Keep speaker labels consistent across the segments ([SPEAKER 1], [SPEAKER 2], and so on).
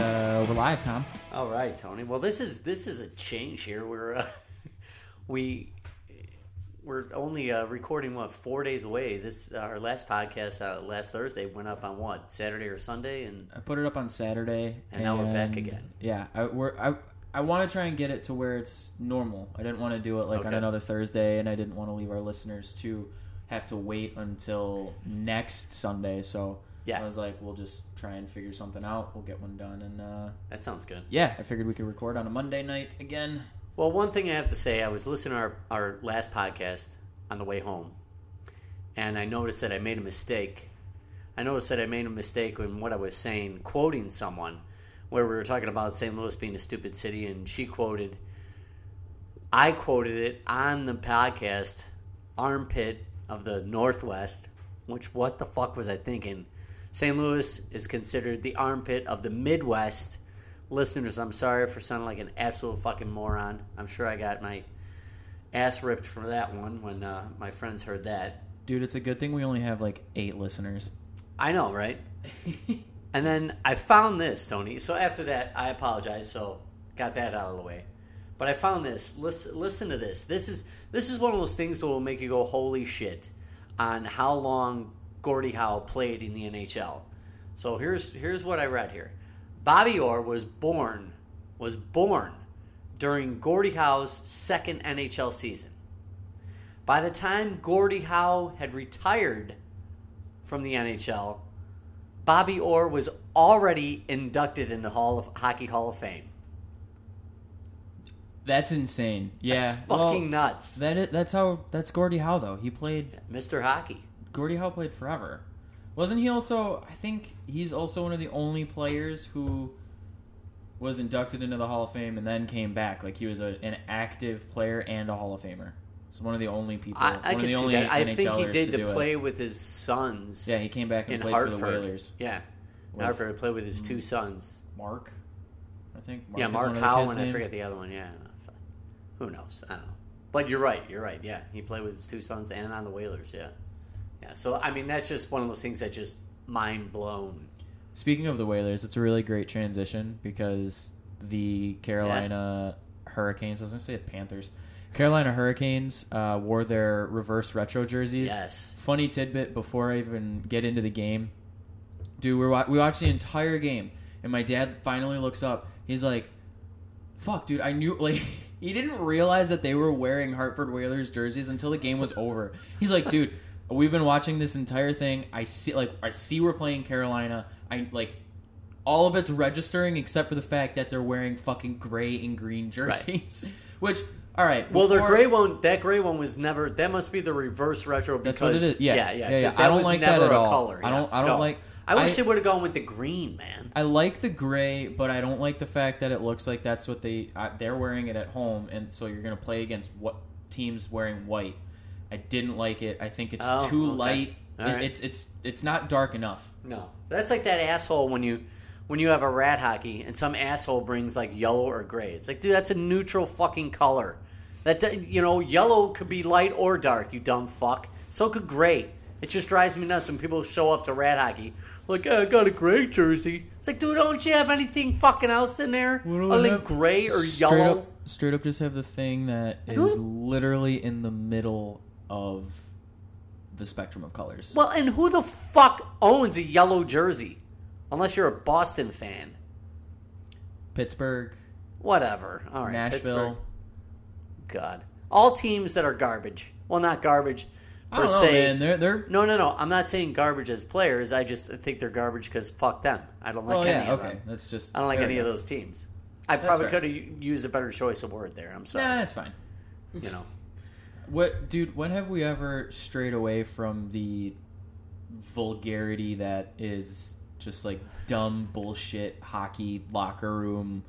[SPEAKER 1] uh, live, Tom.
[SPEAKER 2] All right, Tony. Well, this is this is a change here. We're uh, we we're only uh, recording what four days away. This uh, our last podcast uh, last Thursday went up on what Saturday or Sunday, and
[SPEAKER 1] I put it up on Saturday,
[SPEAKER 2] And now we're back again.
[SPEAKER 1] Yeah, I we're, I I want to try and get it to where it's normal. I didn't want to do it like on
[SPEAKER 2] Okay.
[SPEAKER 1] another Thursday, and I didn't want to leave our listeners to have to wait until next Sunday. So
[SPEAKER 2] Yeah.
[SPEAKER 1] I was like, we'll just try and figure something out. We'll get one done, and uh,
[SPEAKER 2] that sounds good.
[SPEAKER 1] yeah, I figured we could record on a Monday night again.
[SPEAKER 2] Well, one thing I have to say, I was listening to our, our last podcast on the way home, and I noticed that I made a mistake. I noticed that I made a mistake in what I was saying, quoting someone, where we were talking about St. Louis being a stupid city, and she quoted, I quoted it on the podcast, Armpit of the Northwest, which what the fuck was I thinking? St. Louis is considered the armpit of the Midwest listeners, I'm sorry for sounding like an absolute fucking moron. I'm sure I got my ass ripped for that one when uh, my friends heard that.
[SPEAKER 1] Dude, it's a good thing we only have like eight listeners.
[SPEAKER 2] I know, right? and then I found this, Tony. So after that, I apologize. So got that out of the way. But I found this. Listen, listen to this. This is this is one of those things that will make you go holy shit on how long Gordie Howe played in the NHL. So here's here's what I read here. Bobby Orr was born was born during Gordie Howe's second NHL season. By the time Gordie Howe had retired from the NHL, Bobby Orr was already inducted in the Hall of Hockey Hall of Fame.
[SPEAKER 1] That's insane. Yeah,
[SPEAKER 2] That's
[SPEAKER 1] well,
[SPEAKER 2] fucking nuts.
[SPEAKER 1] that is, that's how that's Gordie Howe though. He played
[SPEAKER 2] Mr. Hockey.
[SPEAKER 1] Gordie Howe played forever. Wasn't he also? I think he's also one of the only players who was inducted into the Hall of Fame and then came back. Like he was a, an active player and a Hall of Famer. He's one of the only people.
[SPEAKER 2] I,
[SPEAKER 1] one
[SPEAKER 2] I
[SPEAKER 1] of
[SPEAKER 2] can
[SPEAKER 1] the
[SPEAKER 2] see
[SPEAKER 1] only
[SPEAKER 2] that. I think he
[SPEAKER 1] NHLers
[SPEAKER 2] did
[SPEAKER 1] to
[SPEAKER 2] to,
[SPEAKER 1] do it.
[SPEAKER 2] play with his sons
[SPEAKER 1] Yeah, he came back and
[SPEAKER 2] in
[SPEAKER 1] played
[SPEAKER 2] Hartford.
[SPEAKER 1] for the Whalers.
[SPEAKER 2] Yeah, in
[SPEAKER 1] With
[SPEAKER 2] Hartford. He played with his two sons.
[SPEAKER 1] Mark, I think.
[SPEAKER 2] yeah,
[SPEAKER 1] is
[SPEAKER 2] Mark
[SPEAKER 1] Mm. one of the
[SPEAKER 2] Howe,
[SPEAKER 1] kids'
[SPEAKER 2] and I
[SPEAKER 1] names.
[SPEAKER 2] forget the other one. Yeah. Who knows? I don't know. But you're right. You're right. Yeah. He played with his two sons and on the Whalers. Yeah. Yeah. So, I mean, that's just one of those things that just mind blown.
[SPEAKER 1] Speaking of the Whalers, it's a really great transition because the Carolina Hurricanes, I was going to say the Panthers, Carolina Hurricanes uh, wore their reverse retro jerseys.
[SPEAKER 2] Yes.
[SPEAKER 1] Funny tidbit before I even get into the game, dude, we're wa- we watched the entire game, and my dad finally looks up. He's like, "Fuck, dude, I knew like." He didn't realize that they were wearing Hartford Whalers jerseys until the game was over. He's like, "Dude, we've been watching this entire thing. I see, like, I see we're playing Carolina. I like, all of it's registering except for the fact that they're wearing fucking gray and green jerseys, which." All right.
[SPEAKER 2] Well, the
[SPEAKER 1] before-
[SPEAKER 2] gray one, that gray one was never. That must be the reverse retro. Because,
[SPEAKER 1] That's what it is. Yeah,
[SPEAKER 2] yeah, yeah.
[SPEAKER 1] yeah, yeah.
[SPEAKER 2] 'cause that
[SPEAKER 1] I don't
[SPEAKER 2] was
[SPEAKER 1] like that
[SPEAKER 2] never
[SPEAKER 1] at
[SPEAKER 2] a
[SPEAKER 1] all.
[SPEAKER 2] Color.
[SPEAKER 1] I
[SPEAKER 2] yeah.
[SPEAKER 1] don't- I don't
[SPEAKER 2] No.
[SPEAKER 1] like-
[SPEAKER 2] I wish
[SPEAKER 1] I-
[SPEAKER 2] they would have gone with the green, man.
[SPEAKER 1] I like the gray, but I don't like the fact that it looks like that's what they uh, they're wearing it at home, and so you're gonna play against what teams wearing white. I didn't like it. I think it's
[SPEAKER 2] Oh,
[SPEAKER 1] too
[SPEAKER 2] okay.
[SPEAKER 1] light.
[SPEAKER 2] All
[SPEAKER 1] It-
[SPEAKER 2] right.
[SPEAKER 1] It's it's it's not dark enough.
[SPEAKER 2] No, that's like that asshole when you when you have a rat hockey and some asshole brings like yellow or gray. It's like, dude, that's a neutral fucking color. That do- you know, yellow could be light or dark. You dumb fuck. So could gray. It just drives me nuts when people show up to rat hockey. Like, "Yeah, I got a gray jersey. It's like, dude, don't you have anything fucking else in there? Other than gray or
[SPEAKER 1] straight
[SPEAKER 2] yellow?
[SPEAKER 1] Up, straight up, just have the thing that is
[SPEAKER 2] don't-
[SPEAKER 1] literally in the middle of the spectrum of colors.
[SPEAKER 2] Well, and who the fuck owns a yellow jersey? Unless you're a Boston fan.
[SPEAKER 1] Pittsburgh,
[SPEAKER 2] Whatever. All right.
[SPEAKER 1] Nashville.
[SPEAKER 2] Pittsburgh. God. All teams that are garbage. Well, not garbage
[SPEAKER 1] I
[SPEAKER 2] per
[SPEAKER 1] don't know,
[SPEAKER 2] se.
[SPEAKER 1] Oh, man. They're they're
[SPEAKER 2] No, no, no. I'm not saying garbage as players. I just think they're garbage because fuck them. I don't like
[SPEAKER 1] well,
[SPEAKER 2] any
[SPEAKER 1] yeah,
[SPEAKER 2] of
[SPEAKER 1] okay.
[SPEAKER 2] them.
[SPEAKER 1] That's just
[SPEAKER 2] I don't like
[SPEAKER 1] there
[SPEAKER 2] any
[SPEAKER 1] we
[SPEAKER 2] of
[SPEAKER 1] go.
[SPEAKER 2] those teams. I probably
[SPEAKER 1] fair.
[SPEAKER 2] could have used a better choice of word there. I'm
[SPEAKER 1] Nah,
[SPEAKER 2] sorry.
[SPEAKER 1] that's fine.
[SPEAKER 2] You know.
[SPEAKER 1] What, dude? When have we ever strayed away from the vulgarity that is just like dumb bullshit hockey locker room?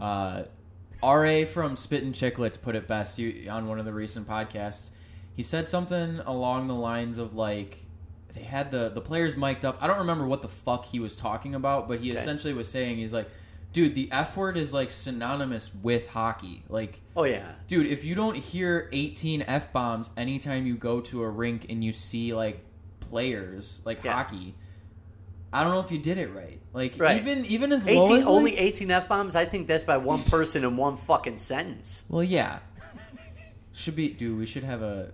[SPEAKER 1] Uh, Ra from Spit and Chicklets put it best you, on one of the recent podcasts. He said something along the lines of like they had the the players mic'd up. I don't remember what the fuck he was talking about, but he
[SPEAKER 2] Okay.
[SPEAKER 1] essentially was saying he's like, dude, the F word is like synonymous with hockey, like.
[SPEAKER 2] Oh, yeah.
[SPEAKER 1] Dude, if you don't hear 18 F bombs anytime you go to a rink and you see like players like
[SPEAKER 2] Yeah.
[SPEAKER 1] hockey, I don't know if you did it right. Like
[SPEAKER 2] Right.
[SPEAKER 1] even even as low
[SPEAKER 2] 18,
[SPEAKER 1] as
[SPEAKER 2] only
[SPEAKER 1] like-
[SPEAKER 2] 18 F bombs? I think that's by one person in one fucking sentence.
[SPEAKER 1] well, yeah. Should be, dude. We should have a.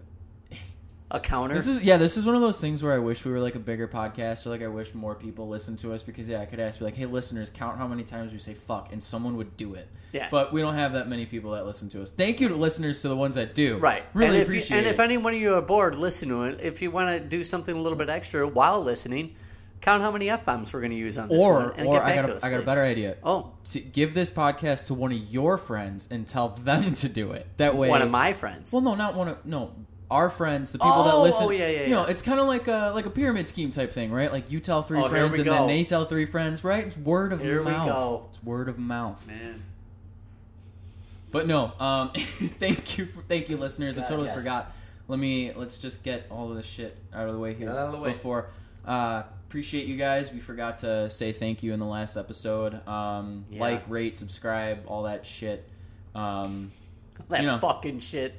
[SPEAKER 2] A counter?
[SPEAKER 1] This is yeah. This is one of those things where I wish we were like a bigger podcast, or like I wish more people listened to us because yeah, I could ask, be like, hey, listeners, count how many times we say fuck, and someone would do it.
[SPEAKER 2] yeah.
[SPEAKER 1] But we don't have that many people that listen to us. Thank you to listeners to the ones that do.
[SPEAKER 2] right.
[SPEAKER 1] Really
[SPEAKER 2] and if
[SPEAKER 1] appreciate
[SPEAKER 2] you, And
[SPEAKER 1] it.
[SPEAKER 2] if any one of you are bored, listen to it. If you want to do something a little bit extra while listening, count how many F bombs we're going to use on this one
[SPEAKER 1] or
[SPEAKER 2] and
[SPEAKER 1] or
[SPEAKER 2] get back
[SPEAKER 1] I got
[SPEAKER 2] to
[SPEAKER 1] a,
[SPEAKER 2] us,
[SPEAKER 1] I got a
[SPEAKER 2] please.
[SPEAKER 1] better idea.
[SPEAKER 2] Oh,
[SPEAKER 1] To give this podcast to one of your friends and tell them to do it. That way,
[SPEAKER 2] one of my friends.
[SPEAKER 1] Well, no, not one of no. Our friends, the people that
[SPEAKER 2] Oh,
[SPEAKER 1] listen,
[SPEAKER 2] oh, yeah, yeah,
[SPEAKER 1] you know,
[SPEAKER 2] yeah.
[SPEAKER 1] it's kind of like a like a pyramid scheme type thing, right? Like you tell three
[SPEAKER 2] Oh, here
[SPEAKER 1] friends,
[SPEAKER 2] we
[SPEAKER 1] and
[SPEAKER 2] go.
[SPEAKER 1] then they tell three friends, right? It's word of
[SPEAKER 2] Here we
[SPEAKER 1] mouth.
[SPEAKER 2] go.
[SPEAKER 1] It's word of mouth.
[SPEAKER 2] Man.
[SPEAKER 1] But no, um, thank you, for, thank you, listeners. I
[SPEAKER 2] God,
[SPEAKER 1] totally
[SPEAKER 2] Uh, yes.
[SPEAKER 1] forgot. Let me let's just get all of this shit out of the way here
[SPEAKER 2] Get out of the way.
[SPEAKER 1] before. Uh, appreciate you guys. We forgot to say thank you in the last episode. Um,
[SPEAKER 2] Yeah.
[SPEAKER 1] Like, rate, subscribe, all that shit. Um,
[SPEAKER 2] That
[SPEAKER 1] You know.
[SPEAKER 2] fucking shit.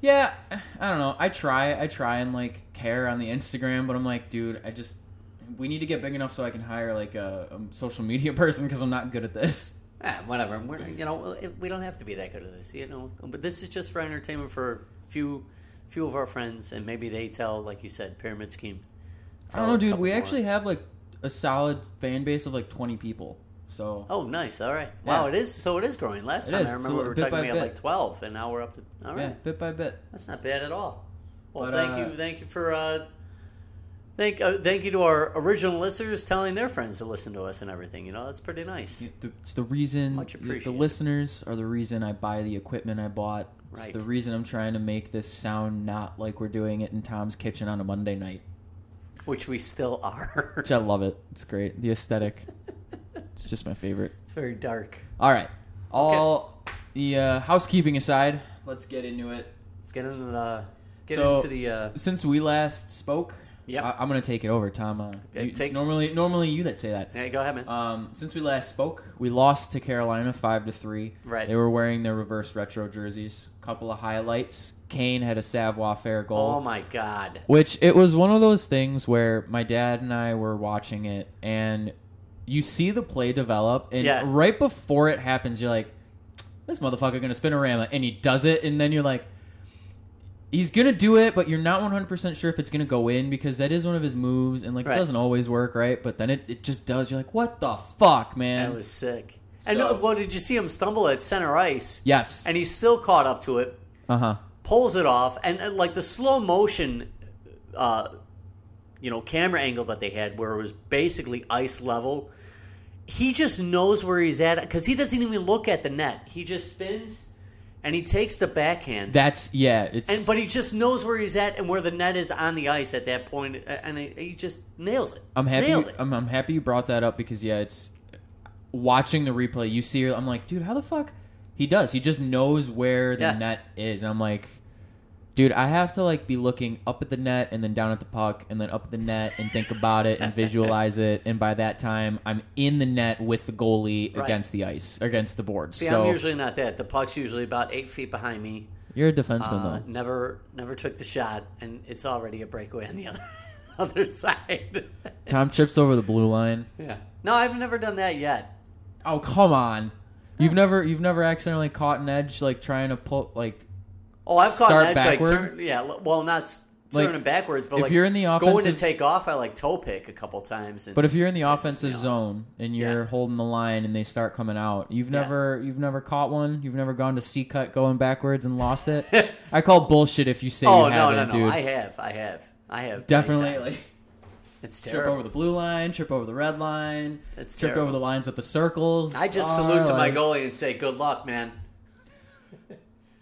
[SPEAKER 1] yeah, I don't know. I try, I try and like care on the Instagram, but I'm like, dude, I just we need to get big enough so I can hire like a, a social media person because I'm not good at this.
[SPEAKER 2] Ah, whatever. We're, you know, we don't have to be that good at this, you know. But this is just for entertainment for few, few of our friends, and maybe they tell, like you said, pyramid scheme.
[SPEAKER 1] I don't
[SPEAKER 2] Tell
[SPEAKER 1] know,
[SPEAKER 2] a
[SPEAKER 1] dude.
[SPEAKER 2] couple
[SPEAKER 1] We
[SPEAKER 2] more.
[SPEAKER 1] actually have like a solid fan base of like 20 people, so
[SPEAKER 2] Oh, nice. All right. Wow,
[SPEAKER 1] Yeah.
[SPEAKER 2] it is. So it is growing. Last
[SPEAKER 1] It
[SPEAKER 2] time
[SPEAKER 1] is. It's
[SPEAKER 2] I
[SPEAKER 1] a
[SPEAKER 2] remember we
[SPEAKER 1] little-
[SPEAKER 2] were
[SPEAKER 1] bit
[SPEAKER 2] talking
[SPEAKER 1] by
[SPEAKER 2] we had
[SPEAKER 1] bit.
[SPEAKER 2] like twelve, and now we're up to. All right.
[SPEAKER 1] yeah, bit by bit.
[SPEAKER 2] That's not bad at all. Well,
[SPEAKER 1] But,
[SPEAKER 2] thank
[SPEAKER 1] uh,
[SPEAKER 2] you, thank you for uh, thank uh, thank you to our original listeners telling their friends to listen to us and everything. You know, that's pretty nice.
[SPEAKER 1] It- the- It's the reason
[SPEAKER 2] Much
[SPEAKER 1] the- the
[SPEAKER 2] appreciated.
[SPEAKER 1] listeners are the reason I buy the equipment I bought. It's
[SPEAKER 2] Right.
[SPEAKER 1] the reason I'm trying to make this sound not like we're doing it in Tom's kitchen on a Monday night,
[SPEAKER 2] Which we still are.
[SPEAKER 1] which I love it. It's great. The aesthetic, it's just my favorite.
[SPEAKER 2] it's very dark.
[SPEAKER 1] All right. All the uh, housekeeping aside, let's get into it.
[SPEAKER 2] Let's get into the get
[SPEAKER 1] So-
[SPEAKER 2] into the uh,
[SPEAKER 1] Since we last spoke,
[SPEAKER 2] Yep.
[SPEAKER 1] I- I'm gonna take it over, Tom. Uh,
[SPEAKER 2] Yeah,
[SPEAKER 1] you- it's
[SPEAKER 2] take-
[SPEAKER 1] normally, normally you that say that.
[SPEAKER 2] yeah. Go ahead, man.
[SPEAKER 1] Um, since we last spoke, we lost to Carolina five to three.
[SPEAKER 2] Right.
[SPEAKER 1] They were wearing their reverse retro jerseys. Couple of highlights. Kane had a savoir faire
[SPEAKER 2] oh
[SPEAKER 1] goal,
[SPEAKER 2] my god.
[SPEAKER 1] which it was one of those things where my dad and I were watching it, and you see the play develop, and
[SPEAKER 2] Yeah.
[SPEAKER 1] right before it happens, you're like, "This motherfucker gonna spin a rama," and he does it, and then you're like. He's gonna do it, but you're not 100 percent sure if it's gonna go in because that is one of his moves, and like
[SPEAKER 2] Right.
[SPEAKER 1] it doesn't always work, right? But then it, it just does. You're like, what the fuck, man?
[SPEAKER 2] That was sick. and
[SPEAKER 1] So-
[SPEAKER 2] uh, well, did you see him stumble at center ice?
[SPEAKER 1] Yes.
[SPEAKER 2] And he's still caught up to it.
[SPEAKER 1] Uh huh.
[SPEAKER 2] pulls it off, and, and, like the slow motion, uh, you know, camera angle that they had, where it was basically ice level. He just knows where he's at because he doesn't even look at the net. He just spins, and he takes the backhand.
[SPEAKER 1] That's yeah. It's
[SPEAKER 2] and but he just knows where he's at and where the net is on the ice at that point, a- and he, he just nails it.
[SPEAKER 1] I'm happy.
[SPEAKER 2] Nailed it.
[SPEAKER 1] I'm, I'm happy you brought that up because yeah, it's watching the replay. You see, I'm like, dude, how the fuck he does? He just knows where the
[SPEAKER 2] Yeah.
[SPEAKER 1] net is. And I'm like, dude, I have to like be looking up at the net and then down at the puck and then up at the net and think about it and visualize it. And by that time, I'm in the net with the goalie
[SPEAKER 2] Right.
[SPEAKER 1] against the ice, against the board.
[SPEAKER 2] See,
[SPEAKER 1] so
[SPEAKER 2] I'm usually not that. The puck's usually about eight feet behind me.
[SPEAKER 1] you're a defenseman
[SPEAKER 2] Uh,
[SPEAKER 1] though.
[SPEAKER 2] never, never took the shot, and it's already a breakaway on the other, other side.
[SPEAKER 1] Tom trips over the blue line.
[SPEAKER 2] yeah. No, I've never done that yet.
[SPEAKER 1] Oh come on! You've never you've never accidentally caught an edge like trying to pull like
[SPEAKER 2] Oh, I've caught
[SPEAKER 1] Start
[SPEAKER 2] an edge like
[SPEAKER 1] backward?
[SPEAKER 2] turn, yeah. l- Well, not s-
[SPEAKER 1] Like,
[SPEAKER 2] turning backwards, but
[SPEAKER 1] if
[SPEAKER 2] like
[SPEAKER 1] you're in the
[SPEAKER 2] going to
[SPEAKER 1] offensive-
[SPEAKER 2] take off, I like toe pick a couple times. And,
[SPEAKER 1] But if you're in the
[SPEAKER 2] Pisses me
[SPEAKER 1] offensive
[SPEAKER 2] off.
[SPEAKER 1] zone and you're
[SPEAKER 2] Yeah.
[SPEAKER 1] holding the line and they start coming out, you've
[SPEAKER 2] Yeah.
[SPEAKER 1] never you've never caught one. You've never gone to C cut going backwards and lost it. I call bullshit if you say
[SPEAKER 2] oh
[SPEAKER 1] you
[SPEAKER 2] no,
[SPEAKER 1] haven't,
[SPEAKER 2] no, no!
[SPEAKER 1] dude.
[SPEAKER 2] I have, I have, I have
[SPEAKER 1] Definitely
[SPEAKER 2] Like,
[SPEAKER 1] like
[SPEAKER 2] it's
[SPEAKER 1] trip
[SPEAKER 2] terrible.
[SPEAKER 1] over the blue line, trip over the red line,
[SPEAKER 2] It's
[SPEAKER 1] trip
[SPEAKER 2] terrible.
[SPEAKER 1] over the lines at the circles.
[SPEAKER 2] I just
[SPEAKER 1] are,
[SPEAKER 2] salute to my
[SPEAKER 1] like-
[SPEAKER 2] goalie and say, "Good luck, man."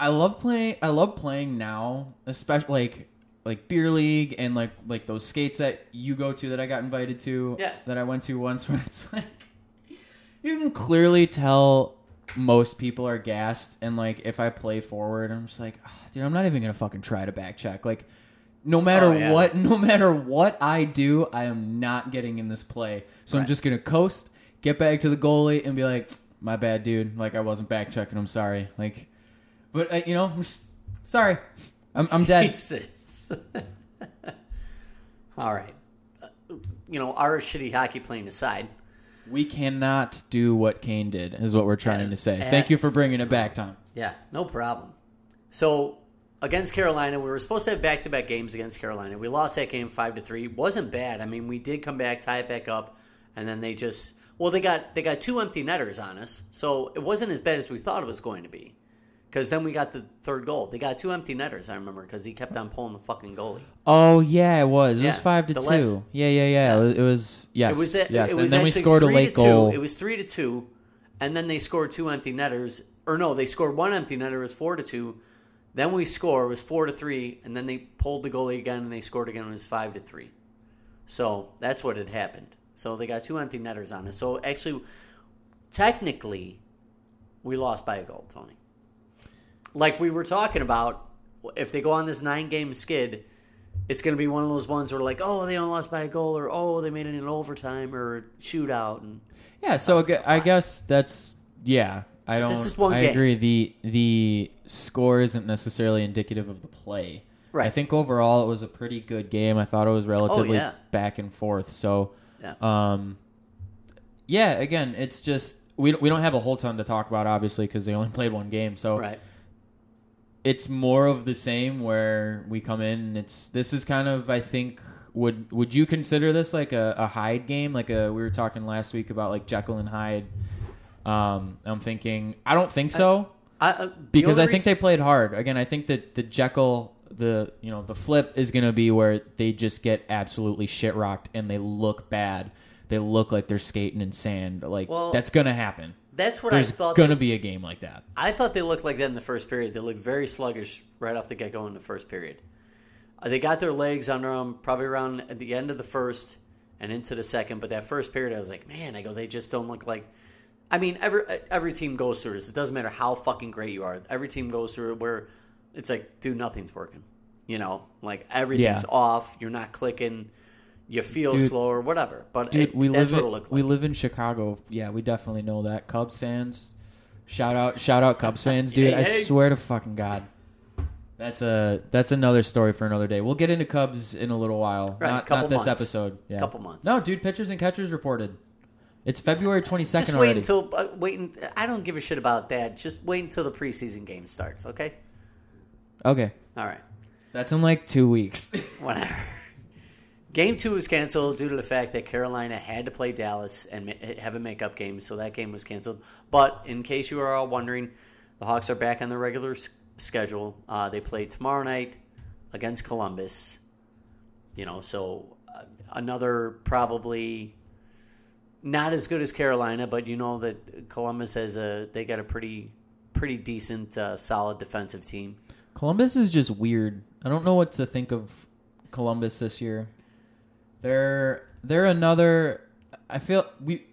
[SPEAKER 1] I love playing. I love playing now, especially like like beer league and like like those skates that you go to that I got invited to.
[SPEAKER 2] Yeah.
[SPEAKER 1] That I went to once where it's like you can clearly tell most people are gassed and like if I play forward, I'm just like, "Ah, dude, I'm not even gonna fucking try to back check. Like, no matter
[SPEAKER 2] Oh, yeah.
[SPEAKER 1] what, no matter what I do, I am not getting in this play. So
[SPEAKER 2] Right.
[SPEAKER 1] I'm just gonna coast, get back to the goalie, and be like, my bad, dude. Like I wasn't back checking. I'm sorry. Like. But uh, you know, I'm s- sorry, I'm, I'm dead.
[SPEAKER 2] Jesus. All right. Uh, you know, our shitty hockey playing aside,
[SPEAKER 1] We cannot do what Kane did, is what we're trying to say.
[SPEAKER 2] Eh.
[SPEAKER 1] Thank you for bringing it back, Tom.
[SPEAKER 2] Yeah, no problem. So against Carolina, we were supposed to have back to back games against Carolina. We lost that game five to three. wasn't bad. I mean, we did come back, tie it back up, and then they just well they got they got two empty netters on us, so it wasn't as bad as we thought it was going to be. Because then we got the third goal. They got two empty netters. I remember because he kept on pulling the fucking goalie.
[SPEAKER 1] Oh yeah, it was. It
[SPEAKER 2] Yeah,
[SPEAKER 1] was five to
[SPEAKER 2] the
[SPEAKER 1] two.
[SPEAKER 2] last-
[SPEAKER 1] yeah, yeah, yeah. It was yes.
[SPEAKER 2] It was it,
[SPEAKER 1] yes.
[SPEAKER 2] it
[SPEAKER 1] and
[SPEAKER 2] was
[SPEAKER 1] then we
[SPEAKER 2] actually
[SPEAKER 1] scored a
[SPEAKER 2] three
[SPEAKER 1] late
[SPEAKER 2] to two.
[SPEAKER 1] goal.
[SPEAKER 2] It was three to two, and then they scored two empty netters. Or no, they scored one empty netter. It was four to two. Then we score. It was four to three, and then they pulled the goalie again, and they scored again. It was five to three. So that's what had happened. So they got two empty netters on us. So actually, technically, we lost by a goal, Tony. Like we were talking about, if they go on this nine game skid, it's going to be one of those ones where like, oh, they only lost by a goal, or oh, they made it in overtime or shootout, and
[SPEAKER 1] yeah. So I gue- I guess that's yeah. I don't.
[SPEAKER 2] This is one
[SPEAKER 1] I
[SPEAKER 2] game.
[SPEAKER 1] agree. The the score isn't necessarily indicative of the play.
[SPEAKER 2] Right. Oh,
[SPEAKER 1] I think overall it was a pretty good game. I thought it was relatively
[SPEAKER 2] yeah.
[SPEAKER 1] back and forth. So
[SPEAKER 2] yeah,
[SPEAKER 1] Um, yeah, again, it's just we we don't have a whole ton to talk about, obviously, because they only played one game. So
[SPEAKER 2] right,
[SPEAKER 1] it's more of the same where we come in. And it's this is kind of I think would would you consider this like a, a Hyde game? Like a we were talking last week about like Jekyll and Hyde. Um, I'm thinking I don't think so
[SPEAKER 2] I, uh, the
[SPEAKER 1] because
[SPEAKER 2] only
[SPEAKER 1] I think
[SPEAKER 2] reason-
[SPEAKER 1] they played hard. Again, I think that the Jekyll, the you know, the flip is going to be where they just get absolutely shit rocked and they look bad. They look like they're skating in sand. Like
[SPEAKER 2] Well,
[SPEAKER 1] that's going to happen.
[SPEAKER 2] that's what I
[SPEAKER 1] There's
[SPEAKER 2] thought.
[SPEAKER 1] going to be a game like that.
[SPEAKER 2] I thought they looked like that in the first period. They looked very sluggish right off the get go in the first period. Uh, They got their legs under them probably around at the end of the first and into the second. But that first period, I was like, man, I go, they just don't look like. I mean, every uh, every team goes through this. It doesn't matter how fucking great you are. Every team goes through it where it's like, dude, nothing's working. You know, like everything's
[SPEAKER 1] Yeah.
[SPEAKER 2] off. You're not clicking. You feel
[SPEAKER 1] Dude.
[SPEAKER 2] slower, whatever. But
[SPEAKER 1] Dude,
[SPEAKER 2] it-
[SPEAKER 1] we
[SPEAKER 2] that's
[SPEAKER 1] live
[SPEAKER 2] what
[SPEAKER 1] in,
[SPEAKER 2] it looked like.
[SPEAKER 1] we live in Chicago. Yeah, we definitely know that. Cubs fans. Shout out shout out Cubs fans, dude.
[SPEAKER 2] Hey,
[SPEAKER 1] I
[SPEAKER 2] hey.
[SPEAKER 1] swear to fucking god. That's a that's another story for another day. We'll get into Cubs in a little while.
[SPEAKER 2] Right,
[SPEAKER 1] not
[SPEAKER 2] couple
[SPEAKER 1] not this
[SPEAKER 2] months.
[SPEAKER 1] episode. Yeah.
[SPEAKER 2] Couple months.
[SPEAKER 1] No, dude, pitchers and catchers reported. It's February 22nd
[SPEAKER 2] Just wait
[SPEAKER 1] already.
[SPEAKER 2] until uh, wait. un- I don't give a shit about that. Just wait until the preseason game starts. Okay.
[SPEAKER 1] okay.
[SPEAKER 2] All right.
[SPEAKER 1] That's in like 2 weeks.
[SPEAKER 2] Whatever. Game two was canceled due to the fact that Carolina had to play Dallas and ma- have a makeup game, so that game was canceled. But in case you are all wondering, the Hawks are back on their regular s- schedule. Uh, they play tomorrow night against Columbus. You know, so uh, another probably not as good as Carolina, but you know that Columbus has a they got a pretty pretty decent uh, solid defensive team.
[SPEAKER 1] Columbus is just weird. I don't know what to think of Columbus this year. They're they're another. I feel we.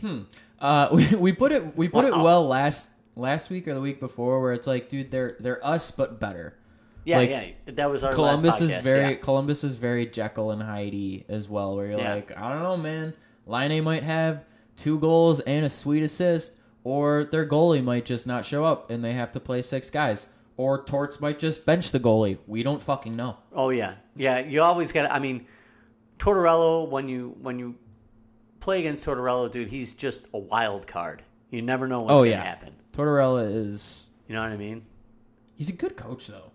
[SPEAKER 1] Hmm. Uh, we, we put it we put it
[SPEAKER 2] Wow.
[SPEAKER 1] well last last week or the week before where it's like, dude, they're they're us but better.
[SPEAKER 2] Yeah,
[SPEAKER 1] Like,
[SPEAKER 2] yeah, that was our
[SPEAKER 1] Columbus
[SPEAKER 2] last
[SPEAKER 1] is
[SPEAKER 2] podcast,
[SPEAKER 1] very
[SPEAKER 2] yeah.
[SPEAKER 1] Columbus is very Jekyll and Heidi as well. Where you're
[SPEAKER 2] Yeah.
[SPEAKER 1] like, I don't know, man. Line A might have two goals and a sweet assist, or their goalie might just not show up and they have to play six guys, or Torts might just bench the goalie. We don't fucking know.
[SPEAKER 2] Oh yeah, yeah. You always got. to I mean, Tortorello when you when you play against Tortorello, dude, he's just a wild card. You never know what's
[SPEAKER 1] Oh,
[SPEAKER 2] gonna
[SPEAKER 1] yeah.
[SPEAKER 2] happen.
[SPEAKER 1] Tortorella is
[SPEAKER 2] You know what I mean?
[SPEAKER 1] he's a good coach though.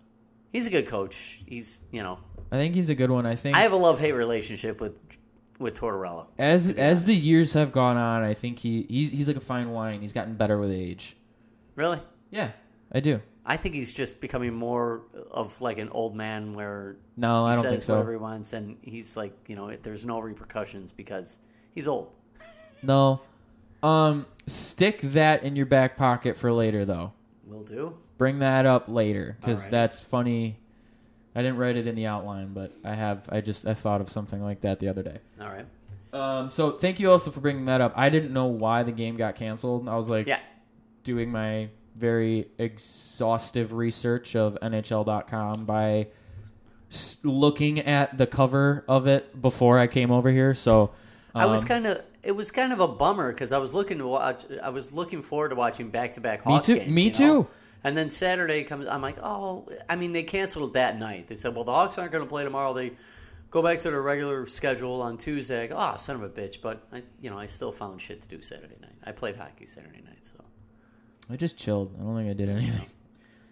[SPEAKER 2] He's a good coach. He's you know,
[SPEAKER 1] I think he's a good one. I think
[SPEAKER 2] I have a love hate relationship with with Tortorella.
[SPEAKER 1] as as the years have gone on, I think he he's he's like a fine wine. He's gotten better with age.
[SPEAKER 2] Really,
[SPEAKER 1] Yeah, I do.
[SPEAKER 2] I think he's just becoming more of like an old man where
[SPEAKER 1] No,
[SPEAKER 2] he
[SPEAKER 1] I don't
[SPEAKER 2] says
[SPEAKER 1] think so.
[SPEAKER 2] whatever he wants, and he's like you know, if there's no repercussions because he's old.
[SPEAKER 1] No. Um, stick that in your back pocket for later, though.
[SPEAKER 2] Will do.
[SPEAKER 1] Bring that up later because
[SPEAKER 2] Alright.
[SPEAKER 1] that's funny. I didn't write it in the outline, but I have. I just I thought of something like that the other day.
[SPEAKER 2] All right.
[SPEAKER 1] Um, so thank you also for bringing that up. I didn't know why the game got canceled. I was like
[SPEAKER 2] Yeah.
[SPEAKER 1] doing my very exhaustive research of NHL.com by s- looking at the cover of it before I came over here. So
[SPEAKER 2] I was
[SPEAKER 1] um,
[SPEAKER 2] kind of. It was kind of a bummer because I was looking to watch. I was looking forward to watching back to back.
[SPEAKER 1] Me too- me too.
[SPEAKER 2] And then Saturday comes. I'm like, oh, I mean, they canceled that night. They said, well, the Hawks aren't going to play tomorrow. They go back to the regular schedule on Tuesday. I go, ah, son of a bitch. But I, you know, I still found shit to do Saturday night. I played hockey Saturday night, so
[SPEAKER 1] I just chilled. I don't think I did anything.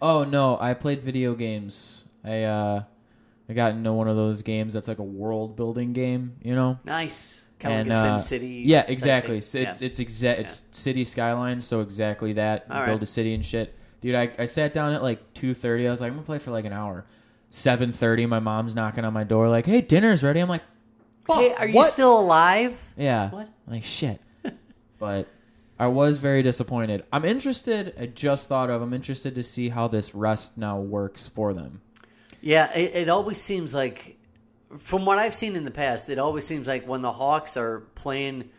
[SPEAKER 1] Oh no, I played video games. I uh I got into one of those games that's like a world building game, you know?
[SPEAKER 2] nice. Kind of
[SPEAKER 1] And,
[SPEAKER 2] like a
[SPEAKER 1] uh,
[SPEAKER 2] SimCity.
[SPEAKER 1] Yeah,
[SPEAKER 2] type
[SPEAKER 1] exactly.
[SPEAKER 2] thing.
[SPEAKER 1] So It's it's exact. It's city skyline, so exactly that. You
[SPEAKER 2] All
[SPEAKER 1] build
[SPEAKER 2] right.
[SPEAKER 1] a city and shit, dude. I, I sat down at like two thirty. I was like, I'm gonna play for like an hour. Seven thirty, my mom's knocking on my door, like, "Hey, dinner's ready." I'm like, "Fuck,
[SPEAKER 2] Hey, are you
[SPEAKER 1] what?"
[SPEAKER 2] still alive?
[SPEAKER 1] Yeah.
[SPEAKER 2] What?
[SPEAKER 1] Like shit. but I was very disappointed. I'm interested. I just thought of. I'm interested to see how this rest now works for them.
[SPEAKER 2] Yeah, it, it always seems like, from what I've seen in the past, it always seems like when the Hawks are playing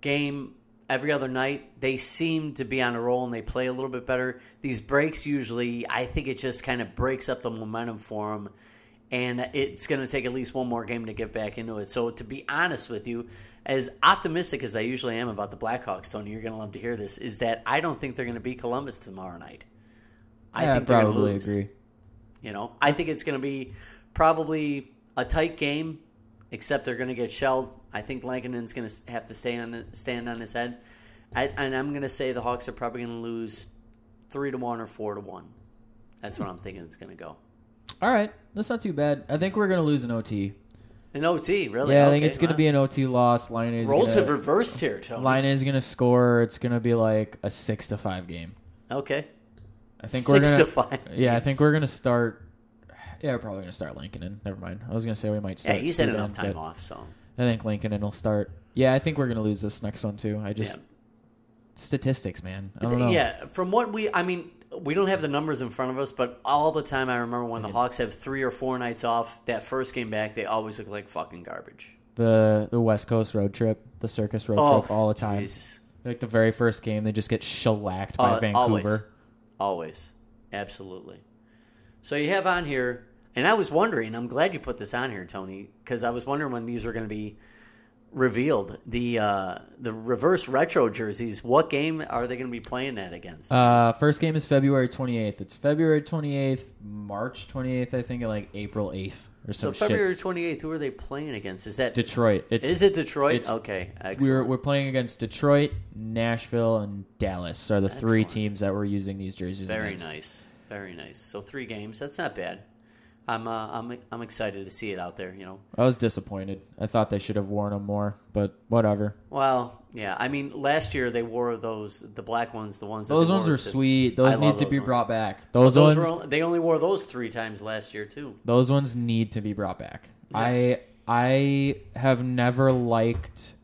[SPEAKER 2] game every other night, they seem to be on a roll and they play a little bit better. These breaks usually, I think it just kind of breaks up the momentum for them, and it's going to take at least one more game to get back into it. So, to be honest with you, as optimistic as I usually am about the Blackhawks, Tony, you're going to love to hear this, is that I don't think they're going to beat Columbus tomorrow night.
[SPEAKER 1] Yeah,
[SPEAKER 2] they're gonna
[SPEAKER 1] probably
[SPEAKER 2] lose.
[SPEAKER 1] agree.
[SPEAKER 2] You know, I think it's going to be probably a tight game, except they're going to get shelled. I think Lankinen's going to have to stay on stand on his head, I, and I'm going to say the Hawks are probably going to lose three to one or four to one. That's what I'm thinking it's going to go.
[SPEAKER 1] All right, that's not too bad. I think we're gonna lose an OT.
[SPEAKER 2] An OT, really?
[SPEAKER 1] Yeah, I think
[SPEAKER 2] Okay,
[SPEAKER 1] it's gonna
[SPEAKER 2] wow.
[SPEAKER 1] be an OT loss. Line is
[SPEAKER 2] roles have
[SPEAKER 1] gonna,
[SPEAKER 2] reversed here, Tony.
[SPEAKER 1] line is gonna score. It's gonna be like a six to five game.
[SPEAKER 2] Okay,
[SPEAKER 1] I think
[SPEAKER 2] six
[SPEAKER 1] we're gonna.
[SPEAKER 2] to five.
[SPEAKER 1] Yeah, I think we're gonna start. Yeah, we're probably gonna start Lincoln. in. Never mind. I was gonna say we might
[SPEAKER 2] Yeah,
[SPEAKER 1] start.
[SPEAKER 2] he's had
[SPEAKER 1] Sudan,
[SPEAKER 2] enough time
[SPEAKER 1] but
[SPEAKER 2] off, so
[SPEAKER 1] I think Lincoln in will start. Yeah, I think we're gonna lose this next one too. I just
[SPEAKER 2] Yeah.
[SPEAKER 1] statistics, man. I don't know.
[SPEAKER 2] Yeah, from what we, I mean, we don't have the numbers in front of us, but all the time I remember when the Hawks have three or four nights off, that first game back, they always look like fucking garbage.
[SPEAKER 1] The the West Coast road trip, the circus road
[SPEAKER 2] Oh,
[SPEAKER 1] trip, all the time.
[SPEAKER 2] Jesus.
[SPEAKER 1] Like the very first game, they just get shellacked by
[SPEAKER 2] Uh,
[SPEAKER 1] Vancouver.
[SPEAKER 2] always. Always. Absolutely. So you have on here, and I was wondering, I'm glad you put this on here, Tony, because I was wondering when these were going to be revealed. The uh, the reverse retro jerseys, what game are they going to be playing that against?
[SPEAKER 1] Uh, first game is February 28th. It's February 28th, March 28th, I think, and like April 8th or
[SPEAKER 2] so
[SPEAKER 1] some shit.
[SPEAKER 2] February 28th, who are they playing against? Is that
[SPEAKER 1] Detroit. It's
[SPEAKER 2] Is it Detroit?
[SPEAKER 1] it's-
[SPEAKER 2] okay, excellent.
[SPEAKER 1] we were we're playing against Detroit, Nashville, and Dallas are the three
[SPEAKER 2] Excellent.
[SPEAKER 1] teams that were using these jerseys.
[SPEAKER 2] very
[SPEAKER 1] against.
[SPEAKER 2] nice, very nice. So three games. That's not bad. I'm uh, I'm I'm excited to see it out there. You know.
[SPEAKER 1] I was disappointed. I thought they should have worn them more, but whatever.
[SPEAKER 2] Well, yeah. I mean, last year they wore those the black ones, the ones. That
[SPEAKER 1] Those
[SPEAKER 2] they
[SPEAKER 1] ones
[SPEAKER 2] wore
[SPEAKER 1] are
[SPEAKER 2] to-
[SPEAKER 1] sweet.
[SPEAKER 2] I
[SPEAKER 1] Those
[SPEAKER 2] love
[SPEAKER 1] need to
[SPEAKER 2] those
[SPEAKER 1] be
[SPEAKER 2] ones.
[SPEAKER 1] brought back. Those,
[SPEAKER 2] Those
[SPEAKER 1] ones
[SPEAKER 2] were, on- they only wore those three times last year too.
[SPEAKER 1] Those ones need to be brought back. I I have never liked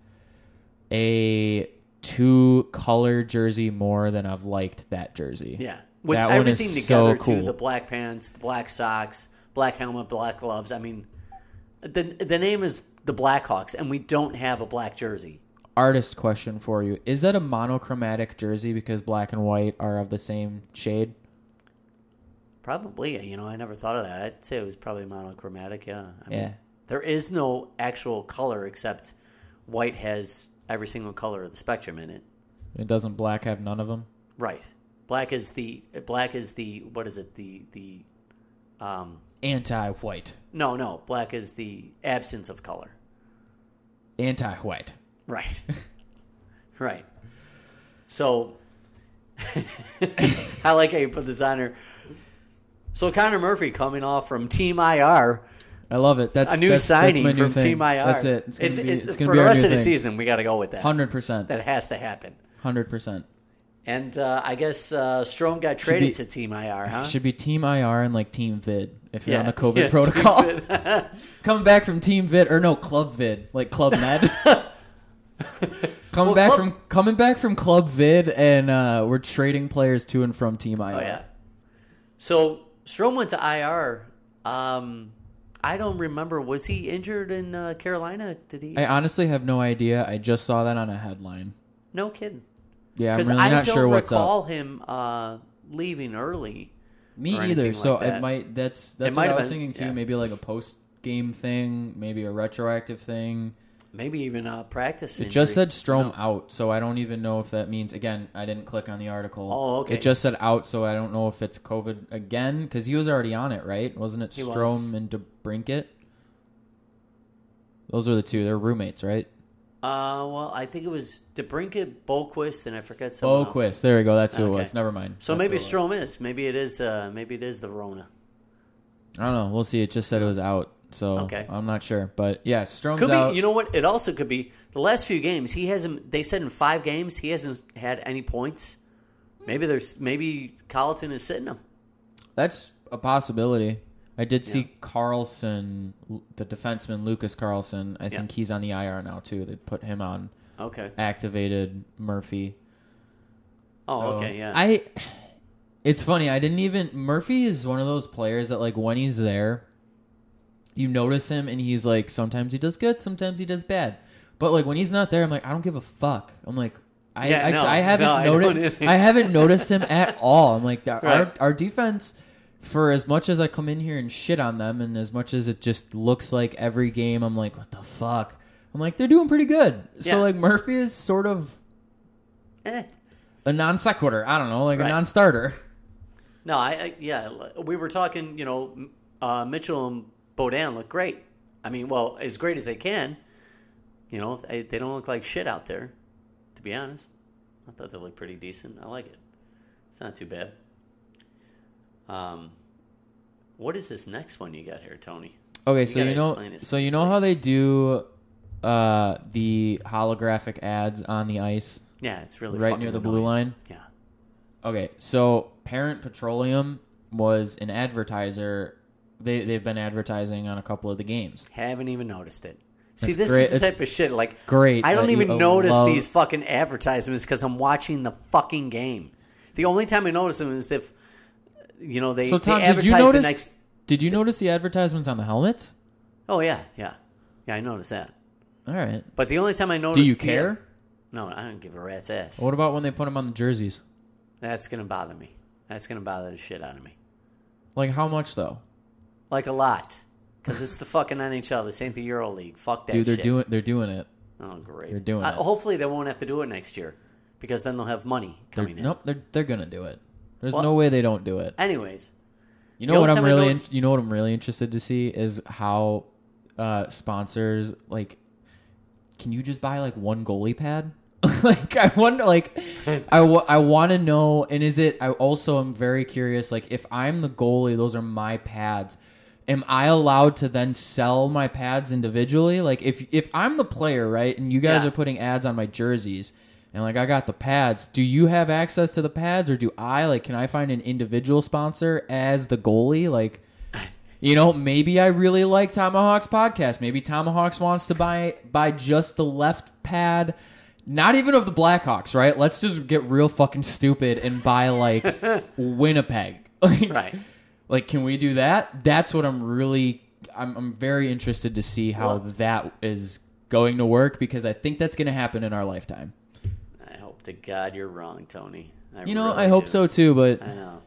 [SPEAKER 1] a two color jersey more than I've liked that jersey.
[SPEAKER 2] Yeah, with
[SPEAKER 1] That one is
[SPEAKER 2] everything
[SPEAKER 1] so
[SPEAKER 2] together too.
[SPEAKER 1] cool.
[SPEAKER 2] The black pants, the black socks, black helmet, black gloves. I mean, the the name is the Blackhawks, and we don't have a black jersey.
[SPEAKER 1] Artist question for you. Is that a monochromatic jersey because black and white are of the same shade?
[SPEAKER 2] Probably, you know, I never thought of that. I'd say it was probably monochromatic. Yeah, I mean,
[SPEAKER 1] Yeah.
[SPEAKER 2] There is no actual color except white has every single color of the spectrum in it.
[SPEAKER 1] And doesn't black have none of them?
[SPEAKER 2] Right. Black is the black is the what is it the the um
[SPEAKER 1] Anti-white.
[SPEAKER 2] no no black is the absence of color.
[SPEAKER 1] Anti-white.
[SPEAKER 2] Right. right. So I like how you put this on here. So Connor Murphy coming off from Team IR.
[SPEAKER 1] I love it. That's
[SPEAKER 2] a new
[SPEAKER 1] that's,
[SPEAKER 2] signing
[SPEAKER 1] that's my new
[SPEAKER 2] from
[SPEAKER 1] thing.
[SPEAKER 2] Team IR.
[SPEAKER 1] That's it. It's gonna be, it's gonna
[SPEAKER 2] for
[SPEAKER 1] be
[SPEAKER 2] the
[SPEAKER 1] our
[SPEAKER 2] rest
[SPEAKER 1] new
[SPEAKER 2] of the
[SPEAKER 1] thing.
[SPEAKER 2] season. We got to go with that.
[SPEAKER 1] Hundred percent.
[SPEAKER 2] That has to happen.
[SPEAKER 1] Hundred percent.
[SPEAKER 2] And uh, I guess uh, Strom got traded
[SPEAKER 1] be-
[SPEAKER 2] to Team IR, huh?
[SPEAKER 1] Should be Team IR and like Team Vid if you're on the COVID
[SPEAKER 2] Yeah, Team
[SPEAKER 1] protocol.
[SPEAKER 2] Vid.
[SPEAKER 1] Coming back from Team Vid or no Club Vid, like Club Med. coming
[SPEAKER 2] Well,
[SPEAKER 1] back
[SPEAKER 2] Club-
[SPEAKER 1] from coming back from Club Vid, and uh, we're trading players to and from Team IR.
[SPEAKER 2] oh yeah. So Strom went to IR. Um, I don't remember. Was he injured in uh, Carolina? Did he?
[SPEAKER 1] I honestly have no idea. I just saw that on a headline.
[SPEAKER 2] no kidding.
[SPEAKER 1] Yeah, I'm
[SPEAKER 2] Because
[SPEAKER 1] really
[SPEAKER 2] I
[SPEAKER 1] not
[SPEAKER 2] don't
[SPEAKER 1] sure what's up.
[SPEAKER 2] recall him uh, leaving early.
[SPEAKER 1] Me
[SPEAKER 2] or
[SPEAKER 1] either.
[SPEAKER 2] anything
[SPEAKER 1] so
[SPEAKER 2] like that.
[SPEAKER 1] it might. That's that's
[SPEAKER 2] might
[SPEAKER 1] what I
[SPEAKER 2] have
[SPEAKER 1] was
[SPEAKER 2] been-
[SPEAKER 1] thinking too.
[SPEAKER 2] yeah.
[SPEAKER 1] Maybe like a post game thing. Maybe a retroactive thing.
[SPEAKER 2] Maybe even uh, practice.
[SPEAKER 1] It just said Strom out, so I don't even know if that means. Again, I didn't click on the article.
[SPEAKER 2] Oh, okay.
[SPEAKER 1] It just said out, so I don't know if it's COVID again because he was already on it, right? Wasn't it
[SPEAKER 2] was.
[SPEAKER 1] Strom and DeBrinket? Those were the two. They're roommates, right?
[SPEAKER 2] Uh, well, I think it was DeBrinket, Boquist, and I forget someone else.
[SPEAKER 1] Boquist. There we go. That's who it
[SPEAKER 2] Okay.
[SPEAKER 1] was. Never mind.
[SPEAKER 2] So
[SPEAKER 1] That's
[SPEAKER 2] maybe
[SPEAKER 1] who it was.
[SPEAKER 2] Strom is. Maybe it is. Uh, maybe it is the Rona.
[SPEAKER 1] I don't know. We'll see. It just said it was out, so
[SPEAKER 2] Okay.
[SPEAKER 1] I'm not sure. But yeah, Strom's
[SPEAKER 2] Could be.
[SPEAKER 1] out.
[SPEAKER 2] You know what? It also could be the last few games. He hasn't. They said in five games he hasn't had any points. Maybe there's. Maybe Colleton is sitting him.
[SPEAKER 1] That's a possibility. I did see Carlson, the defenseman Lucas Carlson. I think he's on the IR now too. They put him on
[SPEAKER 2] Okay.
[SPEAKER 1] activated Murphy.
[SPEAKER 2] Oh,
[SPEAKER 1] So,
[SPEAKER 2] okay. Yeah.
[SPEAKER 1] I. It's funny. I didn't even. Murphy is one of those players that like when he's there, you notice him, and he's like sometimes he does good, sometimes he does bad. But like when he's not there, I'm like I don't give a fuck. I'm like. I,
[SPEAKER 2] Yeah,
[SPEAKER 1] I,
[SPEAKER 2] no,
[SPEAKER 1] I haven't
[SPEAKER 2] no, I don't
[SPEAKER 1] noticed
[SPEAKER 2] either.
[SPEAKER 1] I, haven't noticed him at all. I'm like our
[SPEAKER 2] Right.
[SPEAKER 1] our defense for as much as I come in here and shit on them and as much as it just looks like every game I'm like what the fuck. I'm like they're doing pretty good.
[SPEAKER 2] Yeah.
[SPEAKER 1] So like Murphy is sort of
[SPEAKER 2] Eh.
[SPEAKER 1] a non sequitur. I don't know, like a
[SPEAKER 2] Right.
[SPEAKER 1] non-starter.
[SPEAKER 2] No, I, I yeah, l- we were talking. You know, m- uh, Mitchell and Bodan look great. I mean, well, as great as they can. You know, they, they don't look like shit out there. To be honest, I thought they looked pretty decent. I like it. It's not too bad. Um, what is this next one you got here, Tony?
[SPEAKER 1] Okay, so
[SPEAKER 2] gotta
[SPEAKER 1] you know,
[SPEAKER 2] explain it,
[SPEAKER 1] so you know how they do uh, the holographic ads on the ice,
[SPEAKER 2] Yeah, it's really
[SPEAKER 1] right
[SPEAKER 2] fucking
[SPEAKER 1] near the
[SPEAKER 2] annoying.
[SPEAKER 1] blue line.
[SPEAKER 2] Yeah.
[SPEAKER 1] Okay, so Parent Petroleum was an advertiser. They they've been advertising on a couple of the games.
[SPEAKER 2] Haven't even noticed it. See,
[SPEAKER 1] That's
[SPEAKER 2] this
[SPEAKER 1] great.
[SPEAKER 2] is the
[SPEAKER 1] It's
[SPEAKER 2] type of shit. Like,
[SPEAKER 1] great
[SPEAKER 2] I don't
[SPEAKER 1] that you-
[SPEAKER 2] even
[SPEAKER 1] I
[SPEAKER 2] notice
[SPEAKER 1] love-
[SPEAKER 2] these fucking advertisements because I'm watching the fucking game. The only time I notice them is if, you know, they,
[SPEAKER 1] So Tom,
[SPEAKER 2] they
[SPEAKER 1] did
[SPEAKER 2] advertise
[SPEAKER 1] you notice?
[SPEAKER 2] the next.
[SPEAKER 1] Did you notice the advertisements on the helmets?
[SPEAKER 2] Oh yeah, yeah, yeah. I noticed that.
[SPEAKER 1] All right.
[SPEAKER 2] But the only time I notice.
[SPEAKER 1] Do you
[SPEAKER 2] the-
[SPEAKER 1] care?
[SPEAKER 2] no, I don't give a rat's ass.
[SPEAKER 1] What about when they put them on the jerseys?
[SPEAKER 2] That's gonna bother me. That's gonna bother the shit out of me.
[SPEAKER 1] Like how much though?
[SPEAKER 2] Like a lot, because it's the fucking NHL. This ain't the EuroLeague. Fuck that.
[SPEAKER 1] Dude, they're
[SPEAKER 2] shit.
[SPEAKER 1] doing they're doing it.
[SPEAKER 2] Oh great,
[SPEAKER 1] they're doing
[SPEAKER 2] I-
[SPEAKER 1] it.
[SPEAKER 2] Hopefully, they won't have to do it next year, because then they'll have money
[SPEAKER 1] They're,
[SPEAKER 2] coming in.
[SPEAKER 1] nope, they're they're gonna do it. There's
[SPEAKER 2] Well-
[SPEAKER 1] no way they don't do it.
[SPEAKER 2] Anyways,
[SPEAKER 1] You
[SPEAKER 2] The
[SPEAKER 1] know what
[SPEAKER 2] only
[SPEAKER 1] I'm
[SPEAKER 2] time I
[SPEAKER 1] really in,
[SPEAKER 2] noticed-
[SPEAKER 1] you know what I'm really interested to see is how uh, sponsors like can you just buy like one goalie pad? like I wonder like I want to know and is it I also am very curious like if I'm the goalie those are my pads am I allowed to then sell my pads individually like if if I'm the player right and you guys
[SPEAKER 2] Yeah.
[SPEAKER 1] are putting ads on my jerseys and like I got the pads. Do you have access to the pads, or do I like? Can I find an individual sponsor as the goalie? Like, you know, maybe I really like Tomahawk's podcast. Maybe Tomahawks wants to buy buy just the left pad, not even of the Blackhawks. Right? Let's just get real fucking stupid and buy like Winnipeg. Like,
[SPEAKER 2] Right.
[SPEAKER 1] Like, can we do that? That's what I'm really. I'm, I'm very interested to see how that is going to work because I think that's going to happen in our lifetime.
[SPEAKER 2] I hope to God you're wrong, Tony. I
[SPEAKER 1] You know,
[SPEAKER 2] really
[SPEAKER 1] I hope
[SPEAKER 2] do.
[SPEAKER 1] so too, but
[SPEAKER 2] I know.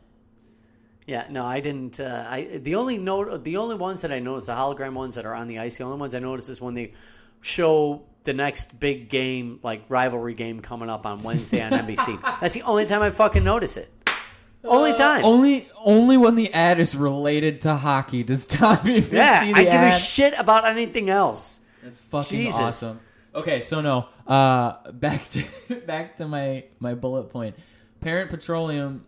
[SPEAKER 2] Yeah, no, I didn't. Uh, I the only note, the only ones that I noticed, the hologram ones that are on the ice, the only ones I noticed is when they show the next big game, like rivalry game, coming up on Wednesday on NBC. That's the only time I fucking notice it. Only time.
[SPEAKER 1] Uh, only only when the ad is related to hockey does Tom even
[SPEAKER 2] yeah,
[SPEAKER 1] see the
[SPEAKER 2] I give
[SPEAKER 1] ad.
[SPEAKER 2] a shit about anything else.
[SPEAKER 1] That's fucking
[SPEAKER 2] Jesus.
[SPEAKER 1] awesome. Okay, so no, uh, back to back to my my bullet point. Parent Petroleum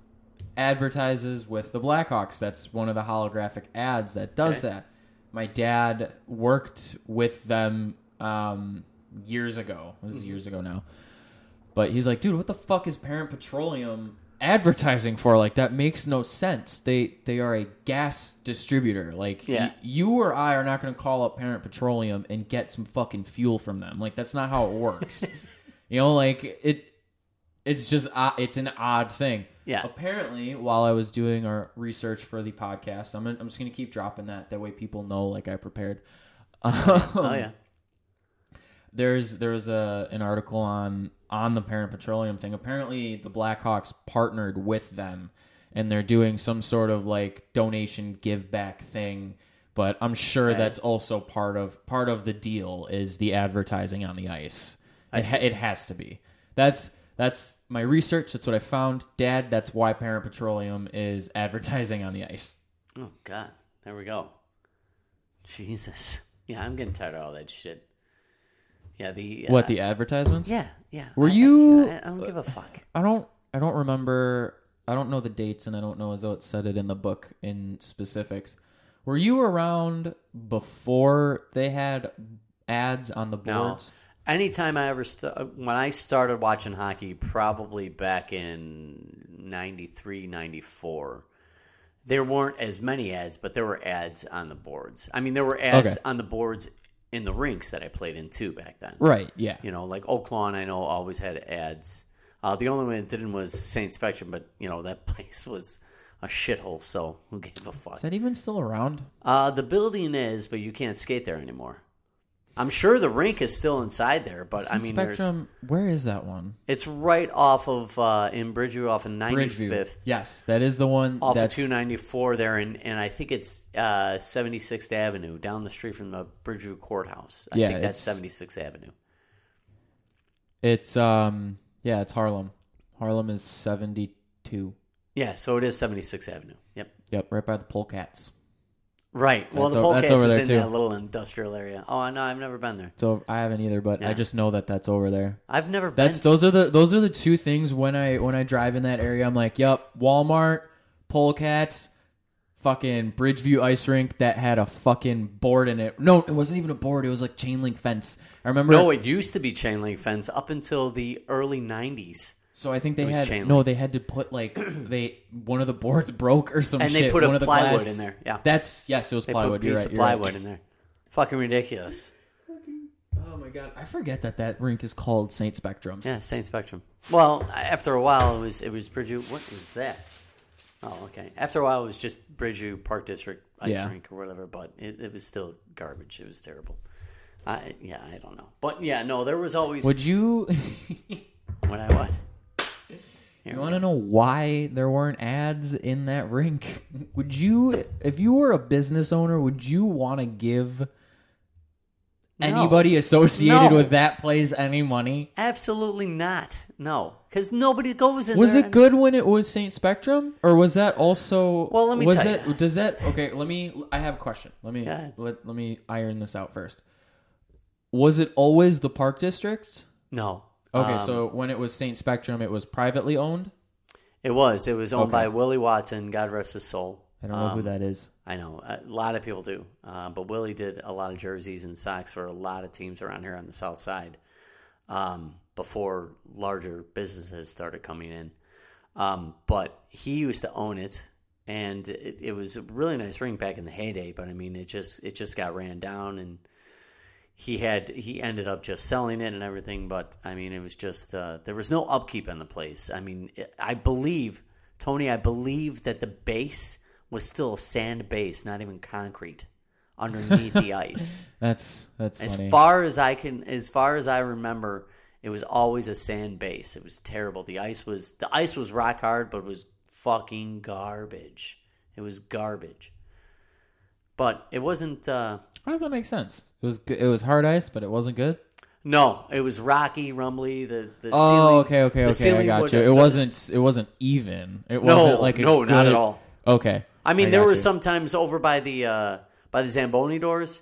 [SPEAKER 1] advertises with the Blackhawks. That's one of the holographic ads that does
[SPEAKER 2] Okay.
[SPEAKER 1] that. My dad worked with them um, years ago. This is
[SPEAKER 2] Mm-hmm.
[SPEAKER 1] years ago now. But he's like, dude, what the fuck is Parent Petroleum advertising for? Like that makes no sense. They they are a gas distributor. Like
[SPEAKER 2] Yeah.
[SPEAKER 1] y- you or I are not going to call up Parent Petroleum and get some fucking fuel from them. Like that's not how it works. you know, like it it's just uh, it's an odd thing.
[SPEAKER 2] Yeah.
[SPEAKER 1] Apparently, while I was doing our research for the podcast, I'm gonna, I'm just going to keep dropping that that way people know like I prepared. Um.
[SPEAKER 2] Oh yeah.
[SPEAKER 1] there's there's a an article on on the parent petroleum thing apparently the blackhawks partnered with them and they're doing some sort of like donation give back thing but i'm sure that's also part of part of the deal is the advertising on the ice it, ha- it has to be that's that's my research that's what i found dad that's why parent petroleum is advertising on the ice
[SPEAKER 2] Oh God, there we go. Jesus, Yeah, I'm getting tired of all that shit. Yeah, the
[SPEAKER 1] What
[SPEAKER 2] uh,
[SPEAKER 1] the advertisements?
[SPEAKER 2] Yeah, yeah.
[SPEAKER 1] Were
[SPEAKER 2] I- I-
[SPEAKER 1] you-
[SPEAKER 2] I, I don't give a fuck.
[SPEAKER 1] I don't I don't remember I don't know the dates and I don't know as though it said it in the book in specifics. Were you around before they had ads on the
[SPEAKER 2] No.
[SPEAKER 1] boards?
[SPEAKER 2] Anytime I ever st- uh, when I started watching hockey, probably back in 93, 94, there weren't as many ads, but there were ads on the boards. I mean, there were ads
[SPEAKER 1] Okay.
[SPEAKER 2] on the boards in the rinks that I played in too back then.
[SPEAKER 1] Right, yeah.
[SPEAKER 2] You know, like Oaklawn, I know always had ads. Uh, the only one it didn't was Saint Spectrum, but you know that place was a shithole, so who gave a fuck?
[SPEAKER 1] Is that even still around?
[SPEAKER 2] Uh, the building is, but you can't skate there anymore. I'm sure the rink is still inside there, but I
[SPEAKER 1] Since
[SPEAKER 2] mean, there's,
[SPEAKER 1] Spectrum, where is that one?
[SPEAKER 2] it's right off of uh, in Bridgeview, off of 95th,
[SPEAKER 1] Bridgeview. Yes, that is the one
[SPEAKER 2] off
[SPEAKER 1] that's
[SPEAKER 2] of 294 there, and, and I think it's uh, 76th Avenue, down the street from the Bridgeview Courthouse. I
[SPEAKER 1] Yeah,
[SPEAKER 2] think that's
[SPEAKER 1] it's-
[SPEAKER 2] 76th Avenue.
[SPEAKER 1] it's um yeah, it's Harlem. Harlem is 72.
[SPEAKER 2] Yeah, so it is 76th Avenue. Yep.
[SPEAKER 1] Yep, right by the Polecats.
[SPEAKER 2] Right. Well,
[SPEAKER 1] That's
[SPEAKER 2] the
[SPEAKER 1] o-
[SPEAKER 2] Polkats
[SPEAKER 1] that's over
[SPEAKER 2] is
[SPEAKER 1] there,
[SPEAKER 2] in
[SPEAKER 1] too.
[SPEAKER 2] that little industrial area. Oh, no, I've never been there.
[SPEAKER 1] So I haven't either, but
[SPEAKER 2] Yeah.
[SPEAKER 1] I just know that that's over there.
[SPEAKER 2] I've never
[SPEAKER 1] That's
[SPEAKER 2] been.
[SPEAKER 1] those are the those are the two things when I when I drive in that area. I'm like, yep, Walmart, Polecats, fucking Bridgeview Ice Rink that had a fucking board in it. No, it wasn't even a board. It was like chain link fence. I remember.
[SPEAKER 2] No, it used to be chain link fence up until the early 90s.
[SPEAKER 1] so I think they
[SPEAKER 2] was chain
[SPEAKER 1] had
[SPEAKER 2] link.
[SPEAKER 1] no. They had to put like they one of the boards broke or some
[SPEAKER 2] And they
[SPEAKER 1] shit.
[SPEAKER 2] put a
[SPEAKER 1] one of the
[SPEAKER 2] plywood
[SPEAKER 1] glass-
[SPEAKER 2] in there, yeah.
[SPEAKER 1] that's yes, it was
[SPEAKER 2] They
[SPEAKER 1] plywood.
[SPEAKER 2] put a
[SPEAKER 1] you're
[SPEAKER 2] piece
[SPEAKER 1] right.
[SPEAKER 2] of
[SPEAKER 1] you're right.
[SPEAKER 2] plywood in there. Fucking ridiculous.
[SPEAKER 1] Oh my god, I forget that that rink is called Saint Spectrum.
[SPEAKER 2] Yeah, same spectrum. Well, after a while, it was it was Bridgeview. What is that? Oh, okay. After a while, it was just Bridgeview Park District ice
[SPEAKER 1] Yeah.
[SPEAKER 2] rink or whatever. But it, it was still garbage. It was terrible. I yeah, I don't know. But yeah, no, there was always
[SPEAKER 1] Would you?
[SPEAKER 2] when I what.
[SPEAKER 1] You want to know why there weren't ads in that rink? Would you, if you were a business owner, would you want to give anybody associated
[SPEAKER 2] No.
[SPEAKER 1] with that place any money?
[SPEAKER 2] Absolutely not. No, because nobody goes in.
[SPEAKER 1] Was
[SPEAKER 2] there
[SPEAKER 1] it good when it was Saint Spectrum, or was that also?
[SPEAKER 2] Well, let me
[SPEAKER 1] was
[SPEAKER 2] tell
[SPEAKER 1] that,
[SPEAKER 2] you.
[SPEAKER 1] Does that okay? Let me. I have a question. Let me
[SPEAKER 2] Go ahead.
[SPEAKER 1] let, let me iron this out first. Was it always the Park District?
[SPEAKER 2] No.
[SPEAKER 1] Okay,
[SPEAKER 2] Um,
[SPEAKER 1] so when it was Saint Spectrum, it was privately owned.
[SPEAKER 2] it was. It was owned
[SPEAKER 1] Okay.
[SPEAKER 2] by Willie Watson. God rest his soul.
[SPEAKER 1] I don't know
[SPEAKER 2] um,
[SPEAKER 1] who that is.
[SPEAKER 2] I know a lot of people do, uh, but Willie did a lot of jerseys and socks for a lot of teams around here on the South Side um, before larger businesses started coming in. Um, but he used to own it, and it, it was a really nice ring back in the heyday. But I mean, it just it just got ran down, and he had he ended up just selling it and everything. But I mean, it was just uh, there was no upkeep on the place. I mean, it, I believe Tony, I believe that the base was still sand base, not even concrete, underneath the ice.
[SPEAKER 1] That's that's
[SPEAKER 2] As
[SPEAKER 1] funny.
[SPEAKER 2] far as I can, as far as I remember, it was always a sand base. It was terrible. The ice was the ice was rock hard, but was fucking garbage. It was garbage. But it wasn't. Uh,
[SPEAKER 1] How does that make sense? It was good. It was hard ice, but it wasn't good.
[SPEAKER 2] no, it was rocky, rumbly. The the
[SPEAKER 1] Oh,
[SPEAKER 2] ceiling,
[SPEAKER 1] okay, okay,
[SPEAKER 2] the
[SPEAKER 1] okay. I
[SPEAKER 2] ceiling
[SPEAKER 1] got
[SPEAKER 2] would-
[SPEAKER 1] you. It
[SPEAKER 2] the-
[SPEAKER 1] wasn't. It wasn't even. It wasn't like a
[SPEAKER 2] no, not
[SPEAKER 1] good-
[SPEAKER 2] at all.
[SPEAKER 1] Okay.
[SPEAKER 2] I mean,
[SPEAKER 1] got
[SPEAKER 2] there were
[SPEAKER 1] you.
[SPEAKER 2] sometimes over by the uh, by the Zamboni doors,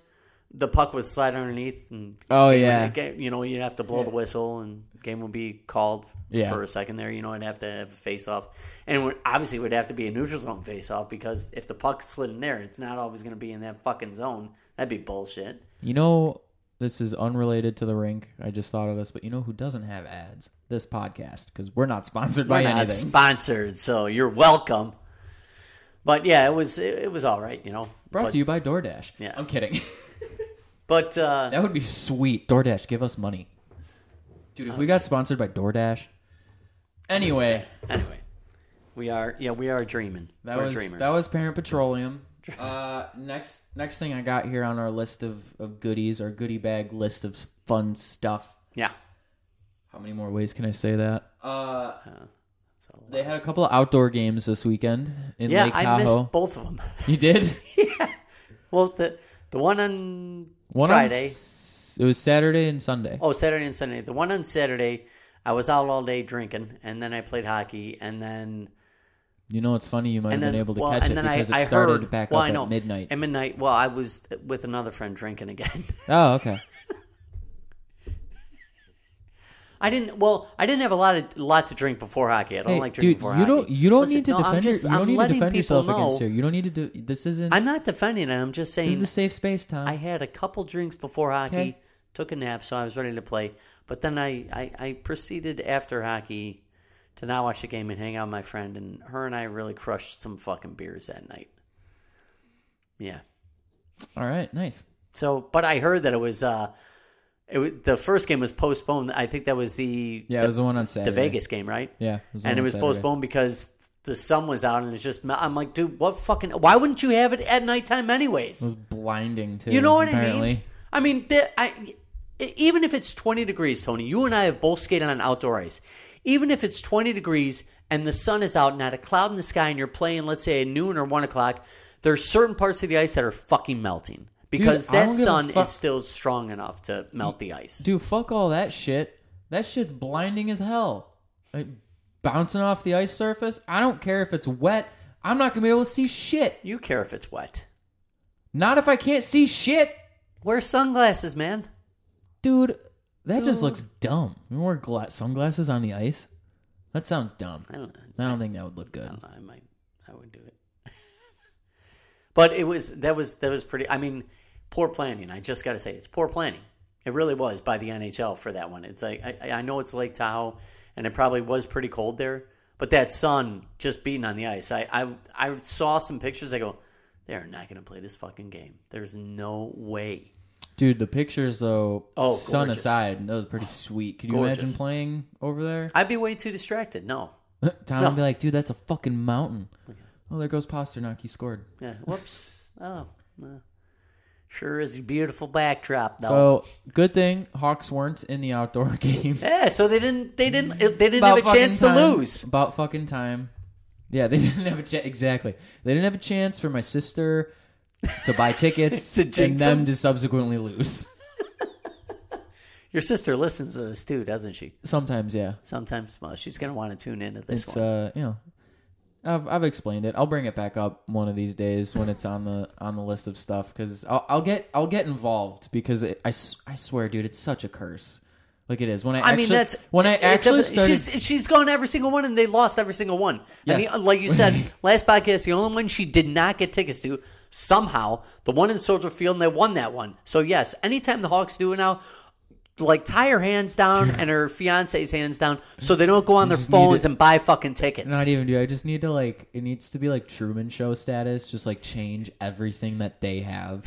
[SPEAKER 2] the puck would slide underneath, and
[SPEAKER 1] Oh,
[SPEAKER 2] game would-
[SPEAKER 1] yeah.
[SPEAKER 2] game- you know you'd have to blow the whistle, and game would be called
[SPEAKER 1] Yeah.
[SPEAKER 2] for a second there. You know, I'd have to have a face off, and it would, obviously it would have to be a neutral zone face off because if the puck slid in there, it's not always going to be in that fucking zone. That'd be bullshit.
[SPEAKER 1] You know, this is unrelated to the rink. I just thought of this, but you know who doesn't have ads? This podcast, because we're not sponsored by
[SPEAKER 2] We're not
[SPEAKER 1] anything.
[SPEAKER 2] sponsored, so you're welcome. But yeah, it was it, it was all right, you know.
[SPEAKER 1] Brought
[SPEAKER 2] but,
[SPEAKER 1] to you by DoorDash.
[SPEAKER 2] Yeah.
[SPEAKER 1] I'm kidding.
[SPEAKER 2] but uh,
[SPEAKER 1] that would be sweet. DoorDash, give us money, dude. If we got sponsored by DoorDash. Anyway,
[SPEAKER 2] Anyway, we are yeah we are dreaming.
[SPEAKER 1] that
[SPEAKER 2] We're
[SPEAKER 1] was
[SPEAKER 2] dreamers.
[SPEAKER 1] that was Parent Petroleum. Uh, next next thing I got here on our list of, of goodies, our goodie bag list of fun stuff
[SPEAKER 2] yeah.
[SPEAKER 1] How many more ways can I say that? Uh,
[SPEAKER 2] Uh, so-
[SPEAKER 1] they had a couple of outdoor games this weekend in
[SPEAKER 2] yeah,
[SPEAKER 1] Lake
[SPEAKER 2] I
[SPEAKER 1] Tahoe.
[SPEAKER 2] missed both of them.
[SPEAKER 1] You did
[SPEAKER 2] well, the the one on
[SPEAKER 1] one on
[SPEAKER 2] Friday.
[SPEAKER 1] s- it was Saturday and Sunday.
[SPEAKER 2] Oh, Saturday and Sunday. The one on Saturday, I was out all day drinking, and then I played hockey, and then
[SPEAKER 1] You know, it's funny you might
[SPEAKER 2] And
[SPEAKER 1] have
[SPEAKER 2] then-
[SPEAKER 1] been able to
[SPEAKER 2] well,
[SPEAKER 1] catch it
[SPEAKER 2] and then I-
[SPEAKER 1] because it
[SPEAKER 2] I
[SPEAKER 1] started
[SPEAKER 2] heard-
[SPEAKER 1] back
[SPEAKER 2] well,
[SPEAKER 1] up
[SPEAKER 2] I know.
[SPEAKER 1] at midnight.
[SPEAKER 2] At midnight, well, I was with another friend drinking again.
[SPEAKER 1] Oh, okay.
[SPEAKER 2] I didn't. Well, I didn't have a lot of lot to drink before hockey. I don't
[SPEAKER 1] Hey,
[SPEAKER 2] like drinking
[SPEAKER 1] dude,
[SPEAKER 2] before
[SPEAKER 1] you
[SPEAKER 2] hockey.
[SPEAKER 1] don't you don't
[SPEAKER 2] Listen,
[SPEAKER 1] need to
[SPEAKER 2] no, I'm
[SPEAKER 1] defend your-
[SPEAKER 2] just-
[SPEAKER 1] you
[SPEAKER 2] I'm
[SPEAKER 1] don't need to
[SPEAKER 2] letting
[SPEAKER 1] defend
[SPEAKER 2] people
[SPEAKER 1] yourself against
[SPEAKER 2] know-
[SPEAKER 1] her. You don't need to do this. Isn't
[SPEAKER 2] I'm not defending it. I'm just saying
[SPEAKER 1] This is a safe space, Tom.
[SPEAKER 2] I had a couple drinks before hockey,
[SPEAKER 1] Okay.
[SPEAKER 2] took a nap, so I was ready to play. But then I, I, I proceeded after hockey to not watch the game and hang out with my friend, and her and I really crushed some fucking beers that night. Yeah.
[SPEAKER 1] All right, nice.
[SPEAKER 2] So, but I heard that it was uh, it was the first game was postponed. I think that was the
[SPEAKER 1] Yeah,
[SPEAKER 2] the,
[SPEAKER 1] it was the one on
[SPEAKER 2] the
[SPEAKER 1] Saturday.
[SPEAKER 2] Vegas game, right?
[SPEAKER 1] Yeah, the
[SPEAKER 2] and
[SPEAKER 1] one
[SPEAKER 2] it
[SPEAKER 1] on
[SPEAKER 2] was
[SPEAKER 1] Saturday.
[SPEAKER 2] postponed because the sun was out, and it's just I'm like, dude, what fucking? Why wouldn't you have it at nighttime anyways?
[SPEAKER 1] It was blinding too.
[SPEAKER 2] You know what
[SPEAKER 1] apparently.
[SPEAKER 2] I mean? I mean, there, I, e- even if it's 20 degrees, Tony, you and I have both skated on outdoor ice. Even if it's 20 degrees and the sun is out, not a cloud in the sky, and you're playing, let's say, at noon or 1 o'clock, there's certain parts of the ice that are fucking melting because
[SPEAKER 1] I don't
[SPEAKER 2] that
[SPEAKER 1] give a
[SPEAKER 2] sun
[SPEAKER 1] fuck.
[SPEAKER 2] is still strong enough to melt the ice.
[SPEAKER 1] Dude, fuck all that shit. That shit's blinding as hell. Like, bouncing off the ice surface. I don't care if it's wet. I'm not gonna be able to see shit.
[SPEAKER 2] You care if it's wet.
[SPEAKER 1] Not if I can't see shit,
[SPEAKER 2] Wear sunglasses, man.
[SPEAKER 1] dude. That just looks dumb. You wear gla- sunglasses on the ice. That sounds dumb.
[SPEAKER 2] I don't know.
[SPEAKER 1] I don't think that would look good.
[SPEAKER 2] I don't know. I might. I would do it. but it was that was that was pretty. I mean, poor planning. I just got to say, it's poor planning. It really was by the NHL for that one. It's like I, I know it's Lake Tahoe, and it probably was pretty cold there. But that sun just beating on the ice. I I, I saw some pictures. I go, they're not going to play this fucking game. There's no way.
[SPEAKER 1] Dude, the pictures though,
[SPEAKER 2] Oh,
[SPEAKER 1] sun
[SPEAKER 2] gorgeous.
[SPEAKER 1] aside, that was pretty sweet. Could you
[SPEAKER 2] Gorgeous.
[SPEAKER 1] imagine playing over there?
[SPEAKER 2] I'd be way too distracted. No.
[SPEAKER 1] Tom
[SPEAKER 2] No.
[SPEAKER 1] would be like, dude, that's a fucking mountain. Oh, there goes Pasternak. He scored.
[SPEAKER 2] Yeah. Whoops. oh. no. Sure is a beautiful backdrop though.
[SPEAKER 1] So good thing Hawks weren't in the outdoor game.
[SPEAKER 2] Yeah, so they didn't. They didn't. They didn't have a
[SPEAKER 1] fucking
[SPEAKER 2] chance to
[SPEAKER 1] time.
[SPEAKER 2] lose.
[SPEAKER 1] About fucking time. Yeah, they didn't have a chance. Exactly. They didn't have a chance for my sister to buy tickets
[SPEAKER 2] To
[SPEAKER 1] and
[SPEAKER 2] jinx
[SPEAKER 1] them
[SPEAKER 2] them.
[SPEAKER 1] to subsequently lose.
[SPEAKER 2] Your sister listens to this too, doesn't she?
[SPEAKER 1] Sometimes, yeah.
[SPEAKER 2] Sometimes, well, she's gonna want to tune into this
[SPEAKER 1] It's
[SPEAKER 2] one.
[SPEAKER 1] uh, you know, I've I've explained it. I'll bring it back up one of these days when it's on the on the list of stuff because I'll I'll get I'll get involved because it, I s- I swear, dude, it's such a curse. Like it is when I,
[SPEAKER 2] I
[SPEAKER 1] actually,
[SPEAKER 2] mean, that's
[SPEAKER 1] when I
[SPEAKER 2] it- it
[SPEAKER 1] actually
[SPEAKER 2] defi-
[SPEAKER 1] started.
[SPEAKER 2] She's she's gone every single one, and they lost every single one.
[SPEAKER 1] Yes.
[SPEAKER 2] And the, like you said last podcast, the only one she did not get tickets to somehow the one in Soldier Field, and they won that one. So yes, anytime the Hawks do it now. Like tie her hands down and her fiance's hands down, so they don't go on their
[SPEAKER 1] just need
[SPEAKER 2] phones
[SPEAKER 1] to-
[SPEAKER 2] and buy fucking tickets.
[SPEAKER 1] Not even do I just need to like it needs to be like Truman Show status. Just like change everything that they have.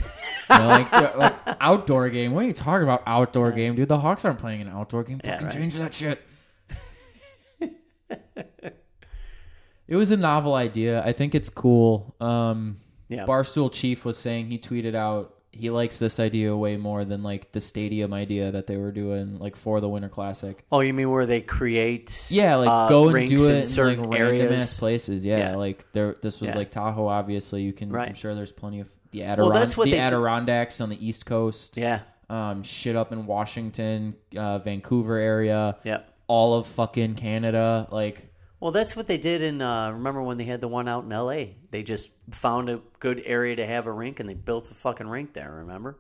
[SPEAKER 1] You know, like, they're- like outdoor game. What are you talking about outdoor game, dude? The Hawks aren't playing an outdoor game. Fucking
[SPEAKER 2] right.
[SPEAKER 1] change that shit. it was a novel idea. I think it's cool. Um,
[SPEAKER 2] Yeah.
[SPEAKER 1] Barstool Chief was saying he tweeted out he likes this idea way more than like the stadium idea that they were doing like for the Winter Classic.
[SPEAKER 2] Oh, you mean where they create?
[SPEAKER 1] Yeah, like
[SPEAKER 2] uh,
[SPEAKER 1] go and
[SPEAKER 2] rinks
[SPEAKER 1] do it
[SPEAKER 2] in
[SPEAKER 1] in
[SPEAKER 2] certain
[SPEAKER 1] like random ass
[SPEAKER 2] areas.
[SPEAKER 1] places. Yeah,
[SPEAKER 2] Yeah.
[SPEAKER 1] like there. This was
[SPEAKER 2] Yeah.
[SPEAKER 1] like Tahoe. Obviously, you can. I'm
[SPEAKER 2] Right.
[SPEAKER 1] sure there's plenty of the, Adiron-
[SPEAKER 2] Well, that's what
[SPEAKER 1] the
[SPEAKER 2] they do-
[SPEAKER 1] Adirondacks on the East Coast.
[SPEAKER 2] Yeah.
[SPEAKER 1] Um, shit up in Washington, uh, Vancouver area.
[SPEAKER 2] Yep.
[SPEAKER 1] All of fucking Canada. Like
[SPEAKER 2] Well, that's what they did in. Uh, remember when they had the one out in L.A. They just found a good area to have a rink, and they built a fucking rink there. Remember?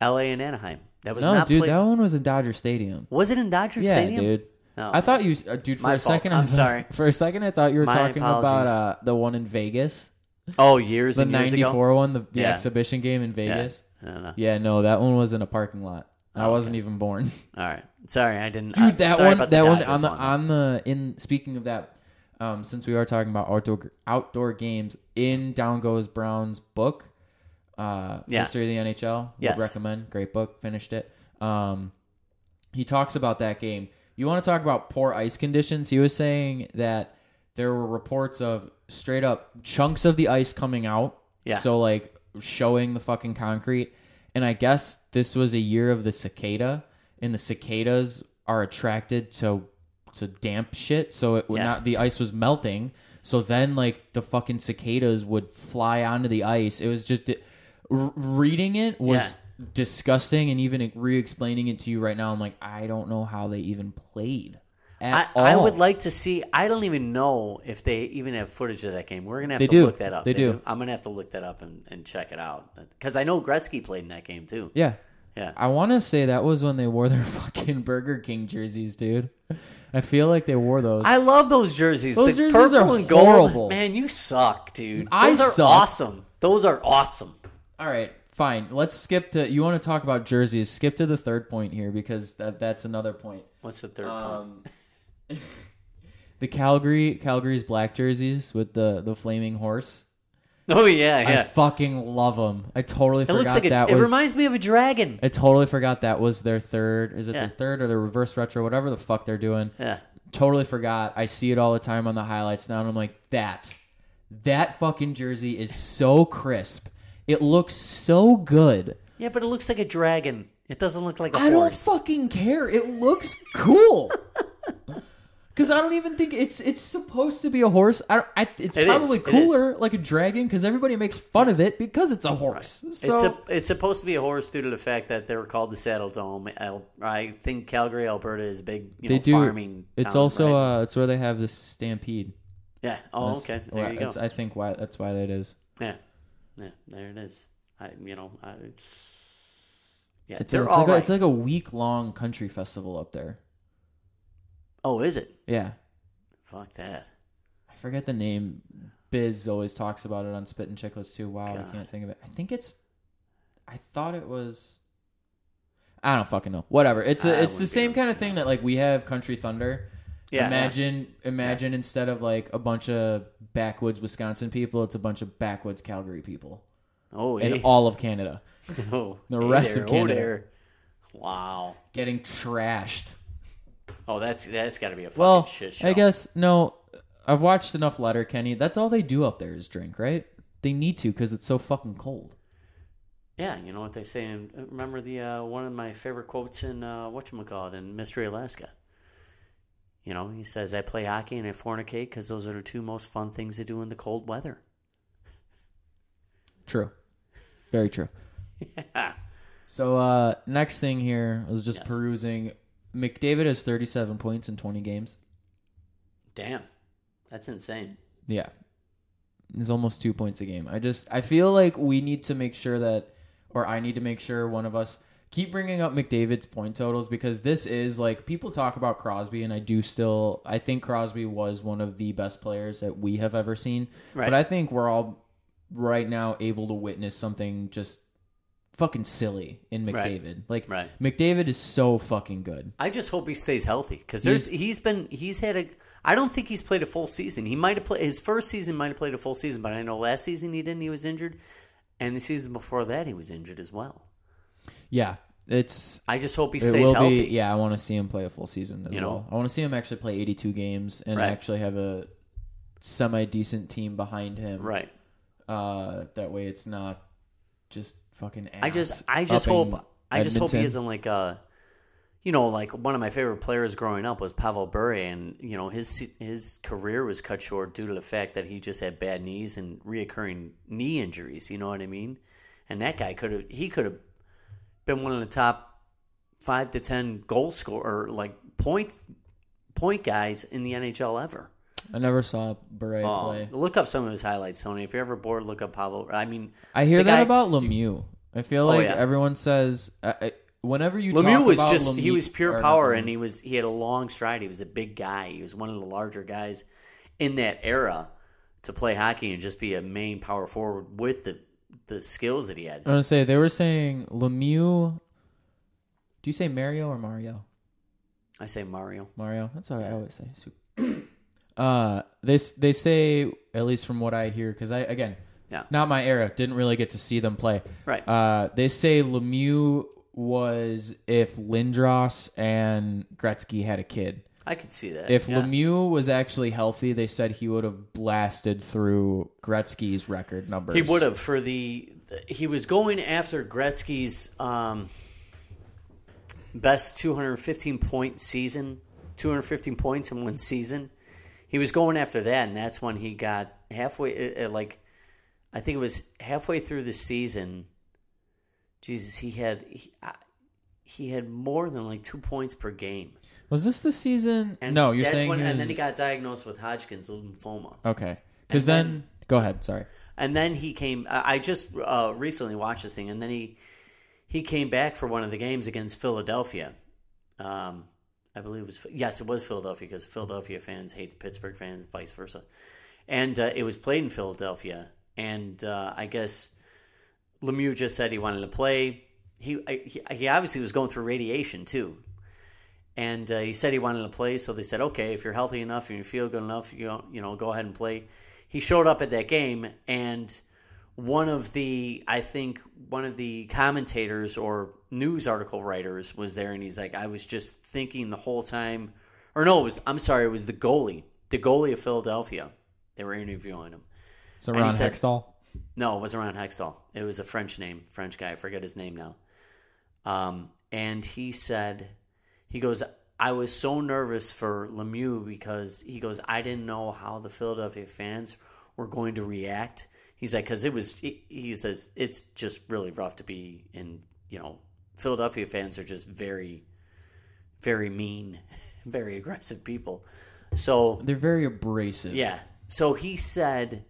[SPEAKER 2] L.A. and Anaheim. That was
[SPEAKER 1] no,
[SPEAKER 2] not
[SPEAKER 1] dude,
[SPEAKER 2] played.
[SPEAKER 1] that one was in Dodger Stadium.
[SPEAKER 2] Was it in Dodger
[SPEAKER 1] Yeah,
[SPEAKER 2] Stadium?
[SPEAKER 1] dude.
[SPEAKER 2] No.
[SPEAKER 1] I thought you, uh, dude. For
[SPEAKER 2] My
[SPEAKER 1] a
[SPEAKER 2] fault.
[SPEAKER 1] second, I
[SPEAKER 2] I'm
[SPEAKER 1] thought-
[SPEAKER 2] sorry.
[SPEAKER 1] For a second, I thought you were
[SPEAKER 2] My
[SPEAKER 1] talking about
[SPEAKER 2] apologies.
[SPEAKER 1] uh, the one in Vegas,
[SPEAKER 2] Oh, years
[SPEAKER 1] the
[SPEAKER 2] and years ago.
[SPEAKER 1] '94 one, the, the
[SPEAKER 2] Yeah.
[SPEAKER 1] exhibition game in
[SPEAKER 2] Yeah.
[SPEAKER 1] Vegas.
[SPEAKER 2] I don't know.
[SPEAKER 1] Yeah, no, that one was in a parking lot. I
[SPEAKER 2] Oh,
[SPEAKER 1] wasn't even born.
[SPEAKER 2] All right. Sorry, I didn't. uh,
[SPEAKER 1] Dude, that
[SPEAKER 2] sorry
[SPEAKER 1] one
[SPEAKER 2] About
[SPEAKER 1] that
[SPEAKER 2] the
[SPEAKER 1] one
[SPEAKER 2] Dodgers
[SPEAKER 1] on the
[SPEAKER 2] one.
[SPEAKER 1] on the in speaking of that, um, since we are talking about outdoor outdoor games, in Down Goes Brown's book, uh
[SPEAKER 2] Yeah.
[SPEAKER 1] History of the NHL,
[SPEAKER 2] Yes.
[SPEAKER 1] would recommend. Great book, finished it. Um he talks about that game. You want to talk about poor ice conditions? He was saying that there were reports of straight up chunks of the ice coming out.
[SPEAKER 2] Yeah.
[SPEAKER 1] So like showing the fucking concrete. And I guess this was a year of the cicada, and the cicadas are attracted to to damp shit. So it would
[SPEAKER 2] Yeah.
[SPEAKER 1] not the ice was melting. So then like the fucking cicadas would fly onto the ice. It was just r- reading it was disgusting and even re-explaining it to you right now i'm like i don't know how they even played at
[SPEAKER 2] I,
[SPEAKER 1] all.
[SPEAKER 2] I would like to see. I don't even know if they even have footage of that game. We're gonna have
[SPEAKER 1] They
[SPEAKER 2] to
[SPEAKER 1] do.
[SPEAKER 2] look that up.
[SPEAKER 1] They do.
[SPEAKER 2] I'm gonna have to look that up and, and check it out because I know Gretzky played in that game too.
[SPEAKER 1] yeah.
[SPEAKER 2] Yeah.
[SPEAKER 1] I want to say that was when they wore their fucking Burger King jerseys, dude. I feel like they wore those.
[SPEAKER 2] I love those jerseys.
[SPEAKER 1] Those
[SPEAKER 2] the
[SPEAKER 1] jerseys
[SPEAKER 2] purple
[SPEAKER 1] are
[SPEAKER 2] and gold.
[SPEAKER 1] horrible.
[SPEAKER 2] Man, you suck, dude.
[SPEAKER 1] I
[SPEAKER 2] Those are
[SPEAKER 1] suck.
[SPEAKER 2] awesome. Those are awesome.
[SPEAKER 1] All right, fine. Let's skip to. You want to talk about jerseys? Skip to the third point here because that that's another point.
[SPEAKER 2] What's the third point?
[SPEAKER 1] Um, the Calgary Calgary's black jerseys with the the flaming horse.
[SPEAKER 2] Oh yeah,
[SPEAKER 1] I
[SPEAKER 2] yeah.
[SPEAKER 1] fucking love them. I totally
[SPEAKER 2] It
[SPEAKER 1] forgot
[SPEAKER 2] looks like a,
[SPEAKER 1] that
[SPEAKER 2] it
[SPEAKER 1] was.
[SPEAKER 2] reminds me of a dragon.
[SPEAKER 1] I totally forgot that was their third. Is it
[SPEAKER 2] Yeah.
[SPEAKER 1] their third or their reverse retro? Whatever the fuck they're doing.
[SPEAKER 2] Yeah.
[SPEAKER 1] Totally forgot. I see it all the time on the highlights now, and I'm like, that, that fucking jersey is so crisp. It looks so good.
[SPEAKER 2] Yeah, but it looks like a dragon. It doesn't look like a
[SPEAKER 1] I don't
[SPEAKER 2] horse.
[SPEAKER 1] fucking care. It looks cool. Cause I don't even think it's it's supposed to be a horse. I, don't- I it's
[SPEAKER 2] It is.
[SPEAKER 1] probably
[SPEAKER 2] It is.
[SPEAKER 1] cooler like a dragon because everybody makes fun of it because it's a horse. So
[SPEAKER 2] it's a, it's supposed to be a horse due to the fact that they were called the Saddle Dome. Al, I think Calgary, Alberta, is a big you know,
[SPEAKER 1] they do.
[SPEAKER 2] farming.
[SPEAKER 1] it's
[SPEAKER 2] town,
[SPEAKER 1] also
[SPEAKER 2] right?
[SPEAKER 1] uh, it's where they have this stampede.
[SPEAKER 2] yeah. Oh,
[SPEAKER 1] That's-
[SPEAKER 2] okay. There you go.
[SPEAKER 1] it's- I think why that's why that is.
[SPEAKER 2] Yeah, yeah. There it is. I you know I. Yeah,
[SPEAKER 1] It's,
[SPEAKER 2] they're
[SPEAKER 1] it's
[SPEAKER 2] all
[SPEAKER 1] like a,
[SPEAKER 2] right.
[SPEAKER 1] it's like a week long country festival up there.
[SPEAKER 2] oh, is it?
[SPEAKER 1] Yeah,
[SPEAKER 2] Fuck that.
[SPEAKER 1] I forget the name. Biz always talks about it on Spit and Chicklets too. Wow,
[SPEAKER 2] God.
[SPEAKER 1] I can't think of it. I think it's. I thought it was. I don't fucking know. Whatever. It's
[SPEAKER 2] I
[SPEAKER 1] a, it's
[SPEAKER 2] wouldn't be
[SPEAKER 1] the same
[SPEAKER 2] able
[SPEAKER 1] kind of thing that like we have Country Thunder.
[SPEAKER 2] Yeah.
[SPEAKER 1] Imagine imagine instead of like a bunch of backwoods Wisconsin people, it's a bunch of backwoods Calgary people
[SPEAKER 2] Oh,
[SPEAKER 1] in
[SPEAKER 2] yeah.
[SPEAKER 1] all of Canada
[SPEAKER 2] oh,
[SPEAKER 1] the
[SPEAKER 2] hey
[SPEAKER 1] rest of
[SPEAKER 2] there, oh
[SPEAKER 1] Canada.
[SPEAKER 2] there. Wow.
[SPEAKER 1] getting trashed.
[SPEAKER 2] Oh, that's that's got to be a fucking
[SPEAKER 1] Well,
[SPEAKER 2] shit show.
[SPEAKER 1] I guess no. I've watched enough Letter Kenny. That's all they do up there is drink, right? They need to because it's so fucking cold.
[SPEAKER 2] Yeah, you know what they say. And remember the uh, one of my favorite quotes in uh, whatchamacallit in Mystery Alaska. You know, he says, "I play hockey and I fornicate because those are the two most fun things to do in the cold weather."
[SPEAKER 1] True. Very true.
[SPEAKER 2] Yeah.
[SPEAKER 1] So uh next thing here, I was just
[SPEAKER 2] Yes.
[SPEAKER 1] perusing. McDavid has 37 points in 20 games.
[SPEAKER 2] Damn, that's insane.
[SPEAKER 1] Yeah. He's almost 2 points a game. I just I feel like we need to make sure that or I need to make sure one of us keep bringing up McDavid's point totals because this is like people talk about Crosby and I do still I think Crosby was one of the best players that we have ever seen.
[SPEAKER 2] Right.
[SPEAKER 1] But I think we're all right now able to witness something just fucking silly in
[SPEAKER 2] Right.
[SPEAKER 1] McDavid. Like
[SPEAKER 2] Right.
[SPEAKER 1] McDavid is so fucking good.
[SPEAKER 2] I just hope he stays healthy because there's he's been he's had a. I don't think he's played a full season. He might have played his first season might have played a full season, but I know last season he didn't. He was injured, and the season before that he was injured as well.
[SPEAKER 1] Yeah, it's
[SPEAKER 2] I just hope he
[SPEAKER 1] it
[SPEAKER 2] stays
[SPEAKER 1] will
[SPEAKER 2] healthy.
[SPEAKER 1] be. Yeah, I want to see him play a full season as
[SPEAKER 2] You know?
[SPEAKER 1] well. I want to see him actually play 82 games and
[SPEAKER 2] Right.
[SPEAKER 1] actually have a semi decent team behind him.
[SPEAKER 2] Right.
[SPEAKER 1] Uh, that way it's not just fucking. Ass
[SPEAKER 2] I just I just
[SPEAKER 1] upping
[SPEAKER 2] hope I just hope he
[SPEAKER 1] Edmonton.
[SPEAKER 2] isn't like uh you know like one of my favorite players growing up was Pavel Bure and you know his se- his career was cut short due to the fact that he just had bad knees and reoccurring knee injuries you know what I mean and that guy could have he could have been one of the top five to ten goal scorer like point point guys in the NHL ever.
[SPEAKER 1] I never saw Beret
[SPEAKER 2] Oh,
[SPEAKER 1] play.
[SPEAKER 2] look up some of his highlights, Tony. If you're ever bored, look up Pavel. I mean,
[SPEAKER 1] I hear
[SPEAKER 2] the
[SPEAKER 1] that
[SPEAKER 2] guy- Oh,
[SPEAKER 1] about Lemieux. I feel like
[SPEAKER 2] yeah.
[SPEAKER 1] everyone says I, I, whenever you
[SPEAKER 2] Lemieux
[SPEAKER 1] talk
[SPEAKER 2] was
[SPEAKER 1] about
[SPEAKER 2] just he
[SPEAKER 1] Lemieux-
[SPEAKER 2] was
[SPEAKER 1] or
[SPEAKER 2] pure
[SPEAKER 1] not
[SPEAKER 2] power
[SPEAKER 1] Lemieux.
[SPEAKER 2] and he was he had a long stride. He was a big guy. He was one of the larger guys in that era to play hockey and just be a main power forward with the the skills that he had.
[SPEAKER 1] I'm gonna say they were saying Lemieux. Do you say Mario or Mario?
[SPEAKER 2] I say Mario.
[SPEAKER 1] Mario. That's what I always say. Soup. uh, they s- they say at least from what I hear, because I again,
[SPEAKER 2] Yeah.
[SPEAKER 1] not my era. Didn't really get to see them play.
[SPEAKER 2] Right.
[SPEAKER 1] Uh, they say Lemieux was if Lindros and Gretzky had a kid.
[SPEAKER 2] I could see that.
[SPEAKER 1] If
[SPEAKER 2] yeah.
[SPEAKER 1] Lemieux was actually healthy, they said he would have blasted through Gretzky's record numbers.
[SPEAKER 2] he would have for the he was going after Gretzky's um, best 215 point season, 215 points in one season. He was going after that, and that's when he got halfway. uh, uh, Like I think it was halfway through the season. Jesus, he had he, I- he had more than like two points per game.
[SPEAKER 1] Was this the season?
[SPEAKER 2] And
[SPEAKER 1] no, you're
[SPEAKER 2] that's
[SPEAKER 1] saying
[SPEAKER 2] when,
[SPEAKER 1] he
[SPEAKER 2] and
[SPEAKER 1] was-
[SPEAKER 2] then he got diagnosed with Hodgkin's lymphoma.
[SPEAKER 1] okay. Because
[SPEAKER 2] and
[SPEAKER 1] then, go ahead. Sorry.
[SPEAKER 2] And then he came. I I just uh, recently watched this thing, and then he he came back for one of the games against Philadelphia. Um, I believe it was yes, it was Philadelphia because Philadelphia fans hate Pittsburgh fans, vice versa. And uh, it was played in Philadelphia, and uh, I guess Lemieux just said he wanted to play. He I, he, he obviously was going through radiation too, and uh, he said he wanted to play. So they said, okay, if you're healthy enough and you feel good enough, you know, you know, go ahead and play. He showed up at that game, and one of the I think one of the commentators or news article writers was there, and he's like, I was just thinking the whole time, or no, it was I'm sorry, it was the goalie, the goalie of Philadelphia. They were interviewing him.
[SPEAKER 1] So
[SPEAKER 2] and he
[SPEAKER 1] Ron
[SPEAKER 2] said-
[SPEAKER 1] Hextall.
[SPEAKER 2] No, it wasn't Ron Hextall. It was a French name, French guy. I forget his name now. Um, and he said, he goes, I was so nervous for Lemieux because he goes, I didn't know how the Philadelphia fans were going to react. He's like, because it was, he, he says, it's just really rough to be in, you know, Philadelphia fans are just very, very mean, very aggressive people. So
[SPEAKER 1] They're very abrasive.
[SPEAKER 2] yeah. So he said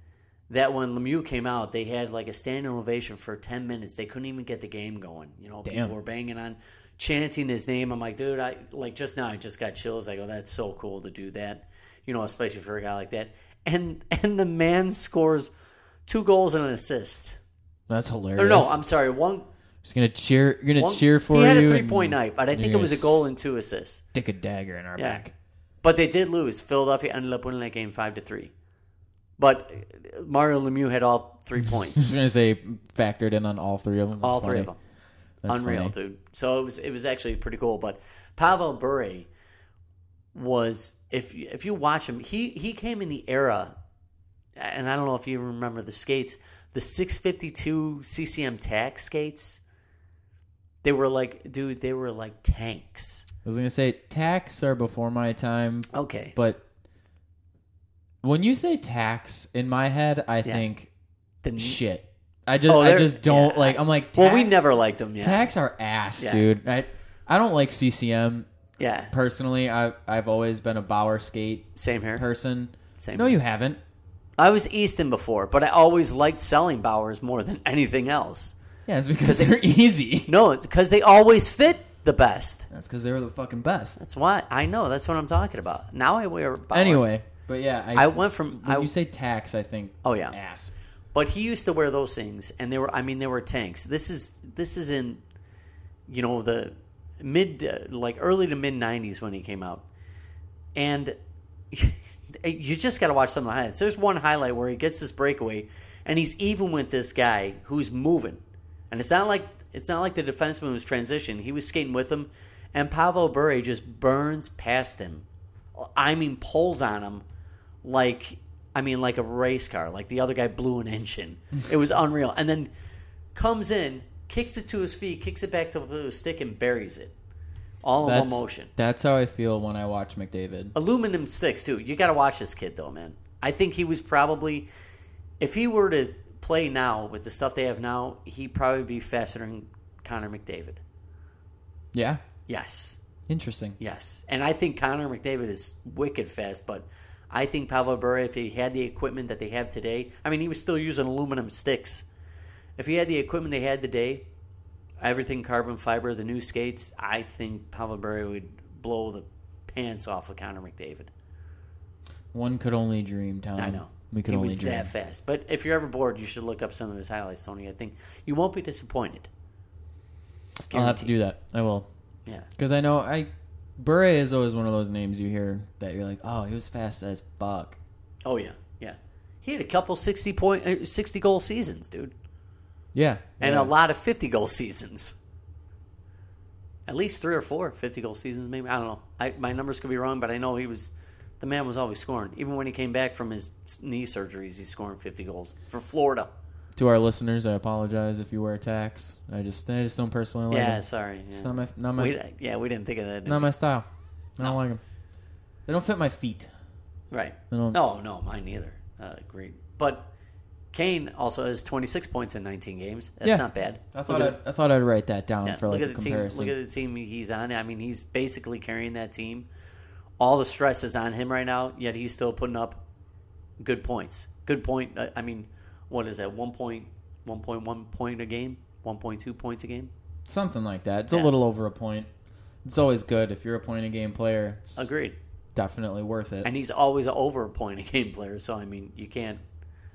[SPEAKER 2] that when Lemieux came out, they had like a standing ovation for 10 minutes. They couldn't even get the game going. You know,
[SPEAKER 1] Damn.
[SPEAKER 2] people were banging on, chanting his name. I'm like, dude, I like just now, I just got chills. I go, that's so cool to do that. You know, especially for a guy like that. And and the man scores two goals and an assist.
[SPEAKER 1] That's hilarious.
[SPEAKER 2] Or no, I'm sorry, one.
[SPEAKER 1] just gonna cheer. You're gonna
[SPEAKER 2] one
[SPEAKER 1] cheer for
[SPEAKER 2] he had
[SPEAKER 1] you
[SPEAKER 2] a
[SPEAKER 1] and
[SPEAKER 2] three point night, but I think it
[SPEAKER 1] you're
[SPEAKER 2] was a
[SPEAKER 1] gonna
[SPEAKER 2] goal and two assists.
[SPEAKER 1] Stick a dagger in our
[SPEAKER 2] Yeah.
[SPEAKER 1] back.
[SPEAKER 2] But they did lose. Philadelphia ended up winning that game five to three. But Mario Lemieux had all three
[SPEAKER 1] I was
[SPEAKER 2] points,
[SPEAKER 1] just gonna say factored in on all three of them. That's
[SPEAKER 2] all three of
[SPEAKER 1] funny.
[SPEAKER 2] them.
[SPEAKER 1] That's
[SPEAKER 2] Unreal,
[SPEAKER 1] funny.
[SPEAKER 2] dude. So it was it was actually pretty cool. But Pavel Bure was if you- if you watch him, he he came in the era, and I don't know if you remember the skates, the 652 CCM tack skates. They were like, dude, they were like tanks.
[SPEAKER 1] I was gonna say tax are before my time,
[SPEAKER 2] Okay,
[SPEAKER 1] but when you say tax, in my head, I think
[SPEAKER 2] The-
[SPEAKER 1] shit. I just,
[SPEAKER 2] Mm-hmm. Oh,
[SPEAKER 1] I
[SPEAKER 2] they're-
[SPEAKER 1] just don't
[SPEAKER 2] yeah.
[SPEAKER 1] like. I'm like, tax,
[SPEAKER 2] well, we never liked them. Yeah,
[SPEAKER 1] tax are ass,
[SPEAKER 2] Yeah.
[SPEAKER 1] dude. I, I don't like CCM
[SPEAKER 2] yeah.
[SPEAKER 1] personally. I, I've always been a Bauer skate
[SPEAKER 2] Same here.
[SPEAKER 1] person.
[SPEAKER 2] Same.
[SPEAKER 1] No, you haven't.
[SPEAKER 2] I was Easton before, but I always liked selling Bowers more than anything else.
[SPEAKER 1] Yeah, it's because they're easy.
[SPEAKER 2] No, because they always fit the best.
[SPEAKER 1] That's because they were the fucking best.
[SPEAKER 2] That's why I know. That's what I'm talking about. Now I wear Bauer.
[SPEAKER 1] Anyway, but yeah, I,
[SPEAKER 2] I went from-
[SPEAKER 1] when
[SPEAKER 2] I-
[SPEAKER 1] you say tax, I think
[SPEAKER 2] Oh yeah,
[SPEAKER 1] ass.
[SPEAKER 2] but he used to wear those things, and they were. I mean, they were tanks. This is this is in, you know, the mid uh, like early to mid '90s when he came out, and you just got to watch some of the highlights. There's one highlight where he gets this breakaway, and he's even with this guy who's moving, and it's not like it's not like the defenseman was transition. He was skating with him, and Pavel Bure just burns past him. I mean, pulls on him like I mean, like a race car. Like the other guy blew an engine. It was unreal. And then comes in, kicks it to his feet, kicks it back to his stick, and buries it. All in one motion.
[SPEAKER 1] That's how I feel when I watch McDavid.
[SPEAKER 2] Aluminum sticks too. You got to watch this kid though, man. I think he was probably, if he were to play now with the stuff they have now, he'd probably be faster than Connor McDavid.
[SPEAKER 1] Yeah,
[SPEAKER 2] Yes,
[SPEAKER 1] interesting.
[SPEAKER 2] yes, and I think Connor McDavid is wicked fast. But I think Pavel Bure, if he had the equipment that they have today, I mean, he was still using aluminum sticks. If he had the equipment they had today, everything carbon fiber, the new skates, I think Pavel Bure would blow the pants off of Connor McDavid.
[SPEAKER 1] One could only dream, Tom.
[SPEAKER 2] I know.
[SPEAKER 1] We could
[SPEAKER 2] he
[SPEAKER 1] only
[SPEAKER 2] was
[SPEAKER 1] dream.
[SPEAKER 2] that fast. But if you're ever bored, you should look up some of his highlights, Tony. I think you won't be disappointed.
[SPEAKER 1] I'll have to do that. I will.
[SPEAKER 2] Yeah.
[SPEAKER 1] Because I know I Bure is always one of those names you hear that you're like, oh, he was fast as fuck.
[SPEAKER 2] Oh yeah. Yeah. He had a couple sixty point, uh, sixty goal seasons, dude,
[SPEAKER 1] Yeah.
[SPEAKER 2] and
[SPEAKER 1] yeah.
[SPEAKER 2] a lot of fifty goal seasons. At least three or four 50 goal seasons, maybe. I don't know. I, my numbers could be wrong, but I know he was the man was always scoring. Even when he came back from his knee surgeries, he's scoring fifty goals for Florida.
[SPEAKER 1] To our listeners, I apologize if you wear tax. I just I just don't personally like
[SPEAKER 2] yeah,
[SPEAKER 1] it.
[SPEAKER 2] sorry.
[SPEAKER 1] Oh, It's
[SPEAKER 2] Yeah.
[SPEAKER 1] not my not my
[SPEAKER 2] we, yeah, we didn't think of that. did
[SPEAKER 1] not
[SPEAKER 2] we?
[SPEAKER 1] my style. I don't like them. They don't fit my feet.
[SPEAKER 2] Right.
[SPEAKER 1] I don't-
[SPEAKER 2] Oh, No, no, mine neither. Uh, great. But Kane also has 26 points in 19 games. That's
[SPEAKER 1] Yeah.
[SPEAKER 2] not bad.
[SPEAKER 1] I thought
[SPEAKER 2] Look
[SPEAKER 1] I'd,
[SPEAKER 2] at-
[SPEAKER 1] I thought I'd write that down
[SPEAKER 2] yeah,
[SPEAKER 1] for like
[SPEAKER 2] look
[SPEAKER 1] a
[SPEAKER 2] at the team.
[SPEAKER 1] comparison.
[SPEAKER 2] Look at the team he's on. I mean, he's basically carrying that team. All the stress is on him right now. Yet he's still putting up good points. Good point. uh, I- I mean, what is that? One point, one point one point a game. One point two points a game.
[SPEAKER 1] Something like that. It's
[SPEAKER 2] Yeah.
[SPEAKER 1] a little over a point. It's always good if you're a point a game player. It's
[SPEAKER 2] Agreed.
[SPEAKER 1] definitely worth it.
[SPEAKER 2] And he's always over a point a game player. So I mean, you can't.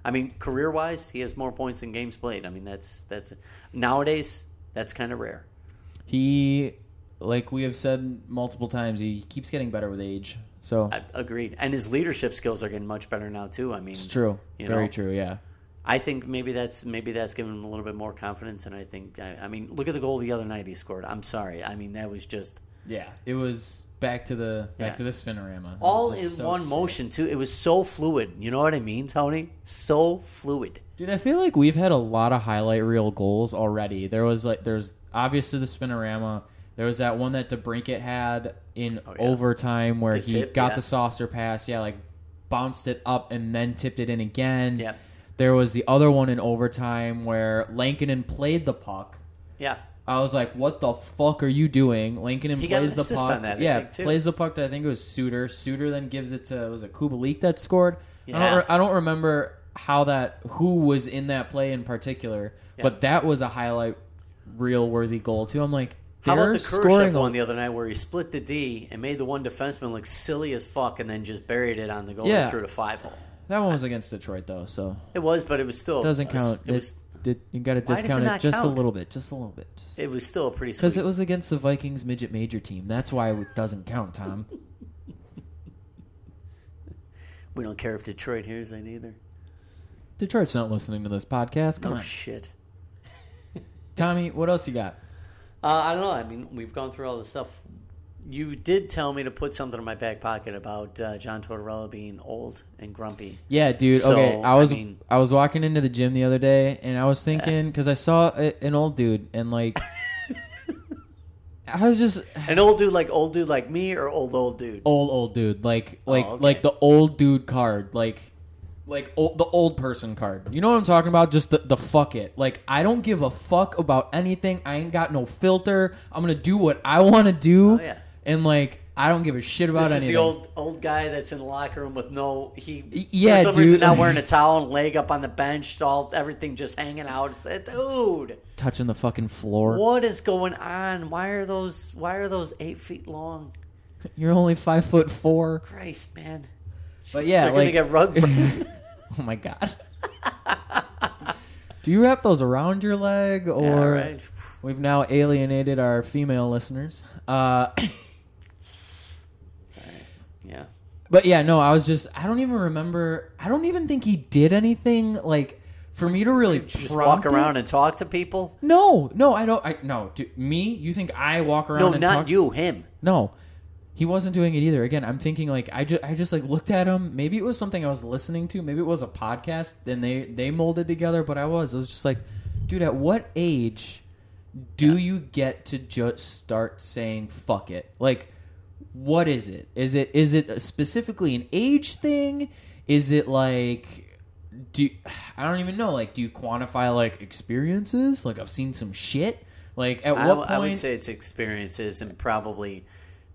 [SPEAKER 2] I mean, career wise, he has more points than games played. I mean, that's that's nowadays that's kind of rare.
[SPEAKER 1] He, like we have said multiple times, he keeps getting better with age. So
[SPEAKER 2] I, agreed. And his leadership skills are getting much better now too. I mean,
[SPEAKER 1] it's true.
[SPEAKER 2] you
[SPEAKER 1] Very
[SPEAKER 2] know.
[SPEAKER 1] true. Yeah.
[SPEAKER 2] I think maybe that's maybe that's given him a little bit more confidence. And I think I, I mean, look at the goal the other night he scored. I'm sorry. I mean, that was just
[SPEAKER 1] Yeah. It was back to the back
[SPEAKER 2] Yeah.
[SPEAKER 1] to the spinorama. It
[SPEAKER 2] all
[SPEAKER 1] was
[SPEAKER 2] in
[SPEAKER 1] so
[SPEAKER 2] one
[SPEAKER 1] sick.
[SPEAKER 2] motion too. It was so fluid. You know what I mean, Tony? So fluid.
[SPEAKER 1] Dude, I feel like we've had a lot of highlight reel goals already. There was like there's obviously the spinorama. There was that one that DeBrinket had in
[SPEAKER 2] Oh, yeah.
[SPEAKER 1] overtime where
[SPEAKER 2] The
[SPEAKER 1] he
[SPEAKER 2] tip,
[SPEAKER 1] got
[SPEAKER 2] yeah.
[SPEAKER 1] the saucer pass. Yeah, like bounced it up and then tipped it in again.
[SPEAKER 2] Yep.
[SPEAKER 1] There was the other one in overtime where Lankinen played the puck.
[SPEAKER 2] Yeah.
[SPEAKER 1] I was like, "What the fuck are you doing?" Lankinen
[SPEAKER 2] He got
[SPEAKER 1] plays
[SPEAKER 2] an
[SPEAKER 1] the
[SPEAKER 2] assist
[SPEAKER 1] puck.
[SPEAKER 2] on that, I
[SPEAKER 1] yeah,
[SPEAKER 2] think, too.
[SPEAKER 1] plays the puck. To, I think it was Suter. Suter then gives it to was it Kubalik that scored. I
[SPEAKER 2] Yeah.
[SPEAKER 1] don't. Re- I don't remember how that who was in that play in particular, but that was a highlight, real worthy goal too. I'm like,
[SPEAKER 2] How about
[SPEAKER 1] they're
[SPEAKER 2] the
[SPEAKER 1] scoring
[SPEAKER 2] Kurashev
[SPEAKER 1] a-
[SPEAKER 2] one the other night where he split the D and made the one defenseman look silly as fuck and then just buried it on the goal
[SPEAKER 1] Yeah.
[SPEAKER 2] through the five hole?
[SPEAKER 1] that one was against Detroit though, so
[SPEAKER 2] It was, but it was still
[SPEAKER 1] doesn't
[SPEAKER 2] a-
[SPEAKER 1] count.
[SPEAKER 2] It was
[SPEAKER 1] It- it- you got to
[SPEAKER 2] does it
[SPEAKER 1] discount it,
[SPEAKER 2] not
[SPEAKER 1] just a
[SPEAKER 2] count?
[SPEAKER 1] little bit, just a little bit,
[SPEAKER 2] it was still a pretty
[SPEAKER 1] because
[SPEAKER 2] sweet.
[SPEAKER 1] it was against the Vikings midget major team. That's why it doesn't count, Tom.
[SPEAKER 2] we don't care if Detroit hears that either.
[SPEAKER 1] Detroit's not listening to this podcast. Come
[SPEAKER 2] Oh
[SPEAKER 1] on,
[SPEAKER 2] shit.
[SPEAKER 1] Tommy. What else you got?
[SPEAKER 2] Uh, I don't know. I mean, we've gone through all this stuff. You did tell me to put something in my back pocket about uh, John Tortorella being old and grumpy.
[SPEAKER 1] Yeah, dude.
[SPEAKER 2] So,
[SPEAKER 1] okay, I
[SPEAKER 2] I
[SPEAKER 1] was I,
[SPEAKER 2] mean-
[SPEAKER 1] was walking into the gym the other day, and I was thinking because I saw a, an old dude, and like I was just
[SPEAKER 2] An old dude like old dude like me or old old dude.
[SPEAKER 1] old old dude, like like
[SPEAKER 2] Oh, okay.
[SPEAKER 1] like the old dude card, like like old, the old person card. You know what I'm talking about? Just the the fuck it. Like I don't give a fuck about anything. I ain't got no filter. I'm gonna do what I want to do,
[SPEAKER 2] Oh, yeah.
[SPEAKER 1] and like I don't give a shit about
[SPEAKER 2] This is
[SPEAKER 1] anything.
[SPEAKER 2] the old old guy that's in the locker room with no he.
[SPEAKER 1] Y- yeah,
[SPEAKER 2] for some reason
[SPEAKER 1] dude.
[SPEAKER 2] not wearing a towel and leg up on the bench, all everything just hanging out. It's, it, dude,
[SPEAKER 1] touching the fucking floor.
[SPEAKER 2] what is going on? Why are those Why are those eight feet long?
[SPEAKER 1] You're only five foot four.
[SPEAKER 2] Christ, man.
[SPEAKER 1] But yeah,
[SPEAKER 2] they're
[SPEAKER 1] like
[SPEAKER 2] gonna get rug burn.
[SPEAKER 1] oh my god. Do you wrap those around your leg, or
[SPEAKER 2] All right.
[SPEAKER 1] we've now alienated our female listeners? Uh,
[SPEAKER 2] Yeah.
[SPEAKER 1] but yeah, no, I was just—I don't even remember. I don't even think he did anything like for me to really
[SPEAKER 2] Just walk
[SPEAKER 1] prompt it-
[SPEAKER 2] around and talk to people.
[SPEAKER 1] No, no, I don't. I no, do, me. You think I walk around?
[SPEAKER 2] No,
[SPEAKER 1] and
[SPEAKER 2] not
[SPEAKER 1] talk-
[SPEAKER 2] you, him.
[SPEAKER 1] No, he wasn't doing it either. Again, I'm thinking like I just I just like looked at him. Maybe it was something I was listening to. Maybe it was a podcast, and they they molded together. But I was I was just like, dude, at what age do you get to just start saying fuck it? Like, what is it? Is it is it specifically an age thing? Is it like do I don't even know. Like, do you quantify like experiences? Like, I've seen some shit. Like, at
[SPEAKER 2] I,
[SPEAKER 1] what point?
[SPEAKER 2] I would say it's experiences and probably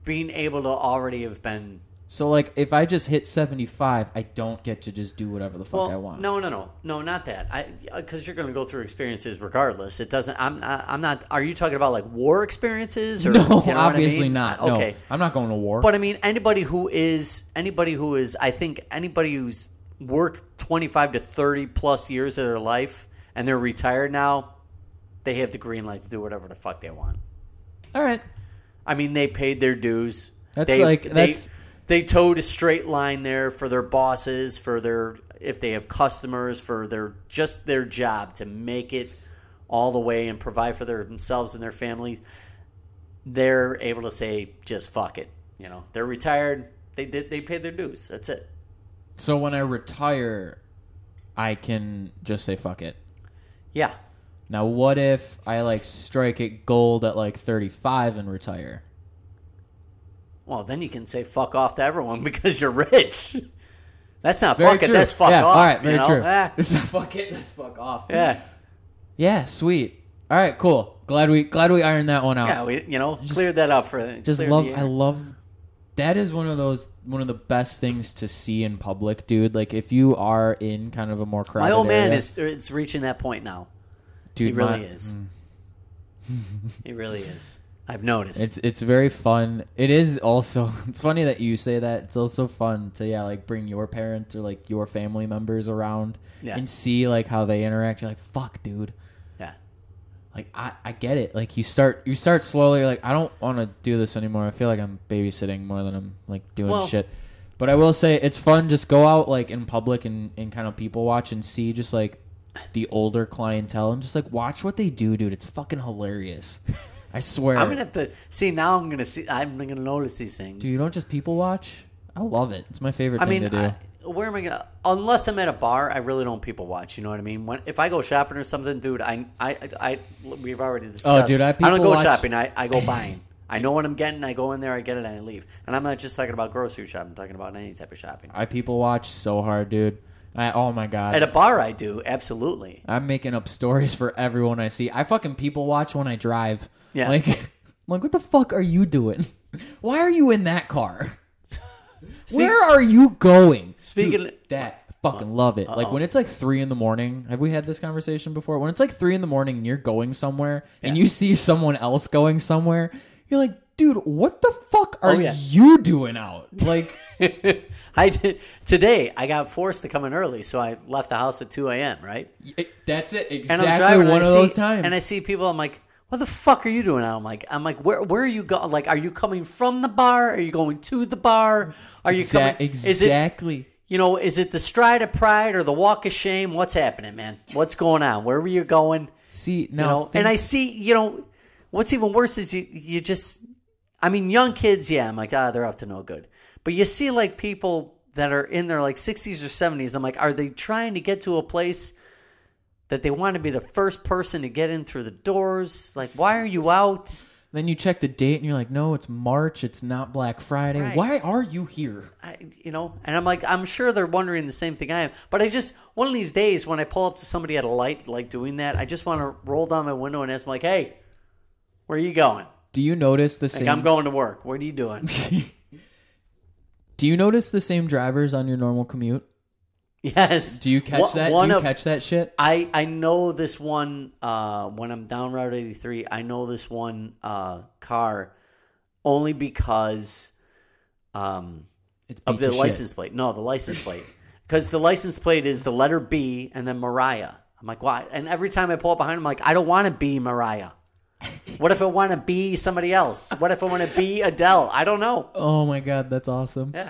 [SPEAKER 2] being able to already have been.
[SPEAKER 1] So like if I just hit 75, I don't get to just do whatever the fuck
[SPEAKER 2] Well,
[SPEAKER 1] I want.
[SPEAKER 2] no, no, no, no, not that. I because you're going to go through experiences regardless. It doesn't. I'm. I, I'm not. Are you talking about like war experiences? Or,
[SPEAKER 1] No,
[SPEAKER 2] you know what I
[SPEAKER 1] obviously
[SPEAKER 2] mean? Uh,
[SPEAKER 1] not.
[SPEAKER 2] Okay.
[SPEAKER 1] No. I'm not going to war.
[SPEAKER 2] But I mean, anybody who is anybody who is, I think anybody who's worked twenty five to thirty plus years of their life and they're retired now, they have the green light to do whatever the fuck they want.
[SPEAKER 1] All right.
[SPEAKER 2] I mean, they paid their dues.
[SPEAKER 1] That's
[SPEAKER 2] They've-
[SPEAKER 1] like-
[SPEAKER 2] they,
[SPEAKER 1] that's-
[SPEAKER 2] they towed a straight line there for their bosses, for their if they have customers, for their just their job to make it all the way and provide for their, themselves and their families. They're able to say just fuck it. You know, they're retired. They did. They paid their dues. That's it.
[SPEAKER 1] So when I retire, I can just say fuck it.
[SPEAKER 2] Yeah.
[SPEAKER 1] Now what if I like strike it gold at like 35 and retire?
[SPEAKER 2] Well, then you can say fuck off to everyone because you're rich. That's not
[SPEAKER 1] Very
[SPEAKER 2] fuck
[SPEAKER 1] true.
[SPEAKER 2] it. That's fuck
[SPEAKER 1] yeah,
[SPEAKER 2] off.
[SPEAKER 1] All right, very
[SPEAKER 2] you know?
[SPEAKER 1] true.
[SPEAKER 2] Ah,
[SPEAKER 1] It's not fuck it. That's fuck off.
[SPEAKER 2] yeah.
[SPEAKER 1] Yeah, sweet. All right, cool. Glad we glad we ironed that one out.
[SPEAKER 2] Yeah, we you know cleared that up for
[SPEAKER 1] Oh. Just
[SPEAKER 2] cleared
[SPEAKER 1] love
[SPEAKER 2] the air.
[SPEAKER 1] I love that is one of those one of the best things to see in public, dude. Like if you are in kind of a more crowded
[SPEAKER 2] my old man
[SPEAKER 1] area,
[SPEAKER 2] is er, it's reaching that point now.
[SPEAKER 1] dude,
[SPEAKER 2] he really
[SPEAKER 1] my- Mm.
[SPEAKER 2] is. he really is. I've noticed.
[SPEAKER 1] It's it's very fun. It is also it's funny that you say that. It's also fun to yeah, like bring your parents or like your family members around
[SPEAKER 2] Yeah.
[SPEAKER 1] and see like how they interact. You're like, fuck, dude.
[SPEAKER 2] yeah.
[SPEAKER 1] Like I, I get it. Like you start you start slowly you're like I don't want to do this anymore. I feel like I'm babysitting more than I'm like doing
[SPEAKER 2] Well-
[SPEAKER 1] shit. But I will say it's fun just go out like in public and, and kind of people watch and see just like the older clientele and just like watch what they do, dude. It's fucking hilarious. I swear.
[SPEAKER 2] I'm gonna have to see now. I'm gonna see. I'm gonna notice these things.
[SPEAKER 1] Dude, you don't just people watch? I love it. It's my favorite
[SPEAKER 2] I
[SPEAKER 1] thing to
[SPEAKER 2] mean,
[SPEAKER 1] do.
[SPEAKER 2] I, where am I gonna? Unless I'm at a bar, I really don't people watch. You know what I mean? When if I go shopping or something, dude, I I I we've already discussed.
[SPEAKER 1] Oh, dude, I
[SPEAKER 2] don't
[SPEAKER 1] people
[SPEAKER 2] go
[SPEAKER 1] watch-
[SPEAKER 2] shopping. I, I go buying. I know what I'm getting. I go in there, I get it, and I leave. And I'm not just talking about grocery shopping. I'm talking about any type of shopping.
[SPEAKER 1] I people watch so hard, dude. I, oh my god.
[SPEAKER 2] At a bar, I do absolutely.
[SPEAKER 1] I'm making up stories for everyone I see. I fucking people watch when I drive.
[SPEAKER 2] Yeah.
[SPEAKER 1] Like, I'm like what the fuck are you doing? Why are you in that car? Where are you going?
[SPEAKER 2] Speaking-
[SPEAKER 1] Dude, that I fucking love it. Like when it's like three in the morning. Have we had this conversation before? When it's like three in the morning, and you're going somewhere and you see someone else going somewhere. You're like, dude, what the fuck are
[SPEAKER 2] Oh, yeah.
[SPEAKER 1] you doing out? Like,
[SPEAKER 2] I did today. I got forced to come in early, so I left the house at 2 a.m. Right.
[SPEAKER 1] it, that's it.
[SPEAKER 2] and
[SPEAKER 1] Exactly
[SPEAKER 2] I'm driving
[SPEAKER 1] one
[SPEAKER 2] and
[SPEAKER 1] of
[SPEAKER 2] I see,
[SPEAKER 1] those times.
[SPEAKER 2] And I see people. I'm like, what the fuck are you doing? out?" I'm like, I'm like, where where are you going? Like, are you coming from the bar? Are you going to the bar? Are you
[SPEAKER 1] Exa-
[SPEAKER 2] coming? Is it
[SPEAKER 1] exactly.
[SPEAKER 2] you know? Is it the stride of pride or the walk of shame? What's happening, man? What's going on? Where were you going?
[SPEAKER 1] see
[SPEAKER 2] You
[SPEAKER 1] now,
[SPEAKER 2] know, and I see. You know, what's even worse is you you just. I mean, young kids. Yeah, I'm like, ah, they're up to no good. But you see, like people that are in their like 60s or 70s. I'm like, are they trying to get to a place? that they want to be the first person to get in through the doors. Like, why are you out?
[SPEAKER 1] Then you check the date and you're like, no, it's March. It's not Black Friday.
[SPEAKER 2] Right.
[SPEAKER 1] Why are you here?
[SPEAKER 2] I, you know, and I'm like, I'm sure they're wondering the same thing I am. But I just, one of these days, when I pull up to somebody at a light, like doing that, I just want to roll down my window and ask, them, like, hey, where are you going?
[SPEAKER 1] Do you notice the
[SPEAKER 2] Like,
[SPEAKER 1] same?
[SPEAKER 2] I'm going to work. What are you doing?
[SPEAKER 1] do you notice the same drivers on your normal commute?
[SPEAKER 2] yes.
[SPEAKER 1] Do you catch
[SPEAKER 2] One-
[SPEAKER 1] that?
[SPEAKER 2] One
[SPEAKER 1] do you
[SPEAKER 2] of,
[SPEAKER 1] catch that shit?
[SPEAKER 2] I, I know this one uh, when I'm down Route 83. I know this one uh, car only because um,
[SPEAKER 1] It's
[SPEAKER 2] of
[SPEAKER 1] beat
[SPEAKER 2] the
[SPEAKER 1] to
[SPEAKER 2] license plate. No, the license plate. Because the license plate is the letter B and then Mariah. I'm like, why? And every time I pull up behind, I'm like, I don't want to be Mariah. What if I want to be somebody else? What if I want to be Adele? I don't know.
[SPEAKER 1] Shit. Oh my god, that's awesome,
[SPEAKER 2] Yeah.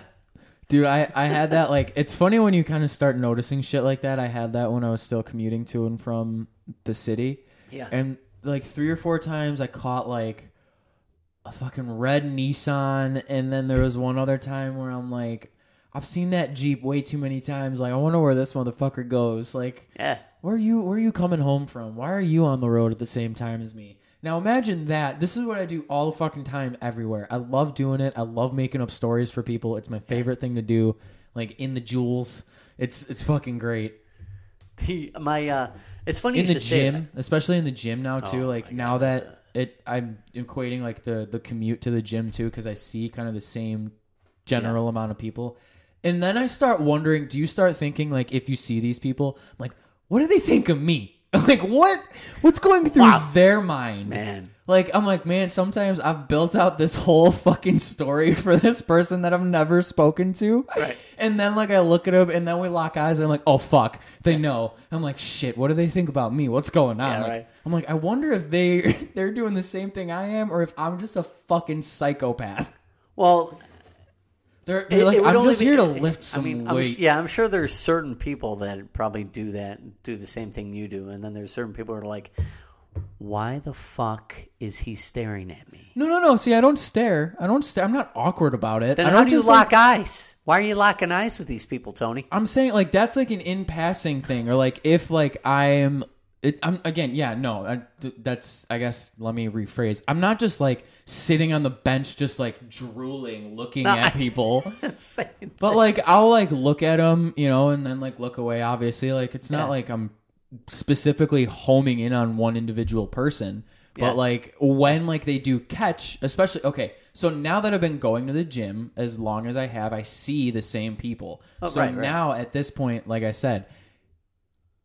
[SPEAKER 1] dude! I I had that like it's funny when you kind of start noticing shit like that. I had that when I was still commuting to and from the city.
[SPEAKER 2] Yeah.
[SPEAKER 1] And like three or four times I caught like a fucking red Nissan and then there was one other time where I'm like I've seen that Jeep way too many times. Like I wonder where this motherfucker goes. Like
[SPEAKER 2] Yeah.
[SPEAKER 1] where are you where are you coming home from? Why are you on the road at the same time as me? Now imagine that. This is what I do all the fucking time everywhere. I love doing it. I love making up stories for people. It's my favorite thing to do. Like in the jewels. It's it's fucking great
[SPEAKER 2] The, my, uh, it's funny
[SPEAKER 1] in
[SPEAKER 2] you
[SPEAKER 1] the
[SPEAKER 2] should say that. Oh
[SPEAKER 1] gym, especially in the gym now too. like now that it, I'm equating like the the commute to the gym too because I see kind of the same general amount of people, and then I start wondering: Do you start thinking like if you see these people, I'm like what do they think of me? like what what's going through their mind,
[SPEAKER 2] Man.
[SPEAKER 1] Like I'm like man, sometimes I've built out this whole fucking story for this person that I've never spoken to,
[SPEAKER 2] Right.
[SPEAKER 1] and then like I look at him, and then we lock eyes, and I'm like, oh fuck, they know. I'm like, shit, what do they think about me? What's going on?
[SPEAKER 2] Yeah,
[SPEAKER 1] like,
[SPEAKER 2] right.
[SPEAKER 1] I'm like, I wonder if they they're doing the same thing I am, or if I'm just a fucking psychopath.
[SPEAKER 2] Well,
[SPEAKER 1] They're, they're
[SPEAKER 2] It-
[SPEAKER 1] like,
[SPEAKER 2] it would
[SPEAKER 1] I'm
[SPEAKER 2] only
[SPEAKER 1] just
[SPEAKER 2] be-
[SPEAKER 1] here to lift some
[SPEAKER 2] I mean, I'm,
[SPEAKER 1] weight.
[SPEAKER 2] yeah, I'm sure there's certain people that probably do that, do the same thing you do, and then there's certain people who are like, "Why the fuck is he staring at me?"
[SPEAKER 1] no, no, no. See, I don't stare. I don't stare. I'm not awkward about it.
[SPEAKER 2] Then
[SPEAKER 1] I
[SPEAKER 2] how
[SPEAKER 1] don't
[SPEAKER 2] do you
[SPEAKER 1] just, like,
[SPEAKER 2] lock eyes? Why are you locking eyes with these people, Tony?
[SPEAKER 1] I'm saying like that's like an in passing thing, or like if like I'm It, I'm again, yeah, no, I, th- that's I guess let me rephrase. I'm not just like sitting on the bench, just like drooling, looking
[SPEAKER 2] No, I-
[SPEAKER 1] at people.
[SPEAKER 2] Saying-
[SPEAKER 1] But like I'll like look at them, you know, and then like look away. Obviously, like it's not
[SPEAKER 2] Yeah.
[SPEAKER 1] like I'm specifically homing in on one individual person. But
[SPEAKER 2] Yeah.
[SPEAKER 1] like when like they do catch, especially okay. So now that I've been going to the gym as long as I have, I see the same people.
[SPEAKER 2] Oh,
[SPEAKER 1] so
[SPEAKER 2] right, right.
[SPEAKER 1] now at this point, like I said,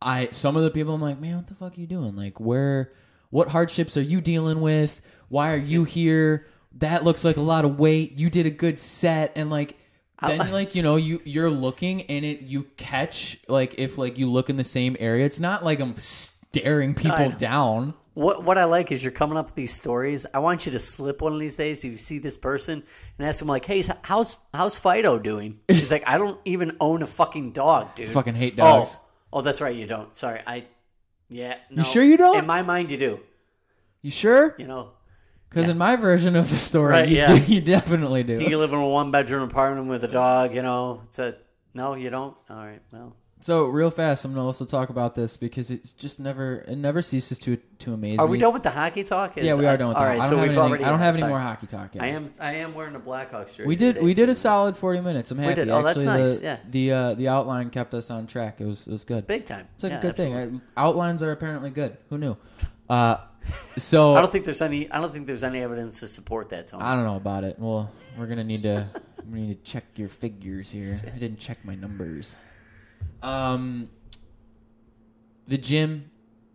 [SPEAKER 1] I some of the people I'm like, man, what the fuck are you doing? Like, where, what hardships are you dealing with? Why are you here? That looks like a lot of weight. You did a good set, and like then like you know you you're looking and it you catch like if like you look in the same area. It's not like I'm staring people
[SPEAKER 2] know.
[SPEAKER 1] down.
[SPEAKER 2] What what I like is you're coming up with these stories. I want you to slip one of these days if you see this person and ask them like, "Hey, s- how's how's Fido doing?" He's like, "I don't even own a fucking dog, dude.
[SPEAKER 1] Fucking hate dogs.
[SPEAKER 2] Oh, oh, that's right, you don't. Sorry, I. Yeah, no.
[SPEAKER 1] sure you don't?
[SPEAKER 2] In my mind, you do.
[SPEAKER 1] You sure?
[SPEAKER 2] You know,
[SPEAKER 1] Because in my version of the story,
[SPEAKER 2] Right,
[SPEAKER 1] you,
[SPEAKER 2] yeah.
[SPEAKER 1] do, you definitely do.
[SPEAKER 2] you live in a one bedroom apartment with a dog. You know, it's a no, you don't. All right, well,
[SPEAKER 1] So real fast, I'm gonna also talk about this because it's just never it never ceases to to amaze
[SPEAKER 2] are
[SPEAKER 1] me.
[SPEAKER 2] we done with the hockey talk? Is-
[SPEAKER 1] yeah, we are done with
[SPEAKER 2] all
[SPEAKER 1] that.
[SPEAKER 2] right,
[SPEAKER 1] I don't
[SPEAKER 2] so
[SPEAKER 1] have
[SPEAKER 2] we've
[SPEAKER 1] anything-
[SPEAKER 2] already.
[SPEAKER 1] I don't have any
[SPEAKER 2] sorry.
[SPEAKER 1] more hockey talk. Yet.
[SPEAKER 2] I am. I am wearing a Blackhawks jersey.
[SPEAKER 1] We did.
[SPEAKER 2] today,
[SPEAKER 1] We did
[SPEAKER 2] too.
[SPEAKER 1] a solid forty minutes. I'm happy.
[SPEAKER 2] did. Oh, that's
[SPEAKER 1] Actually,
[SPEAKER 2] nice,
[SPEAKER 1] The,
[SPEAKER 2] yeah.
[SPEAKER 1] The uh, the outline kept us on track. It was it was good.
[SPEAKER 2] big time.
[SPEAKER 1] It's like
[SPEAKER 2] Yeah,
[SPEAKER 1] a good
[SPEAKER 2] absolutely.
[SPEAKER 1] thing. I, outlines are apparently good. Who knew? Uh, so
[SPEAKER 2] I don't think there's any. I don't think there's any evidence to support that, Tony.
[SPEAKER 1] I don't know about it. Well, we're gonna need to we need to check your figures here. I didn't check my numbers. Um, the gym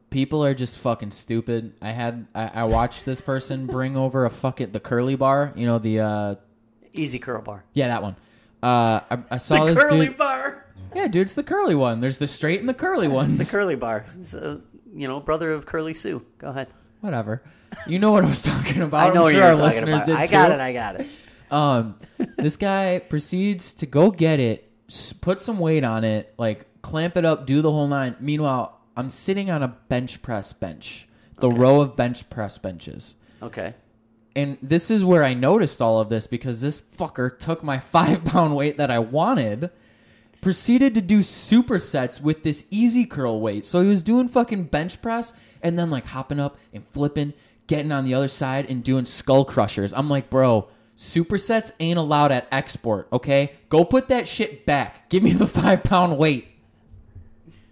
[SPEAKER 1] people are just fucking stupid. I had I, I watched this person bring over a fucking the curly bar. You know the uh
[SPEAKER 2] Easy curl bar.
[SPEAKER 1] yeah that one. Uh, I, I saw
[SPEAKER 2] the
[SPEAKER 1] this
[SPEAKER 2] curly
[SPEAKER 1] dude.
[SPEAKER 2] bar.
[SPEAKER 1] Yeah, dude, it's the curly one. There's the straight and the curly ones.
[SPEAKER 2] The curly bar. It's, uh, you know, brother of Curly Sue. Go ahead.
[SPEAKER 1] Whatever. You know what I was talking about.
[SPEAKER 2] I know
[SPEAKER 1] I'm
[SPEAKER 2] what
[SPEAKER 1] sure
[SPEAKER 2] you're
[SPEAKER 1] our
[SPEAKER 2] talking
[SPEAKER 1] listeners
[SPEAKER 2] about.
[SPEAKER 1] did
[SPEAKER 2] I
[SPEAKER 1] too.
[SPEAKER 2] got it. I got it.
[SPEAKER 1] Um, this guy proceeds to go get it, s- put some weight on it, like clamp it up, do the whole nine. Meanwhile, I'm sitting on a bench press bench, the row of bench press benches.
[SPEAKER 2] Okay.
[SPEAKER 1] And this is where I noticed all of this because this fucker took my five pound weight that I wanted, proceeded to do supersets with this easy curl weight. So he was doing fucking bench press and then like hopping up and flipping, getting on the other side and doing skull crushers. I'm like, bro, supersets ain't allowed at export, okay? Go put that shit back. Give me the five pound weight.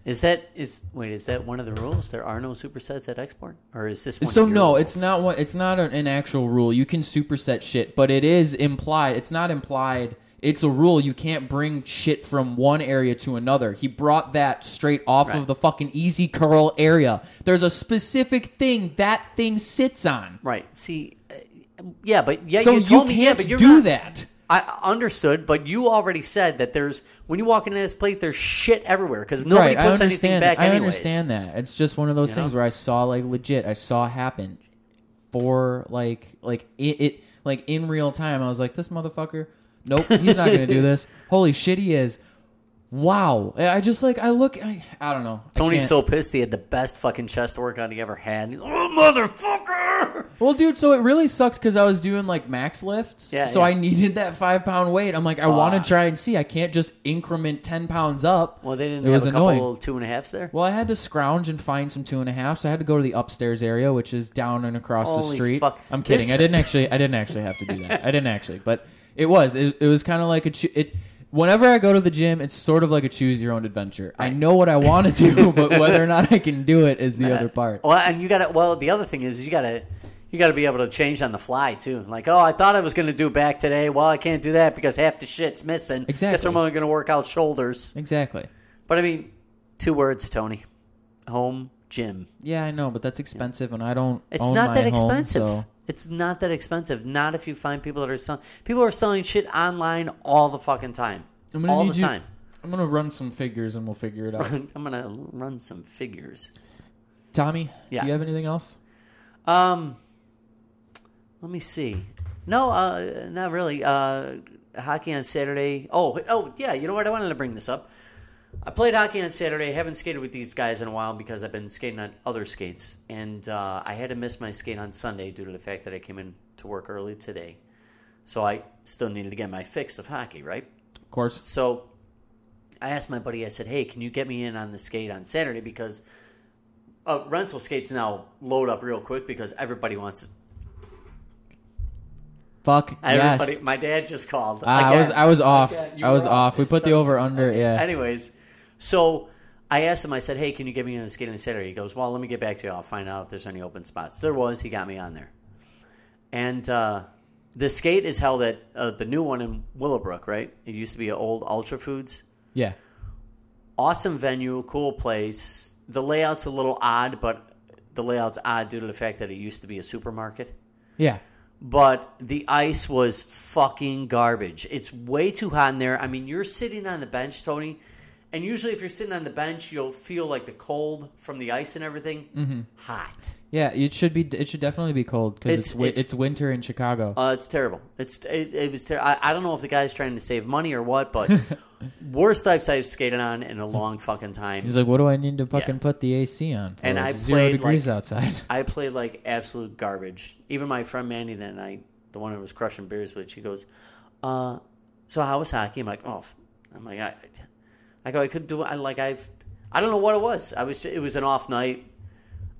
[SPEAKER 2] Is that is wait? Is that one of the rules? There are no supersets at export, or is this? One
[SPEAKER 1] So
[SPEAKER 2] of your
[SPEAKER 1] no,
[SPEAKER 2] rules?
[SPEAKER 1] it's not what it's not an, an actual rule. You can superset shit, but it is implied. It's not implied. It's a rule. You can't bring shit from one area to another. He brought that straight off
[SPEAKER 2] Right.
[SPEAKER 1] of the fucking easy curl area. There's a specific thing that thing sits on.
[SPEAKER 2] right. See, uh, yeah, but yeah,
[SPEAKER 1] so
[SPEAKER 2] you
[SPEAKER 1] you,
[SPEAKER 2] told
[SPEAKER 1] can't
[SPEAKER 2] me, yeah, but you're
[SPEAKER 1] do
[SPEAKER 2] not-
[SPEAKER 1] that.
[SPEAKER 2] I I understood, but you already said that there's when you walk into this plate, there's shit everywhere because nobody
[SPEAKER 1] right, I
[SPEAKER 2] puts anything
[SPEAKER 1] understand.
[SPEAKER 2] back.
[SPEAKER 1] I
[SPEAKER 2] anyways.
[SPEAKER 1] understand that. It's just one of those
[SPEAKER 2] You
[SPEAKER 1] things
[SPEAKER 2] know?
[SPEAKER 1] where I saw like legit. I saw happen for like like it, it like in real time. I was like, this motherfucker. Nope, he's not gonna do this. Holy shit, he is. Wow. I I just like I look. I, I don't know. I
[SPEAKER 2] Tony's
[SPEAKER 1] can't-
[SPEAKER 2] so pissed he had the best fucking chest workout he ever had. He's, oh, motherfucker!
[SPEAKER 1] Well, dude, so it really sucked because I was doing like max lifts.
[SPEAKER 2] Yeah,
[SPEAKER 1] So
[SPEAKER 2] yeah.
[SPEAKER 1] I needed that five pound weight. I'm like, I want
[SPEAKER 2] Fuck.
[SPEAKER 1] to try and see. I can't just increment ten pounds up.
[SPEAKER 2] Well, they didn't
[SPEAKER 1] It
[SPEAKER 2] have
[SPEAKER 1] was
[SPEAKER 2] a couple
[SPEAKER 1] annoying.
[SPEAKER 2] two and a halfs there.
[SPEAKER 1] Well, I had to scrounge and find some two and a half, so I had to go to the upstairs area, which is down and across the
[SPEAKER 2] Holy
[SPEAKER 1] street.
[SPEAKER 2] fuck.
[SPEAKER 1] I'm kidding.
[SPEAKER 2] This-
[SPEAKER 1] I didn't actually. I didn't actually have to do that. I didn't actually, but it was. It, it was kind of like a. Cho- it. Whenever I go to the gym, it's sort of like a choose your own adventure. I know what I want to do, but whether or not I can do it is
[SPEAKER 2] Uh,
[SPEAKER 1] the other part.
[SPEAKER 2] Well, and you got to. Well, the other thing is you got to. You got to be able to change on the fly too. Like, oh, I thought I was going to do back today. Well, I can't do that because half the shit's missing. Guess
[SPEAKER 1] Exactly.
[SPEAKER 2] I'm only going to work out shoulders.
[SPEAKER 1] Exactly.
[SPEAKER 2] But I mean, two words, Tony. Home gym.
[SPEAKER 1] Yeah, I know, but that's expensive, and I don't.
[SPEAKER 2] It's
[SPEAKER 1] own
[SPEAKER 2] not
[SPEAKER 1] my
[SPEAKER 2] that
[SPEAKER 1] home,
[SPEAKER 2] expensive.
[SPEAKER 1] so-
[SPEAKER 2] It's not that expensive. Not if you find people that are selling. People are selling shit online all the fucking time.
[SPEAKER 1] I'm gonna
[SPEAKER 2] All
[SPEAKER 1] need
[SPEAKER 2] the
[SPEAKER 1] you-
[SPEAKER 2] time.
[SPEAKER 1] I'm gonna run some figures, and we'll figure it out.
[SPEAKER 2] I'm gonna run some figures.
[SPEAKER 1] Tommy,
[SPEAKER 2] Yeah.
[SPEAKER 1] do you have anything else?
[SPEAKER 2] Um, let me see. No, uh, not really. Uh, hockey on Saturday. Oh, oh, yeah. You know what? I wanted to bring this up. I played hockey on Saturday. Haven't skated with these guys in a while because I've been skating on other skates, and uh, I had to miss my skate on Sunday due to the fact that I came in to work early today. So I still needed to get my fix of hockey, right?
[SPEAKER 1] Of course.
[SPEAKER 2] So I asked my buddy, I said, hey, can you get me in on the skate on Saturday? Because uh, rental skates now load up real quick because everybody wants.
[SPEAKER 1] Fuck
[SPEAKER 2] Everybody,
[SPEAKER 1] yes.
[SPEAKER 2] my dad just called.
[SPEAKER 1] Ah, I was
[SPEAKER 2] Again.
[SPEAKER 1] I was off.
[SPEAKER 2] Yeah, you
[SPEAKER 1] I was
[SPEAKER 2] were
[SPEAKER 1] off. We
[SPEAKER 2] It
[SPEAKER 1] put the
[SPEAKER 2] sucks.
[SPEAKER 1] over under. Yeah.
[SPEAKER 2] Anyways, so I asked him. I said, "Hey, can you get me on the skating Saturday?" He goes, "Well, let me get back to you. I'll find out if there's any open spots." There was. He got me on there, and uh, the skate is held at uh, the new one in Willowbrook. Right? It used to be an old Ultra Foods.
[SPEAKER 1] Yeah.
[SPEAKER 2] Awesome venue, cool place. The layout's a little odd, but the layout's odd due to the fact that it used to be a supermarket
[SPEAKER 1] Yeah.
[SPEAKER 2] but the ice was fucking garbage. It's way too hot in there. I mean, you're sitting on the bench, Tony, and usually if you're sitting on the bench, you'll feel like the cold from the ice and everything. Mm-hmm. Hot.
[SPEAKER 1] Yeah. It should be. It should definitely be cold because it's
[SPEAKER 2] It's-
[SPEAKER 1] it's, wi-
[SPEAKER 2] it's-
[SPEAKER 1] it's winter in Chicago.
[SPEAKER 2] Uh, it's terrible. It's it, it was terrible. I, I don't know if the guy's trying to save money or what, but worst I've I've skated on in a long fucking time.
[SPEAKER 1] He's like, what do I need to fucking put the AC on? For?
[SPEAKER 2] And I
[SPEAKER 1] It's zero
[SPEAKER 2] played,
[SPEAKER 1] degrees
[SPEAKER 2] like-
[SPEAKER 1] outside.
[SPEAKER 2] I played like absolute garbage. Even my friend Mandy that night, the one I was crushing beers with, she goes, uh, "So how was hockey?" I'm like, "Oh, f- I'm like, I, I go, I couldn't do it. I like, I've, I don't know what it was. I was, it was an off night.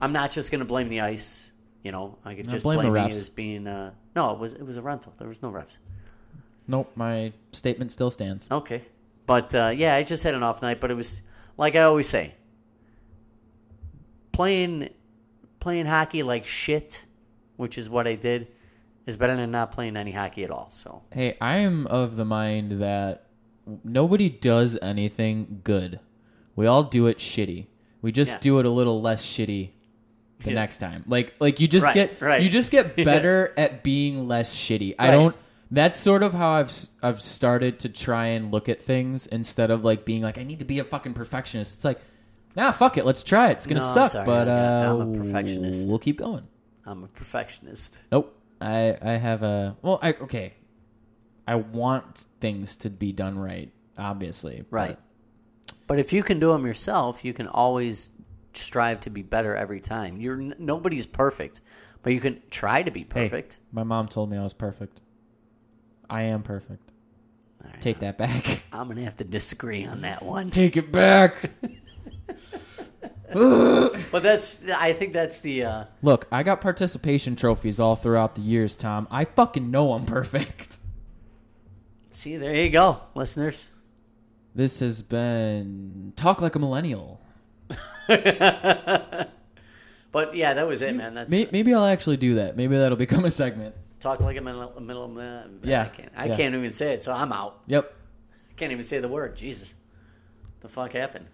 [SPEAKER 2] I'm not just gonna blame the ice. You know, I could
[SPEAKER 1] No,
[SPEAKER 2] just
[SPEAKER 1] blame the
[SPEAKER 2] blame, it
[SPEAKER 1] refs.
[SPEAKER 2] as being. Uh, no, it was it was a rental. There was no refs.
[SPEAKER 1] Nope. My statement still stands.
[SPEAKER 2] Okay, but uh, yeah, I just had an off night. But it was like I always say, playing playing hockey like shit, which is what I did, is better than not playing any hockey at all. So
[SPEAKER 1] Hey, I am of the mind that nobody does anything good. We all do it shitty. We just
[SPEAKER 2] Yeah.
[SPEAKER 1] do it a little less shitty the
[SPEAKER 2] Yeah.
[SPEAKER 1] next time. Like like you just
[SPEAKER 2] Right,
[SPEAKER 1] get
[SPEAKER 2] right.
[SPEAKER 1] you just get better at being less shitty. I
[SPEAKER 2] Right.
[SPEAKER 1] don't that's sort of how I've s- I've started to try and look at things instead of like being like I need to be a fucking perfectionist. It's like nah, fuck it, let's try it. It's gonna
[SPEAKER 2] No, I'm
[SPEAKER 1] suck,
[SPEAKER 2] sorry,
[SPEAKER 1] but
[SPEAKER 2] I'm
[SPEAKER 1] uh,
[SPEAKER 2] not- I'm a perfectionist.
[SPEAKER 1] We'll keep going.
[SPEAKER 2] I'm a perfectionist.
[SPEAKER 1] Nope. I I have a well. I okay. I want things to be done right, obviously. but-
[SPEAKER 2] Right. But if you can do them yourself, you can always strive to be better every time. You're n- nobody's perfect, but you can try to be
[SPEAKER 1] Hey,
[SPEAKER 2] perfect.
[SPEAKER 1] my mom told me I was perfect. I am perfect.
[SPEAKER 2] All right,
[SPEAKER 1] Take that back.
[SPEAKER 2] I'm gonna have to disagree on that one.
[SPEAKER 1] Take it back.
[SPEAKER 2] But that's I think that's the uh,
[SPEAKER 1] Look, I got participation trophies all throughout the years, Tom. I fucking know I'm perfect.
[SPEAKER 2] see. There you go, listeners.
[SPEAKER 1] This has been talk like a millennial.
[SPEAKER 2] But yeah, that was it, man. That's
[SPEAKER 1] May- Maybe I'll actually do that. Maybe that'll become a segment.
[SPEAKER 2] talk like a middle, a middle man.
[SPEAKER 1] Yeah,
[SPEAKER 2] I can't. I
[SPEAKER 1] yeah.
[SPEAKER 2] can't even say it, so I'm out.
[SPEAKER 1] Yep.
[SPEAKER 2] I can't even say the word. Jesus, the fuck happened?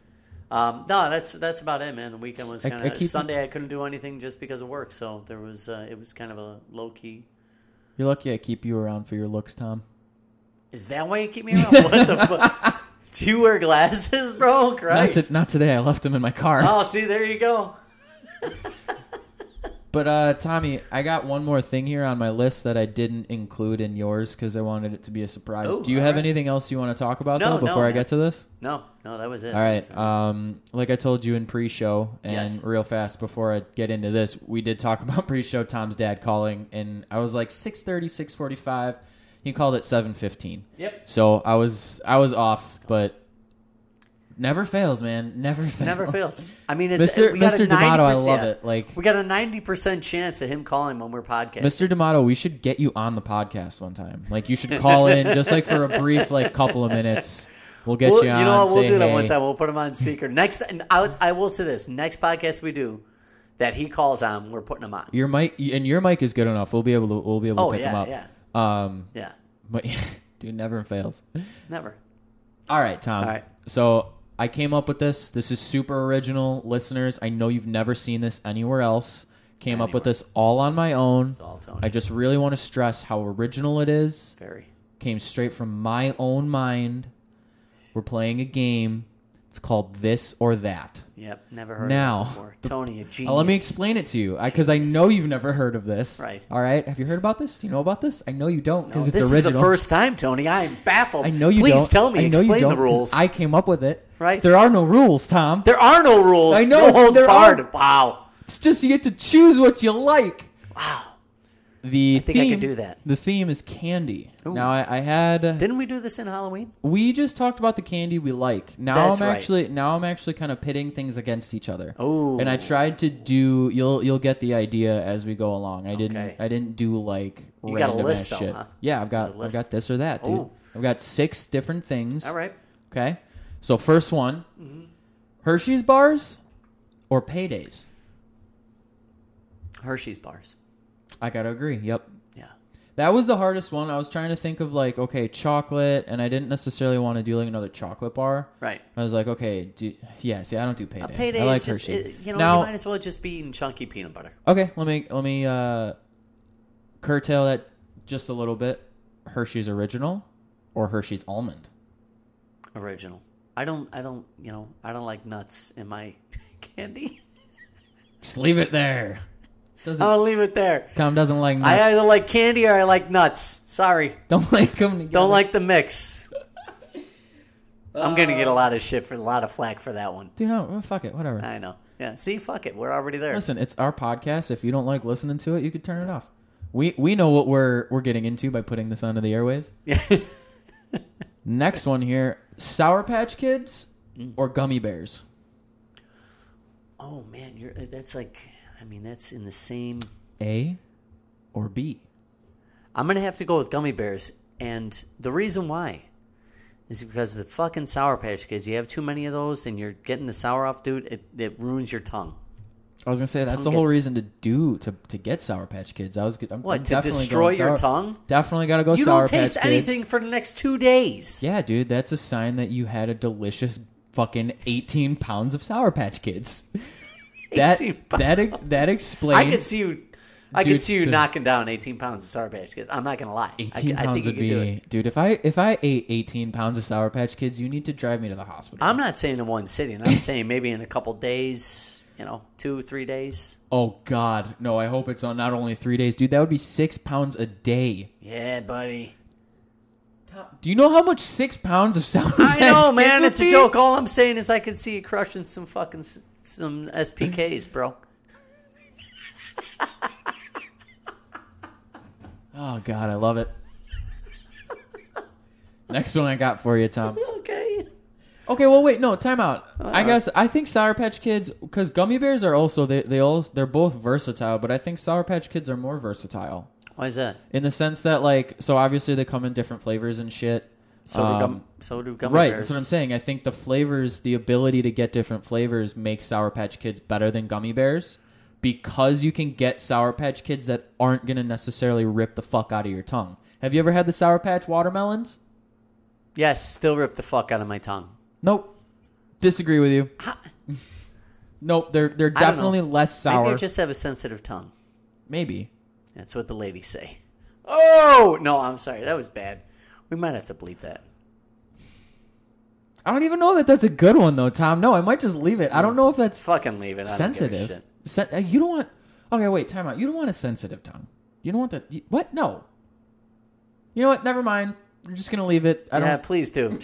[SPEAKER 2] Um, no, that's that's about it, man. The weekend was
[SPEAKER 1] I- I
[SPEAKER 2] kind of
[SPEAKER 1] keep-
[SPEAKER 2] Sunday. I couldn't do anything just because of work, so there was uh, it was kind of a low key.
[SPEAKER 1] You're lucky I keep you around for your looks, Tom.
[SPEAKER 2] Is that why you keep me around? What the fuck? Do you wear glasses, bro?
[SPEAKER 1] Not,
[SPEAKER 2] Christ.
[SPEAKER 1] to- not today. I left them in my car.
[SPEAKER 2] oh, see, there you go.
[SPEAKER 1] But uh, Tommy, I got one more thing here on my list that I didn't include in yours because I wanted it to be a surprise.
[SPEAKER 2] Ooh,
[SPEAKER 1] Do you have
[SPEAKER 2] alright.
[SPEAKER 1] anything else you want to talk about
[SPEAKER 2] No,
[SPEAKER 1] though
[SPEAKER 2] no,
[SPEAKER 1] before I
[SPEAKER 2] man.
[SPEAKER 1] get to this?
[SPEAKER 2] No, no, that was it.
[SPEAKER 1] All right. Um, like I told you in pre-show and
[SPEAKER 2] Yes.
[SPEAKER 1] real fast before I get into this, we did talk about pre-show Tom's dad calling, and I was like 6:30, 6:45. He called at 7:15.
[SPEAKER 2] Yep.
[SPEAKER 1] So I was I was off, but never fails, man. Never fails.
[SPEAKER 2] Never fails. I mean, it's
[SPEAKER 1] Mr.
[SPEAKER 2] we got a
[SPEAKER 1] Mr. D'Amato, I
[SPEAKER 2] 90%
[SPEAKER 1] love it. Like
[SPEAKER 2] We got a ninety percent chance of him calling when we're podcasting.
[SPEAKER 1] Mr. D'Amato, we should get you on the podcast one time. Like you should call in just like for a brief like couple of minutes. We'll get
[SPEAKER 2] We'll-
[SPEAKER 1] you on.
[SPEAKER 2] know what? We'll
[SPEAKER 1] say
[SPEAKER 2] do that one
[SPEAKER 1] hey.
[SPEAKER 2] time. We'll put him on speaker next. And I, I will say this: next podcast we do that he calls on, we're putting him on.
[SPEAKER 1] Your mic and your mic is good enough. We'll be able to we'll be able to
[SPEAKER 2] Oh
[SPEAKER 1] pick
[SPEAKER 2] yeah,
[SPEAKER 1] him up.
[SPEAKER 2] yeah,
[SPEAKER 1] Um
[SPEAKER 2] yeah.
[SPEAKER 1] but dude never fails.
[SPEAKER 2] Never.
[SPEAKER 1] All right, Tom.
[SPEAKER 2] All right.
[SPEAKER 1] So I came up with this. This is super original. Listeners, I know you've never seen this anywhere else. Came up with
[SPEAKER 2] Anywhere.
[SPEAKER 1] this all on my own.
[SPEAKER 2] It's all Tony.
[SPEAKER 1] I just really want to stress how original it is.
[SPEAKER 2] Very.
[SPEAKER 1] came straight from my own mind. We're playing a game. It's called This or That.
[SPEAKER 2] Yep. Never heard.
[SPEAKER 1] Now-
[SPEAKER 2] of him before. Tony, a genius.
[SPEAKER 1] Now, let me explain it to you because I know you've never heard of this.
[SPEAKER 2] Right.
[SPEAKER 1] All right. Have you heard about this? Do you know about this? I know you don't
[SPEAKER 2] No,
[SPEAKER 1] because
[SPEAKER 2] Oh, this
[SPEAKER 1] it's
[SPEAKER 2] is the
[SPEAKER 1] original.
[SPEAKER 2] first time, Tony. I am baffled.
[SPEAKER 1] I know you
[SPEAKER 2] Please
[SPEAKER 1] don't.
[SPEAKER 2] tell me.
[SPEAKER 1] I know
[SPEAKER 2] explain
[SPEAKER 1] you don't
[SPEAKER 2] the
[SPEAKER 1] 'cause
[SPEAKER 2] rules.
[SPEAKER 1] I came up with it.
[SPEAKER 2] Right.
[SPEAKER 1] There are no rules, Tom.
[SPEAKER 2] there are no rules.
[SPEAKER 1] I know,
[SPEAKER 2] No holds
[SPEAKER 1] there
[SPEAKER 2] barred. Wow.
[SPEAKER 1] It's just you get to choose what you like.
[SPEAKER 2] Wow.
[SPEAKER 1] The
[SPEAKER 2] I think I
[SPEAKER 1] theme,
[SPEAKER 2] could do that.
[SPEAKER 1] The theme is candy.
[SPEAKER 2] Ooh.
[SPEAKER 1] Now I, I had
[SPEAKER 2] Didn't we do this in Halloween?
[SPEAKER 1] we just talked about the candy we like. Now
[SPEAKER 2] That's
[SPEAKER 1] I'm
[SPEAKER 2] right.
[SPEAKER 1] actually now I'm actually kind of pitting things against each other.
[SPEAKER 2] Oh.
[SPEAKER 1] and I tried to do. You'll you'll get the idea as we go along. I didn't
[SPEAKER 2] Okay.
[SPEAKER 1] I didn't do like
[SPEAKER 2] You got a
[SPEAKER 1] random
[SPEAKER 2] list, though,
[SPEAKER 1] ass shit.
[SPEAKER 2] huh?
[SPEAKER 1] Yeah, I've
[SPEAKER 2] There's
[SPEAKER 1] got
[SPEAKER 2] a
[SPEAKER 1] I've
[SPEAKER 2] list.
[SPEAKER 1] got this or that, dude.
[SPEAKER 2] Ooh.
[SPEAKER 1] I've got six different things.
[SPEAKER 2] All right. Mm-hmm.
[SPEAKER 1] Okay. So first one, Hershey's bars or paydays.
[SPEAKER 2] Hershey's bars.
[SPEAKER 1] I gotta agree. Yep.
[SPEAKER 2] Yeah.
[SPEAKER 1] That was the hardest one. I was trying to think of like, okay, chocolate, and I didn't necessarily want to do like another chocolate bar.
[SPEAKER 2] Right.
[SPEAKER 1] I was like, okay, do, yeah. See, I don't do payday.
[SPEAKER 2] A payday
[SPEAKER 1] I like
[SPEAKER 2] is just,
[SPEAKER 1] Hershey.
[SPEAKER 2] it- you know,
[SPEAKER 1] Now-
[SPEAKER 2] you might as well just be eating chunky peanut butter.
[SPEAKER 1] Okay, let me let me uh, curtail that just a little bit. Hershey's original or Hershey's almond?
[SPEAKER 2] Original. I don't, I don't, you know, I don't like nuts in my candy.
[SPEAKER 1] Just leave it there. Doesn't,
[SPEAKER 2] I'll leave it there.
[SPEAKER 1] Tom doesn't like nuts.
[SPEAKER 2] Oh, I either like candy or I like nuts. Sorry.
[SPEAKER 1] don't like them. Together.
[SPEAKER 2] Don't like the mix. I'm going to
[SPEAKER 1] Uh.
[SPEAKER 2] get a lot of shit for a lot of flack for that one.
[SPEAKER 1] Dude, no, well, fuck it. Whatever.
[SPEAKER 2] I know. Yeah. See, fuck it. We're already there.
[SPEAKER 1] Listen, it's our podcast. If you don't like listening to it, you could turn it off. We we know what we're we're getting into by putting this onto the airwaves. Next one here: Sour Patch Kids
[SPEAKER 2] Mm.
[SPEAKER 1] or gummy bears?
[SPEAKER 2] oh, man. You're, that's like, I mean, that's in the same.
[SPEAKER 1] A or B?
[SPEAKER 2] I'm gonna have to go with gummy bears, and the reason why is because the fucking sour patch kids. You have too many of those, and you're getting the sour off, dude. It, it ruins your tongue.
[SPEAKER 1] I was gonna say that's
[SPEAKER 2] Tongue
[SPEAKER 1] the whole
[SPEAKER 2] gets-
[SPEAKER 1] reason to do to to get Sour Patch Kids. I was good. I'm,
[SPEAKER 2] What
[SPEAKER 1] I'm
[SPEAKER 2] to
[SPEAKER 1] definitely
[SPEAKER 2] destroy
[SPEAKER 1] going sour-
[SPEAKER 2] your tongue?
[SPEAKER 1] Definitely gotta go
[SPEAKER 2] You
[SPEAKER 1] Sour
[SPEAKER 2] don't taste
[SPEAKER 1] Patch Kids.
[SPEAKER 2] anything for the next two days.
[SPEAKER 1] Yeah, dude, that's a sign that you had a delicious fucking 18 pounds of Sour Patch Kids. That
[SPEAKER 2] 18
[SPEAKER 1] that ex- that explains.
[SPEAKER 2] I could see you. I
[SPEAKER 1] Dude,
[SPEAKER 2] could see you
[SPEAKER 1] the-
[SPEAKER 2] knocking down 18 pounds of sour patch kids. I'm not gonna lie. I c-
[SPEAKER 1] 18
[SPEAKER 2] I,
[SPEAKER 1] pounds
[SPEAKER 2] think you
[SPEAKER 1] would
[SPEAKER 2] could do it.
[SPEAKER 1] be dude if i if i ate 18 pounds of sour patch kids you need to drive me to the hospital
[SPEAKER 2] I'm not saying in one sitting. I'm saying maybe in a couple days. You know, two, three days.
[SPEAKER 1] oh god no i hope it's on not only three days dude that would be six pounds a day
[SPEAKER 2] Yeah, buddy.
[SPEAKER 1] do you know how much six pounds of sour
[SPEAKER 2] I
[SPEAKER 1] patch
[SPEAKER 2] know,
[SPEAKER 1] Kids
[SPEAKER 2] man.
[SPEAKER 1] would
[SPEAKER 2] It's a
[SPEAKER 1] be?
[SPEAKER 2] joke. All I'm saying is I could see you crushing some fucking s- some SPKs, bro.
[SPEAKER 1] oh god i love it next one i got for you tom
[SPEAKER 2] Okay.
[SPEAKER 1] okay well wait no time out i guess i think sour patch kids because gummy bears are also they, they all they're both versatile but i think sour patch kids are more versatile
[SPEAKER 2] Why is that?
[SPEAKER 1] in the sense that like so obviously they come in different flavors and shit
[SPEAKER 2] So do
[SPEAKER 1] Um,
[SPEAKER 2] gum. So do gummy
[SPEAKER 1] right
[SPEAKER 2] bears.
[SPEAKER 1] that's what i'm saying i think the flavors the ability to get different flavors makes sour patch kids better than gummy bears because you can get sour patch kids that aren't going to necessarily rip the fuck out of your tongue have you ever had the sour patch watermelons
[SPEAKER 2] Yes, still rip the fuck out of my tongue.
[SPEAKER 1] nope disagree with you
[SPEAKER 2] Ha-
[SPEAKER 1] nope they're they're
[SPEAKER 2] I don't
[SPEAKER 1] definitely
[SPEAKER 2] know.
[SPEAKER 1] less
[SPEAKER 2] Maybe
[SPEAKER 1] sour
[SPEAKER 2] you just have a sensitive tongue.
[SPEAKER 1] maybe
[SPEAKER 2] That's what the ladies say. Oh no, I'm sorry. That was bad. We might have to bleep that.
[SPEAKER 1] i don't even know that that's a good one though tom no i might just leave it i don't know if that's
[SPEAKER 2] Fucking leave it. I don't give a
[SPEAKER 1] sensitive.
[SPEAKER 2] shit.
[SPEAKER 1] Sen- uh, you don't want. Okay, wait, time out. You don't want a sensitive tongue. You don't want the you- what? No. You know what? Never mind. We're just gonna leave it. I
[SPEAKER 2] yeah,
[SPEAKER 1] don't.
[SPEAKER 2] please do.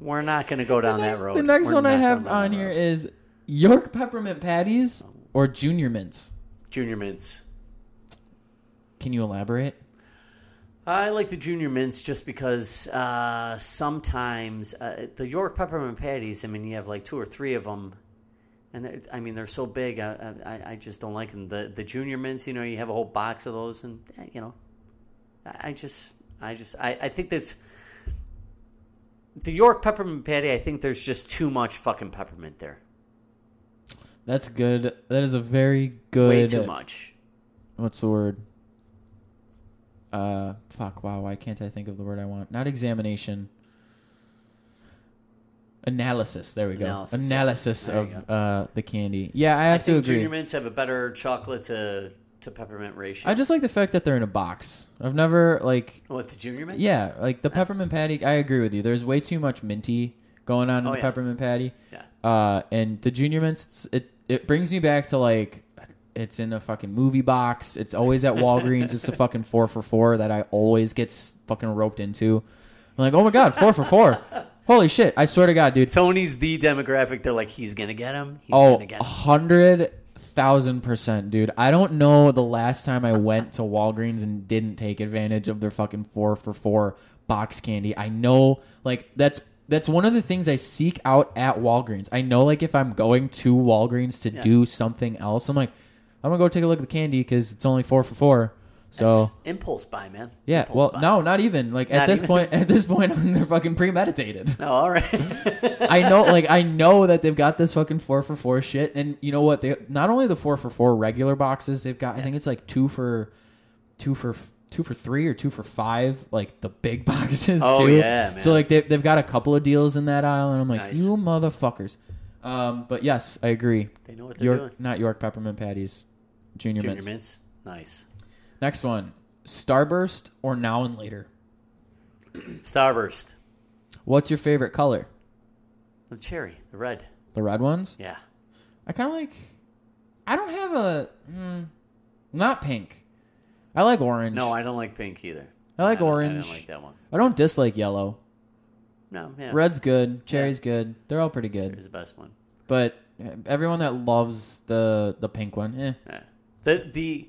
[SPEAKER 2] We're not going to go down
[SPEAKER 1] the next,
[SPEAKER 2] that road.
[SPEAKER 1] the next
[SPEAKER 2] We're
[SPEAKER 1] one I
[SPEAKER 2] not
[SPEAKER 1] have
[SPEAKER 2] going down
[SPEAKER 1] on
[SPEAKER 2] that
[SPEAKER 1] here
[SPEAKER 2] road.
[SPEAKER 1] is York peppermint patties or Junior mints.
[SPEAKER 2] junior mints.
[SPEAKER 1] Can you elaborate?
[SPEAKER 2] I like the junior mints just because uh, sometimes uh, the York peppermint patties. I mean, you have like two or three of them, and they're- I mean they're so big. I, I I just don't like them. The the junior mints, you know, you have a whole box of those, and eh, you know, I, I just I just I, I think that's the York peppermint patty. I think there's just too much fucking peppermint there.
[SPEAKER 1] That's good. That is a very good.
[SPEAKER 2] Way too much.
[SPEAKER 1] What's the word? Uh, fuck. Wow. Why can't I think of the word I want? Not examination. Analysis. There we go.
[SPEAKER 2] Analysis, yeah.
[SPEAKER 1] Analysis,
[SPEAKER 2] There you
[SPEAKER 1] of uh, the candy. Yeah, I have
[SPEAKER 2] I
[SPEAKER 1] to
[SPEAKER 2] think
[SPEAKER 1] agree.
[SPEAKER 2] junior mints have a better chocolate to to peppermint ratio.
[SPEAKER 1] I just like the fact that they're in a box. I've never like.
[SPEAKER 2] what the junior mints?
[SPEAKER 1] Yeah, like
[SPEAKER 2] Uh,
[SPEAKER 1] the peppermint patty. I agree with you. There's way too much minty going on in
[SPEAKER 2] Oh,
[SPEAKER 1] the
[SPEAKER 2] yeah.
[SPEAKER 1] peppermint patty.
[SPEAKER 2] Yeah.
[SPEAKER 1] Uh, and the junior mints, it's- it it brings me back to like, it's in a fucking movie box. It's always at Walgreens. it's a fucking four for four that I always get s- fucking roped into. I'm like, oh my god, four for four. Holy shit! I swear to God, dude.
[SPEAKER 2] Tony's the demographic. They're like, he's gonna get him. He's
[SPEAKER 1] Oh,
[SPEAKER 2] gonna get him.
[SPEAKER 1] hundred thousand thousand percent, dude. I don't know the last time I went to Walgreens and didn't take advantage of their fucking four for four box candy. I know, like that's that's one of the things I seek out at Walgreens. I know, like if I'm going to Walgreens to
[SPEAKER 2] Yeah.
[SPEAKER 1] do something else, I'm like, I'm gonna go take a look at the candy because it's only four for four. oh, So
[SPEAKER 2] That's impulse buy, man.
[SPEAKER 1] yeah,
[SPEAKER 2] Impulse
[SPEAKER 1] well,
[SPEAKER 2] buy.
[SPEAKER 1] no, not even. Like at
[SPEAKER 2] Not
[SPEAKER 1] this
[SPEAKER 2] even.
[SPEAKER 1] point, at this point, they're fucking premeditated.
[SPEAKER 2] No, all right.
[SPEAKER 1] I know, like I know that they've got this fucking four for four shit, and you know what? They not only the four for four regular boxes they've got. I think it's like two for, two for two for three or two for five, like the big boxes.
[SPEAKER 2] Oh,
[SPEAKER 1] too.
[SPEAKER 2] yeah, man.
[SPEAKER 1] So like they they've got a couple of deals in that aisle, and I'm like,
[SPEAKER 2] Nice.
[SPEAKER 1] you motherfuckers. Um, but yes, I agree.
[SPEAKER 2] They know what they're doing.
[SPEAKER 1] York, not York peppermint patties, junior,
[SPEAKER 2] Junior
[SPEAKER 1] mints.
[SPEAKER 2] mints. Nice.
[SPEAKER 1] Next one, Starburst or now and later.
[SPEAKER 2] Starburst.
[SPEAKER 1] What's your favorite color?
[SPEAKER 2] The cherry. The red.
[SPEAKER 1] The red ones.
[SPEAKER 2] Yeah.
[SPEAKER 1] I kind of like. I don't have a. Mm, not pink. I like orange.
[SPEAKER 2] No, I don't like pink either.
[SPEAKER 1] I like
[SPEAKER 2] don't- I
[SPEAKER 1] orange.
[SPEAKER 2] don't like that one.
[SPEAKER 1] I don't dislike yellow.
[SPEAKER 2] No, yeah.
[SPEAKER 1] Red's good. Cherry's good. They're all pretty good.
[SPEAKER 2] is the best one.
[SPEAKER 1] But everyone that loves the the pink one, eh.
[SPEAKER 2] Yeah. The the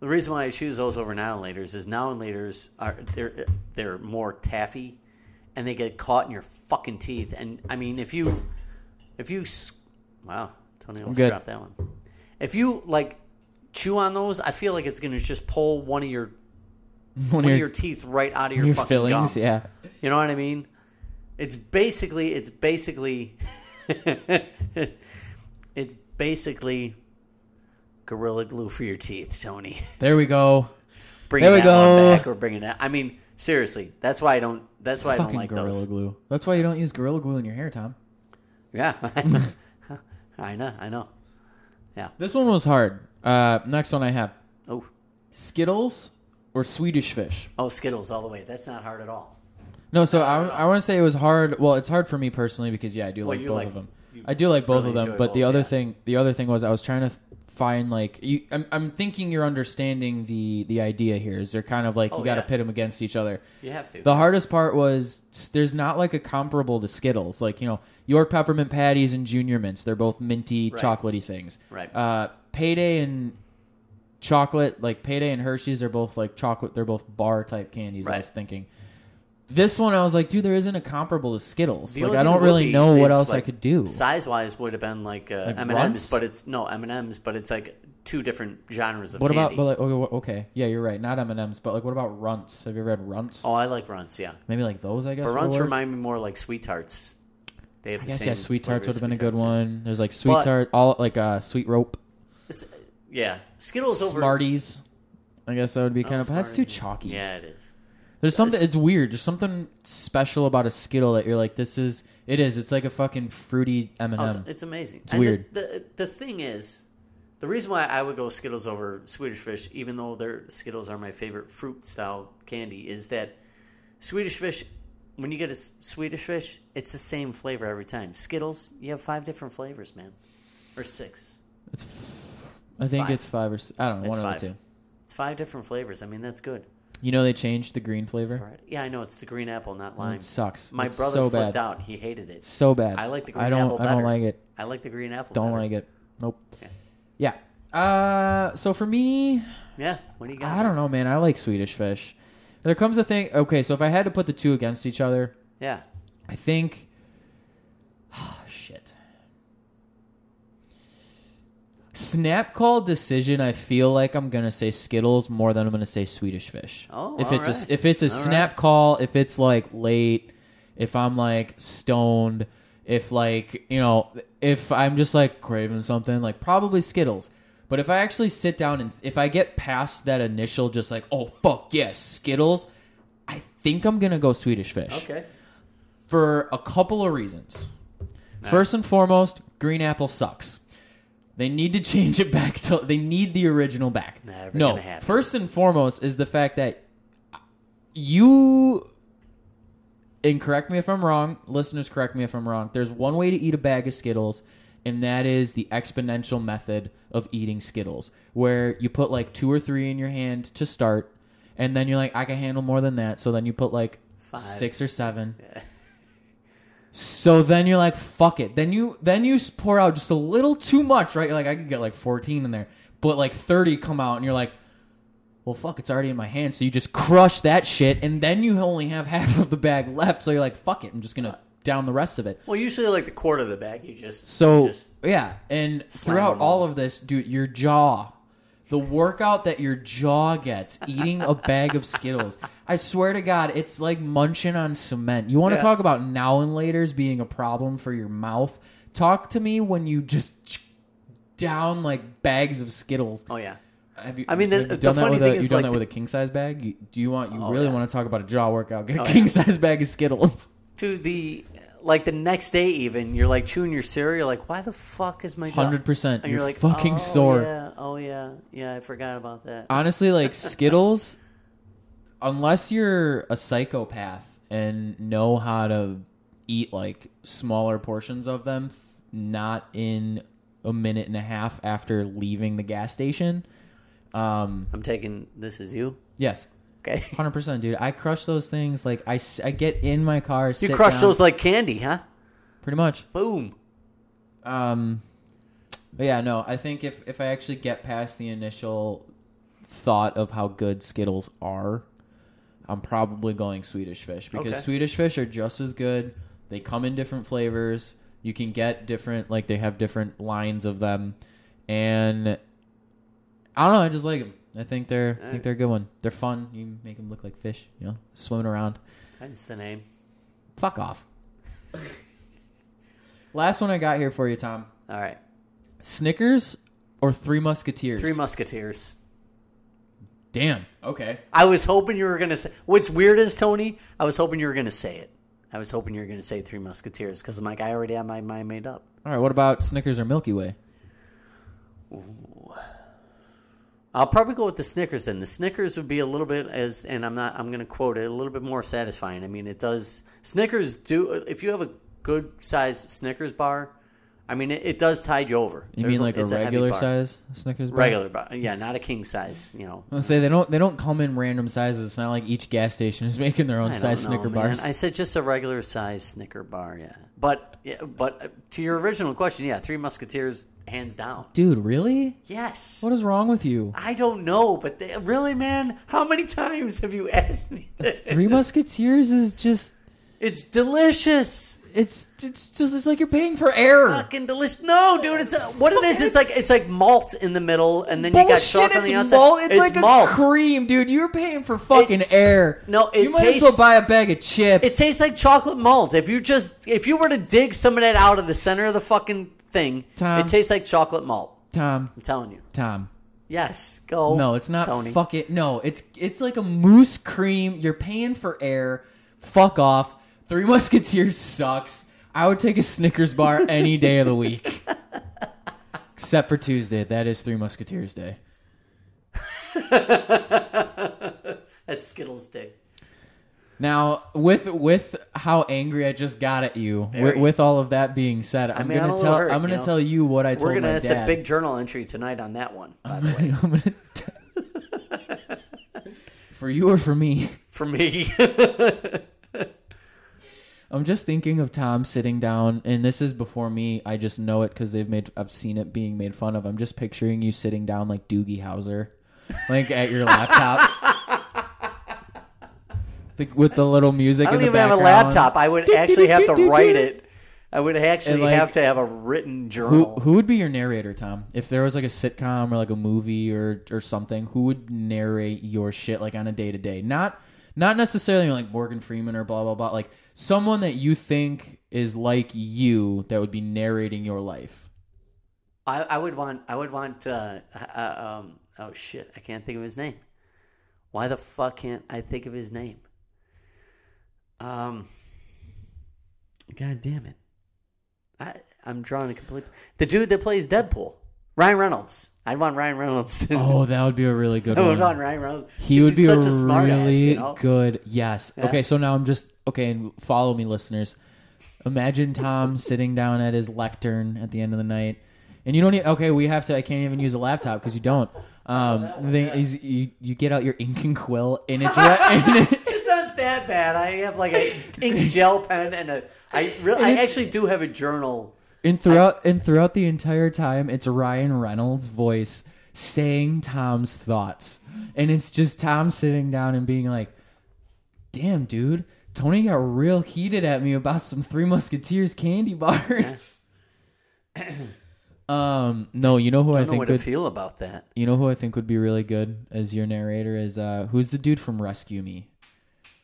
[SPEAKER 2] the reason why I choose those over now and laters is now and laters are they're they're more taffy, and they get caught in your fucking teeth. And I mean, if you if you s- wow, Tony, almost
[SPEAKER 1] good.
[SPEAKER 2] dropped that one. If you like chew on those, I feel like it's gonna just pull one of your
[SPEAKER 1] One
[SPEAKER 2] one
[SPEAKER 1] of
[SPEAKER 2] of
[SPEAKER 1] your,
[SPEAKER 2] your teeth right out of your,
[SPEAKER 1] your
[SPEAKER 2] fucking
[SPEAKER 1] fillings,
[SPEAKER 2] gum.
[SPEAKER 1] yeah.
[SPEAKER 2] You know what I mean? It's basically it's basically it's basically gorilla glue for your teeth, Tony.
[SPEAKER 1] There we go.
[SPEAKER 2] Bringing
[SPEAKER 1] There we
[SPEAKER 2] that one
[SPEAKER 1] go.
[SPEAKER 2] back or bringing that. I mean, seriously, that's why I don't. That's why I don't
[SPEAKER 1] Fucking
[SPEAKER 2] like
[SPEAKER 1] gorilla
[SPEAKER 2] those.
[SPEAKER 1] glue. That's why you don't use gorilla glue in your hair, Tom.
[SPEAKER 2] Yeah, I know, I know.
[SPEAKER 1] This one was hard. Uh, next one I have
[SPEAKER 2] Oh,
[SPEAKER 1] Skittles or Swedish Fish.
[SPEAKER 2] oh, Skittles all the way. That's not hard at all.
[SPEAKER 1] No, so I, I want to say it was hard. Well, it's hard for me personally because yeah, I do
[SPEAKER 2] Well,
[SPEAKER 1] like
[SPEAKER 2] you
[SPEAKER 1] both
[SPEAKER 2] like-
[SPEAKER 1] of them.
[SPEAKER 2] you
[SPEAKER 1] I do like both
[SPEAKER 2] really
[SPEAKER 1] of them,
[SPEAKER 2] enjoy
[SPEAKER 1] but the
[SPEAKER 2] both,
[SPEAKER 1] other
[SPEAKER 2] yeah.
[SPEAKER 1] thing, the other thing was I was trying to find like you. I'm, I'm thinking you're understanding the the idea here. Is they're kind of like
[SPEAKER 2] Oh,
[SPEAKER 1] you got to
[SPEAKER 2] yeah.
[SPEAKER 1] 'em pit them against each other.
[SPEAKER 2] You have to.
[SPEAKER 1] The hardest part was s- there's not like a comparable to Skittles. Like you know York peppermint patties and Junior mints. They're both minty,
[SPEAKER 2] Right.
[SPEAKER 1] chocolatey things.
[SPEAKER 2] Right.
[SPEAKER 1] Uh, payday and chocolate, like payday and Hershey's, are both like chocolate. They're both bar type candies. I
[SPEAKER 2] Right.
[SPEAKER 1] was thinking. This one, I was like, dude, there isn't a comparable to Skittles.
[SPEAKER 2] The
[SPEAKER 1] like,
[SPEAKER 2] only
[SPEAKER 1] I
[SPEAKER 2] thing
[SPEAKER 1] don't
[SPEAKER 2] would
[SPEAKER 1] really
[SPEAKER 2] be
[SPEAKER 1] know what
[SPEAKER 2] is,
[SPEAKER 1] else I
[SPEAKER 2] like,
[SPEAKER 1] could do.
[SPEAKER 2] Size wise would have been like, uh,
[SPEAKER 1] Like
[SPEAKER 2] M and
[SPEAKER 1] runts?
[SPEAKER 2] M's, but it's no M and M's, but it's like two different genres of
[SPEAKER 1] What
[SPEAKER 2] candy.
[SPEAKER 1] about? But like, okay, wha- okay, yeah, you're right. Not M and M's, but like, what about Runts? Have you ever had Runts?
[SPEAKER 2] Oh, I like runts, yeah.
[SPEAKER 1] Maybe like those, I guess.
[SPEAKER 2] But
[SPEAKER 1] would
[SPEAKER 2] runts
[SPEAKER 1] work.
[SPEAKER 2] remind me more like sweet tarts. They have
[SPEAKER 1] I
[SPEAKER 2] the
[SPEAKER 1] guess
[SPEAKER 2] same
[SPEAKER 1] yeah, sweet tarts would
[SPEAKER 2] flavor as
[SPEAKER 1] have been a
[SPEAKER 2] Sweet
[SPEAKER 1] good
[SPEAKER 2] Tarts, yeah.
[SPEAKER 1] one. There's like sweet
[SPEAKER 2] But-
[SPEAKER 1] tart, all like uh, sweet rope,
[SPEAKER 2] It's- yeah, Skittles over
[SPEAKER 1] Smarties. I guess that would be
[SPEAKER 2] Oh,
[SPEAKER 1] kind of. but That's too
[SPEAKER 2] Smarties.
[SPEAKER 1] chalky.
[SPEAKER 2] Yeah, it is.
[SPEAKER 1] There's something.
[SPEAKER 2] It's-
[SPEAKER 1] It's weird. There's something special about a Skittle that you're like, this is. It is. It's like a fucking fruity M and
[SPEAKER 2] Oh, it's,
[SPEAKER 1] m
[SPEAKER 2] it's amazing. It's
[SPEAKER 1] Um, weird.
[SPEAKER 2] The, the the thing is, the reason why I would go Skittles over Swedish Fish, even though their Skittles are my favorite fruit style candy, is that Swedish Fish. When you get a S- Swedish Fish, it's the same flavor every time. Skittles, you have five different flavors, man, or six.
[SPEAKER 1] It's. I think
[SPEAKER 2] Five.
[SPEAKER 1] it's five or s- I don't know
[SPEAKER 2] It's
[SPEAKER 1] one
[SPEAKER 2] five.
[SPEAKER 1] of the two.
[SPEAKER 2] It's five different flavors. I mean, that's good.
[SPEAKER 1] You know they changed the green flavor.
[SPEAKER 2] Right. Yeah, I know it's the green apple, not
[SPEAKER 1] Oh,
[SPEAKER 2] lime.
[SPEAKER 1] It sucks.
[SPEAKER 2] My
[SPEAKER 1] It's
[SPEAKER 2] brother
[SPEAKER 1] so
[SPEAKER 2] flipped
[SPEAKER 1] bad.
[SPEAKER 2] out. He hated it.
[SPEAKER 1] So bad.
[SPEAKER 2] I like the
[SPEAKER 1] I
[SPEAKER 2] green
[SPEAKER 1] don't.
[SPEAKER 2] apple
[SPEAKER 1] I don't
[SPEAKER 2] better.
[SPEAKER 1] like it.
[SPEAKER 2] I like the green apple.
[SPEAKER 1] Don't
[SPEAKER 2] better.
[SPEAKER 1] like it. Nope. Yeah. Uh. So for me,
[SPEAKER 2] Yeah. What do you got?
[SPEAKER 1] I don't know, man. I like Swedish fish. There comes a thing. Okay, so if I had to put the two against each other,
[SPEAKER 2] Yeah.
[SPEAKER 1] I think. ah, shit. Snap call decision. I feel like I'm gonna say Skittles more than I'm gonna say Swedish Fish.
[SPEAKER 2] Oh,
[SPEAKER 1] if
[SPEAKER 2] all
[SPEAKER 1] it's
[SPEAKER 2] right.
[SPEAKER 1] a if it's a
[SPEAKER 2] All
[SPEAKER 1] snap
[SPEAKER 2] right.
[SPEAKER 1] call, if it's like late, if I'm like stoned, if like you know, if I'm just like craving something, like probably Skittles. But if I actually sit down and if I get past that initial, just like oh fuck yes Skittles, I think I'm gonna go Swedish Fish
[SPEAKER 2] Okay.
[SPEAKER 1] for a couple of reasons. First and foremost, Green Apple sucks. They need to change it back to they need the original back.
[SPEAKER 2] Never
[SPEAKER 1] no,
[SPEAKER 2] gonna happen.
[SPEAKER 1] first and foremost is the fact that you and correct me if I'm wrong, listeners correct me if I'm wrong. There's one way to eat a bag of Skittles and that is the exponential method of eating Skittles where you put like two or three in your hand to start and then you're like I can handle more than that, so then you put like
[SPEAKER 2] Five.
[SPEAKER 1] 6 or 7 So then you're like, fuck it. Then you then you pour out just a little too much, right? You're like, I could get like 14 in there, but like 30 come out, and you're like, well, fuck, it's already in my hand. So you just crush that shit, and then you only have half of the bag left. So you're like, fuck it, I'm just gonna down the rest of it.
[SPEAKER 2] Well, usually like the quarter of the bag, you just
[SPEAKER 1] So
[SPEAKER 2] just,
[SPEAKER 1] yeah, and
[SPEAKER 2] Slam
[SPEAKER 1] throughout
[SPEAKER 2] them
[SPEAKER 1] all of this, dude, your jaw, the workout that your jaw gets eating a bag of Skittles. I swear to God, it's like munching on cement. You want to
[SPEAKER 2] Yeah.
[SPEAKER 1] talk about now and later's being a problem for your mouth? Talk to me when you just ch- down like bags of Skittles.
[SPEAKER 2] oh yeah,
[SPEAKER 1] Have you?
[SPEAKER 2] I mean,
[SPEAKER 1] have
[SPEAKER 2] the-
[SPEAKER 1] you
[SPEAKER 2] the
[SPEAKER 1] done that
[SPEAKER 2] funny
[SPEAKER 1] with
[SPEAKER 2] thing
[SPEAKER 1] a, you
[SPEAKER 2] is,
[SPEAKER 1] done
[SPEAKER 2] like,
[SPEAKER 1] that
[SPEAKER 2] the-
[SPEAKER 1] with a king size bag? You, do you want? You
[SPEAKER 2] Oh,
[SPEAKER 1] really
[SPEAKER 2] yeah.
[SPEAKER 1] want to talk about a jaw workout? Get a
[SPEAKER 2] Oh, yeah.
[SPEAKER 1] king size bag of Skittles.
[SPEAKER 2] to the like the next day even you're like chewing your cereal like why the fuck is my jaw-
[SPEAKER 1] 100%,
[SPEAKER 2] and you're,
[SPEAKER 1] you're
[SPEAKER 2] like
[SPEAKER 1] fucking
[SPEAKER 2] oh,
[SPEAKER 1] sore. Uh,
[SPEAKER 2] yeah, oh yeah yeah I forgot about that
[SPEAKER 1] honestly, like Skittles, unless you're a psychopath and know how to eat like smaller portions of them, f- not in a minute and a half after leaving the gas station. Um,
[SPEAKER 2] I'm taking this is you
[SPEAKER 1] yes,
[SPEAKER 2] okay
[SPEAKER 1] hundred percent, dude. I crush those things. Like I, s- I get in my car.
[SPEAKER 2] you
[SPEAKER 1] sit
[SPEAKER 2] crush
[SPEAKER 1] down,
[SPEAKER 2] those like candy huh
[SPEAKER 1] pretty much.
[SPEAKER 2] boom
[SPEAKER 1] Um, but yeah, no, I think if if I actually get past the initial thought of how good Skittles are, I'm probably going Swedish Fish because
[SPEAKER 2] Okay.
[SPEAKER 1] Swedish Fish are just as good. They come in different flavors. You can get different, like they have different lines of them, and I don't know. I just like them. I think they're I think
[SPEAKER 2] Alright.
[SPEAKER 1] they're a good one. They're fun. You make them look like fish, you know, swimming around.
[SPEAKER 2] that's the name
[SPEAKER 1] Fuck off. Last one I got here for you, Tom.
[SPEAKER 2] all right
[SPEAKER 1] Snickers or Three Musketeers?
[SPEAKER 2] three musketeers
[SPEAKER 1] Damn. Okay.
[SPEAKER 2] I was hoping you were gonna say. What's weird is Tony. I was hoping you were gonna say it. I was hoping you were gonna say Three Musketeers because I'm like I already have my mind made up.
[SPEAKER 1] All right. What about Snickers or Milky Way?
[SPEAKER 2] I'll probably go with the Snickers then. The Snickers would be a little bit as, and I'm not. I'm gonna quote it a little bit more satisfying. I mean, it does. Snickers do. If you have a good sized Snickers bar, I mean, it, it does tide you over.
[SPEAKER 1] You
[SPEAKER 2] There's
[SPEAKER 1] mean like a
[SPEAKER 2] it's heavy
[SPEAKER 1] regular
[SPEAKER 2] bar.
[SPEAKER 1] size Snickers? Bar?
[SPEAKER 2] Regular bar, yeah, not a king size. You know,
[SPEAKER 1] I was gonna say they don't they don't come in random sizes. It's not like each gas station is making their own
[SPEAKER 2] I don't
[SPEAKER 1] size
[SPEAKER 2] know,
[SPEAKER 1] Snicker
[SPEAKER 2] man.
[SPEAKER 1] bars.
[SPEAKER 2] I said just a regular size Snicker bar, yeah. But yeah, but uh, to your original question, yeah, Three Musketeers hands down.
[SPEAKER 1] Dude, really?
[SPEAKER 2] Yes.
[SPEAKER 1] What is wrong with you?
[SPEAKER 2] I don't know, but they, really, man, how many times have you asked me?
[SPEAKER 1] Three
[SPEAKER 2] This?
[SPEAKER 1] Musketeers is just
[SPEAKER 2] It's delicious.
[SPEAKER 1] it's it's just it's like you're paying for air.
[SPEAKER 2] Fucking delicious. No, dude, it's a, what it is. It's like it's like malt in the middle, and then you got
[SPEAKER 1] Bullshit!
[SPEAKER 2] chalk on
[SPEAKER 1] It's
[SPEAKER 2] the outside.
[SPEAKER 1] malt. It's, like
[SPEAKER 2] malt.
[SPEAKER 1] a cream, dude. You're paying for fucking
[SPEAKER 2] It's-
[SPEAKER 1] air.
[SPEAKER 2] no, it
[SPEAKER 1] you might as
[SPEAKER 2] tastes-
[SPEAKER 1] well buy a bag of chips.
[SPEAKER 2] It tastes like chocolate malt. If you just if you were to dig some of that out of the center of the fucking thing,
[SPEAKER 1] Tom.
[SPEAKER 2] it tastes like chocolate malt.
[SPEAKER 1] Tom,
[SPEAKER 2] I'm telling you.
[SPEAKER 1] Tom,
[SPEAKER 2] Yes, go.
[SPEAKER 1] No, it's not.
[SPEAKER 2] Oh, Tony.
[SPEAKER 1] Fuck it. No, it's it's like a moose cream. You're paying for air. Fuck off. Three Musketeers sucks. I would take a Snickers bar any day of the week, except for Tuesday. That is Three Musketeers Day.
[SPEAKER 2] That's Skittles Day.
[SPEAKER 1] Now, with with how angry I just got at you, with,
[SPEAKER 2] Very.
[SPEAKER 1] with all of that being said, I'm
[SPEAKER 2] mean, I'm a
[SPEAKER 1] gonna
[SPEAKER 2] little
[SPEAKER 1] tell
[SPEAKER 2] hurt,
[SPEAKER 1] I'm gonna
[SPEAKER 2] you know.
[SPEAKER 1] tell you what I told
[SPEAKER 2] We're gonna.
[SPEAKER 1] my
[SPEAKER 2] It's
[SPEAKER 1] dad. Uh-huh.
[SPEAKER 2] a big journal entry tonight on that one. By the way,
[SPEAKER 1] I'm gonna t- for you or for me.
[SPEAKER 2] for me.
[SPEAKER 1] I'm just thinking of Tom sitting down, and this is before me. I just know it because they've made. I've seen it being made fun of. I'm just picturing you sitting down like Doogie Howser, like at your laptop, the, with the little music.
[SPEAKER 2] I
[SPEAKER 1] in
[SPEAKER 2] don't
[SPEAKER 1] the
[SPEAKER 2] even have a
[SPEAKER 1] background.
[SPEAKER 2] laptop. I would actually have to write it. I would actually
[SPEAKER 1] And, like,
[SPEAKER 2] have to have a written
[SPEAKER 1] Who
[SPEAKER 2] journal.
[SPEAKER 1] who would be your narrator, Tom? If there was like a sitcom or like a movie or or something, who would narrate your shit like on a day to day? Not not necessarily like Morgan Freeman or blah blah blah. Like someone that you think is like you that would be narrating your life.
[SPEAKER 2] I, I would want. I would want. Uh, uh, um, oh shit! I can't think of his name. Why the fuck can't I think of his name? Um. God damn it! I I'm drawing a complete. The dude that plays Deadpool, Ryan Reynolds. I'd want Ryan Reynolds. To,
[SPEAKER 1] Oh, that would be a really good
[SPEAKER 2] I would
[SPEAKER 1] one.
[SPEAKER 2] want Ryan Reynolds.
[SPEAKER 1] Oh, He
[SPEAKER 2] 'Cause
[SPEAKER 1] would be
[SPEAKER 2] he's
[SPEAKER 1] a,
[SPEAKER 2] such a smart
[SPEAKER 1] really
[SPEAKER 2] ass, you know?
[SPEAKER 1] good. Yes.
[SPEAKER 2] Yeah.
[SPEAKER 1] Okay, so now I'm just okay, and follow me, listeners. Imagine Tom sitting down at his lectern at the end of the night, and you don't. Even, okay, we have to. I can't even use a laptop because you
[SPEAKER 2] Oh,
[SPEAKER 1] don't. Um, the thing is, you, you get out your ink and quill, and it's re- and, it-
[SPEAKER 2] It's not not that bad. I have like a ink gel pen and a. I really, I
[SPEAKER 1] it's-
[SPEAKER 2] actually do have a journal.
[SPEAKER 1] And throughout and throughout the entire time, it's Ryan Reynolds' voice saying Tom's thoughts, and it's just Tom sitting down and being like, "Damn, dude, Tony got real heated at me about some Three Musketeers candy bars."
[SPEAKER 2] Yes.
[SPEAKER 1] Um, no, you know who I
[SPEAKER 2] I don't know
[SPEAKER 1] think
[SPEAKER 2] what to
[SPEAKER 1] would
[SPEAKER 2] feel about that.
[SPEAKER 1] you know who I think would be really good as your narrator is uh, who's the dude from Rescue Me?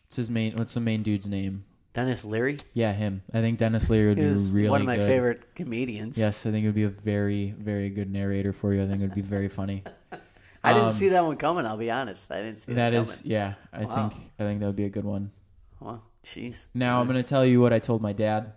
[SPEAKER 1] What's his main? What's the main dude's name?
[SPEAKER 2] Dennis Leary
[SPEAKER 1] Yeah, him. I think Dennis Leary would be
[SPEAKER 2] is
[SPEAKER 1] really
[SPEAKER 2] one of my
[SPEAKER 1] good.
[SPEAKER 2] favorite comedians.
[SPEAKER 1] Yes, I think it would be a very, very good narrator for you. I think it would be very funny.
[SPEAKER 2] I didn't
[SPEAKER 1] Um,
[SPEAKER 2] see that one coming. I'll be honest. I didn't see that.
[SPEAKER 1] That
[SPEAKER 2] coming.
[SPEAKER 1] is, yeah. I
[SPEAKER 2] Wow.
[SPEAKER 1] think I think that would be a good one.
[SPEAKER 2] Well, jeez.
[SPEAKER 1] Now I'm going to tell you what I told my dad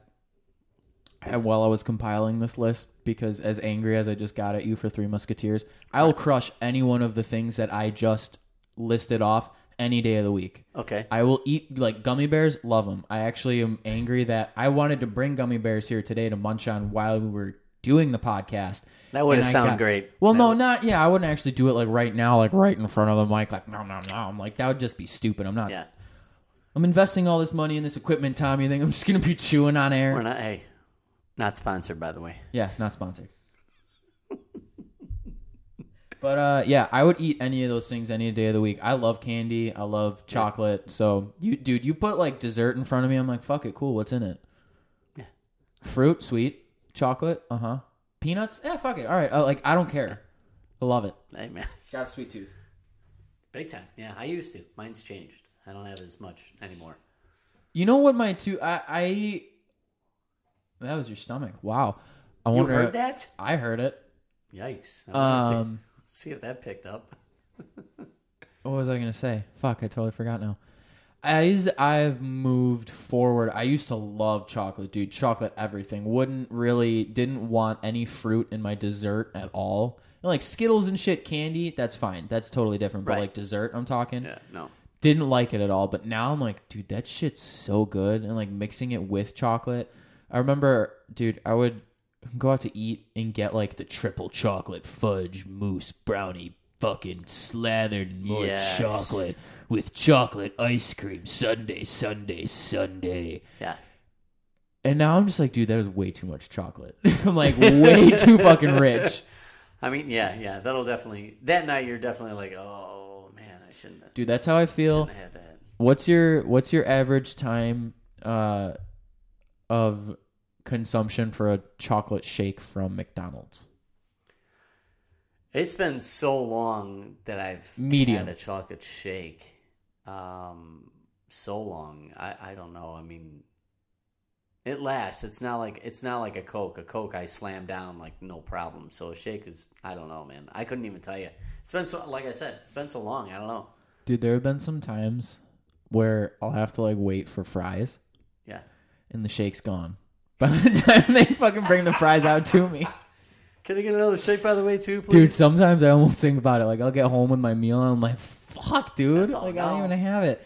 [SPEAKER 1] and while I was compiling this list because as angry as I just got at you for Three Musketeers, I will crush any one of the things that I just listed off any day of the week.
[SPEAKER 2] Okay.
[SPEAKER 1] I will eat like gummy bears, love them. I actually am angry that I wanted to bring gummy bears here today to munch on while we were doing the podcast.
[SPEAKER 2] That would
[SPEAKER 1] and
[SPEAKER 2] have
[SPEAKER 1] I
[SPEAKER 2] sounded
[SPEAKER 1] got-
[SPEAKER 2] great.
[SPEAKER 1] Well,
[SPEAKER 2] That
[SPEAKER 1] no,
[SPEAKER 2] would-
[SPEAKER 1] not yeah. I wouldn't actually do it like right now, like right in front of the mic, like no, no, no. I'm like that would just be stupid. I'm not.
[SPEAKER 2] Yeah.
[SPEAKER 1] I'm investing all this money in this equipment, Tom. You think I'm just gonna be chewing on air?
[SPEAKER 2] We're not. Hey, not sponsored, by the way.
[SPEAKER 1] Yeah, not sponsored. but uh, yeah, I would eat any of those things any day of the week. I love candy. I love chocolate. So you, dude, you put like dessert in front of me. I'm like, fuck it, cool. What's in it?
[SPEAKER 2] Yeah.
[SPEAKER 1] Fruit, sweet, chocolate. Uh huh. Peanuts. Yeah, fuck it. All right. I, like I don't care. I love it.
[SPEAKER 2] Hey, man.
[SPEAKER 1] Got a sweet tooth.
[SPEAKER 2] Big time. Yeah, I used to. Mine's changed. I don't have as much anymore.
[SPEAKER 1] You know what? My two. I. I that was your stomach. Wow. I
[SPEAKER 2] You
[SPEAKER 1] wonder.
[SPEAKER 2] heard that?
[SPEAKER 1] I heard it.
[SPEAKER 2] Yikes. I'm gonna have to
[SPEAKER 1] Um.
[SPEAKER 2] see if that picked up.
[SPEAKER 1] what was I gonna say? Fuck, I totally forgot now. As I've moved forward, I used to love chocolate, dude. Chocolate everything. Wouldn't really didn't want any fruit in my dessert at all. And, like Skittles and shit, candy, that's fine. That's totally different. But
[SPEAKER 2] Right.
[SPEAKER 1] like dessert, I'm talking.
[SPEAKER 2] Yeah, no.
[SPEAKER 1] Didn't like it at all. But now I'm like, dude, that shit's so good. And like mixing it with chocolate. I remember, dude, I would go out to eat and get like the triple chocolate fudge mousse brownie fucking slathered in more
[SPEAKER 2] Yes.
[SPEAKER 1] chocolate with chocolate ice cream sunday sunday sunday
[SPEAKER 2] Yeah.
[SPEAKER 1] and now i'm just like dude that is way too much chocolate i'm like way too fucking rich
[SPEAKER 2] I mean, yeah, yeah. That'll definitely. That night, you're definitely like, oh, man, I shouldn't have,
[SPEAKER 1] dude that's how i feel
[SPEAKER 2] shouldn't have had that.
[SPEAKER 1] what's your what's your average time uh of consumption for a chocolate shake from mcdonald's
[SPEAKER 2] It's been so long that I've
[SPEAKER 1] Medium.
[SPEAKER 2] had a chocolate shake. Um, so long. I, I don't know. I mean, it lasts. It's not like it's not like a Coke. A Coke I slam down like no problem. So a shake is I don't know, man. I couldn't even tell you. It's been so like I said, it's been so long. I don't know.
[SPEAKER 1] dude there have been some times where i'll have to like wait for fries
[SPEAKER 2] Yeah.
[SPEAKER 1] and the shake's gone. By the time they fucking bring the fries out to me,
[SPEAKER 2] Can I get another shake by the way too, please?
[SPEAKER 1] dude. Sometimes I almost think about it. Like I'll get home with my meal and I'm like, "Fuck, dude!
[SPEAKER 2] That's all
[SPEAKER 1] Like I don't
[SPEAKER 2] now.
[SPEAKER 1] even have it."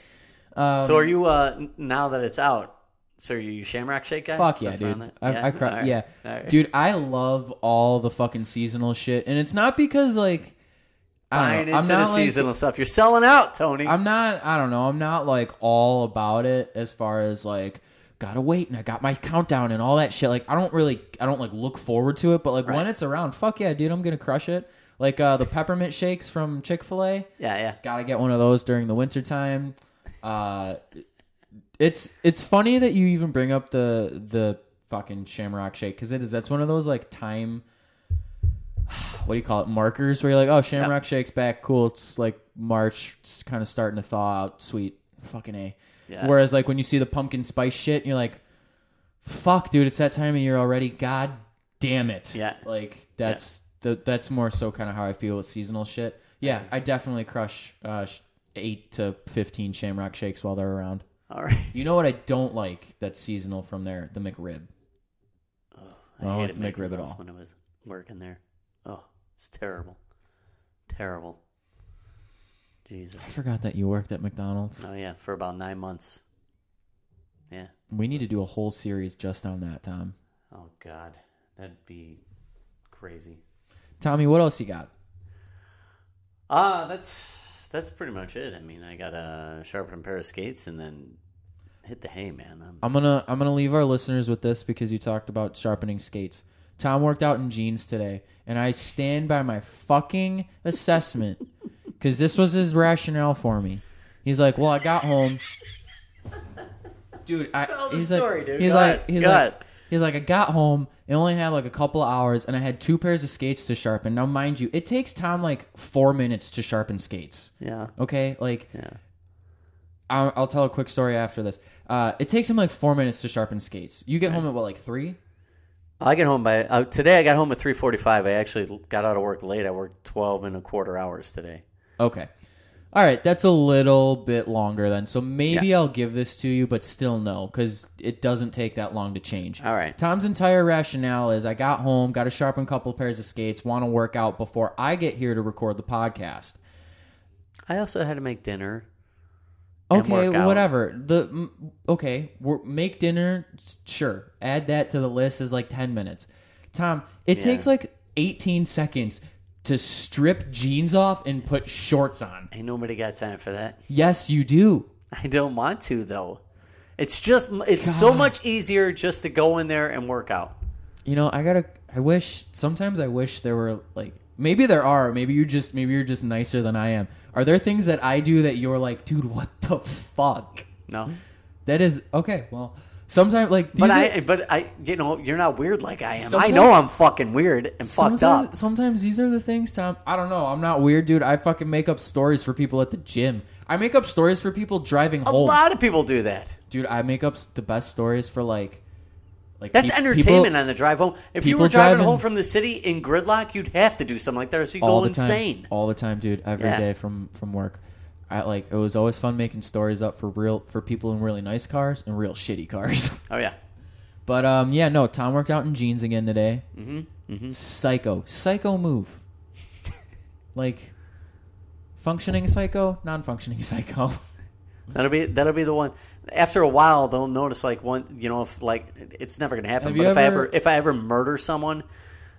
[SPEAKER 1] Um,
[SPEAKER 2] So are you uh n- now that it's out? So are you Shamrock Shake guy?
[SPEAKER 1] Fuck
[SPEAKER 2] So
[SPEAKER 1] yeah,
[SPEAKER 2] that's around
[SPEAKER 1] dude.
[SPEAKER 2] that?
[SPEAKER 1] I, I cry.
[SPEAKER 2] All right.
[SPEAKER 1] Yeah,
[SPEAKER 2] All right.
[SPEAKER 1] dude. I love all the fucking seasonal shit, and it's not because like I
[SPEAKER 2] Buying
[SPEAKER 1] don't
[SPEAKER 2] into
[SPEAKER 1] know. I'm
[SPEAKER 2] the
[SPEAKER 1] not like,
[SPEAKER 2] seasonal stuff. You're selling out, Tony.
[SPEAKER 1] I'm not. I don't know. I'm not like all about it as far as like gotta wait and I got my countdown and all that shit. Like I don't really. I don't like look forward to it. But like when
[SPEAKER 2] Right.
[SPEAKER 1] it's around, fuck yeah, dude. I'm gonna crush it. Like uh, the peppermint shakes from Chick Fil A.
[SPEAKER 2] yeah, yeah.
[SPEAKER 1] Gotta get one of those during the wintertime. Uh, it's it's funny that you even bring up the the fucking Shamrock Shake because it is that's one of those like time. What do you call it? Markers where you're like, oh, Shamrock Shake's back. Cool. It's like March. It's kind of starting to thaw out. Sweet. Fucking a.
[SPEAKER 2] Yeah.
[SPEAKER 1] Whereas like when you see the pumpkin spice shit, you're like, fuck, dude, it's that time of year already. God damn it.
[SPEAKER 2] Yeah.
[SPEAKER 1] Like that's the that's more so kind of how I feel with seasonal shit. Yeah, I definitely crush uh, sh- eight to fifteen Shamrock shakes while they're around.
[SPEAKER 2] All right.
[SPEAKER 1] You know what I don't like that's seasonal from there? The McRib.
[SPEAKER 2] Oh,
[SPEAKER 1] I don't like
[SPEAKER 2] hated
[SPEAKER 1] the McRib
[SPEAKER 2] making
[SPEAKER 1] at
[SPEAKER 2] those
[SPEAKER 1] all.
[SPEAKER 2] When I was working there, oh, it's terrible, terrible. Jesus.
[SPEAKER 1] I forgot that you worked at McDonald's.
[SPEAKER 2] Oh yeah, for about nine months. Yeah.
[SPEAKER 1] We need to do a whole series just on that, Tom.
[SPEAKER 2] Oh God, that'd be crazy.
[SPEAKER 1] Tommy, what else you got?
[SPEAKER 2] Ah, that's that's pretty much it. I mean, I gotta sharpen a pair of skates and then hit the hay, man. I'm,
[SPEAKER 1] I'm gonna I'm gonna leave our listeners with this because you talked about sharpening skates. Tom worked out in jeans today, and I stand by my fucking assessment because this was his rationale for me. He's like, "Well, I got home, dude." I,
[SPEAKER 2] Tell the
[SPEAKER 1] Oh, he's
[SPEAKER 2] story,
[SPEAKER 1] like,
[SPEAKER 2] dude.
[SPEAKER 1] he's
[SPEAKER 2] Go
[SPEAKER 1] like,
[SPEAKER 2] ahead.
[SPEAKER 1] he's
[SPEAKER 2] Go
[SPEAKER 1] like,
[SPEAKER 2] ahead.
[SPEAKER 1] he's like, I got home and only had like a couple of hours, and I had two pairs of skates to sharpen. Now, mind you, it takes Tom like four minutes to sharpen skates.
[SPEAKER 2] yeah,
[SPEAKER 1] Okay, like
[SPEAKER 2] yeah.
[SPEAKER 1] I'll, I'll tell a quick story after this. Uh, it takes him like four minutes to sharpen skates. You get home at what, like three?
[SPEAKER 2] I get home by uh, today. I got home at three forty-five. I actually got out of work late. I worked twelve and a quarter hours today.
[SPEAKER 1] Okay. All right, that's a little bit longer then. So maybe I'll give this to you, but still no, because it doesn't take that long to change.
[SPEAKER 2] All right.
[SPEAKER 1] Tom's entire rationale is I got home, got to sharpen a couple pairs of skates, want to work out before I get here to record the podcast.
[SPEAKER 2] I also had to make dinner. and
[SPEAKER 1] Okay,
[SPEAKER 2] work out.
[SPEAKER 1] whatever. The m- okay, we're, make dinner. s- Sure, add that to the list is like ten minutes. Tom, it takes like eighteen seconds to strip jeans off and put shorts on.
[SPEAKER 2] Ain't nobody got time for that.
[SPEAKER 1] Yes, you do.
[SPEAKER 2] I don't want to though. It's just it's so much easier just to go in there and work out.
[SPEAKER 1] You know, I gotta. I wish sometimes I wish there were like maybe there are. Maybe you just maybe you're just nicer than I am. Are there things that I do that you're like, dude? What the fuck?
[SPEAKER 2] No,
[SPEAKER 1] That is okay. Well, sometimes like
[SPEAKER 2] but
[SPEAKER 1] these are-
[SPEAKER 2] I but I you know you're not weird like I am. I
[SPEAKER 1] Sometimes-
[SPEAKER 2] know I'm fucking weird and fucked
[SPEAKER 1] sometimes,
[SPEAKER 2] up.
[SPEAKER 1] Sometimes these are the things, Tom. I don't know. I'm not weird, dude. I fucking make up stories for people at the gym. I make up stories for people driving
[SPEAKER 2] A
[SPEAKER 1] home,
[SPEAKER 2] lot of people do that.
[SPEAKER 1] dude. I make up s- the best stories for like, like
[SPEAKER 2] That's
[SPEAKER 1] pe-
[SPEAKER 2] entertainment
[SPEAKER 1] people-
[SPEAKER 2] on the drive home. If you
[SPEAKER 1] people
[SPEAKER 2] were driving,
[SPEAKER 1] driving-
[SPEAKER 2] home from the city in gridlock, you'd have to do something like that, or so you
[SPEAKER 1] all
[SPEAKER 2] go
[SPEAKER 1] the time,
[SPEAKER 2] insane.
[SPEAKER 1] all the time, dude. Every day
[SPEAKER 2] Yeah.
[SPEAKER 1] from from work. I like it was always fun making stories up for real for people in really nice cars and real shitty cars.
[SPEAKER 2] Oh yeah,
[SPEAKER 1] but um, yeah, no. Tom worked out in jeans again today. Mm-hmm. Mm-hmm. Psycho, psycho move. like. Functioning psycho, non-functioning psycho.
[SPEAKER 2] that'll be that'll be the one. After a while, they'll notice like one. You know, if like it's never gonna happen.
[SPEAKER 1] Have
[SPEAKER 2] but
[SPEAKER 1] you
[SPEAKER 2] if I
[SPEAKER 1] ever-
[SPEAKER 2] ever if I ever murder someone,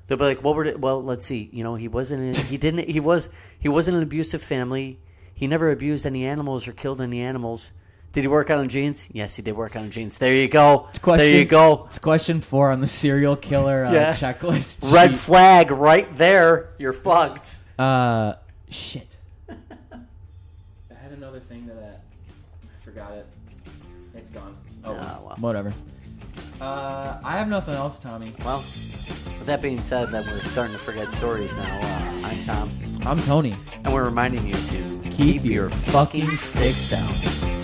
[SPEAKER 2] they'll be like, "What were? the- Well, let's see. You know, he wasn't. in- He didn't. He was. He wasn't an abusive family. He never abused any animals or killed any animals. Did he work out in jeans? Yes, he did work out in jeans. There you go.
[SPEAKER 1] Question,
[SPEAKER 2] there you go.
[SPEAKER 1] It's question four on the serial killer uh,
[SPEAKER 2] Yeah.
[SPEAKER 1] checklist.
[SPEAKER 2] Red
[SPEAKER 1] sheet.
[SPEAKER 2] flag right there. You're fucked.
[SPEAKER 1] uh, shit. I had another thing to that. I forgot it. It's gone. Oh,
[SPEAKER 2] Ah, well.
[SPEAKER 1] whatever. Uh, I have nothing else, Tommy.
[SPEAKER 2] Well, with that being said, that we're starting to forget stories now. Uh, I'm Tom,
[SPEAKER 1] I'm Tony.
[SPEAKER 2] and we're reminding you to
[SPEAKER 1] Keep your fucking sticks down.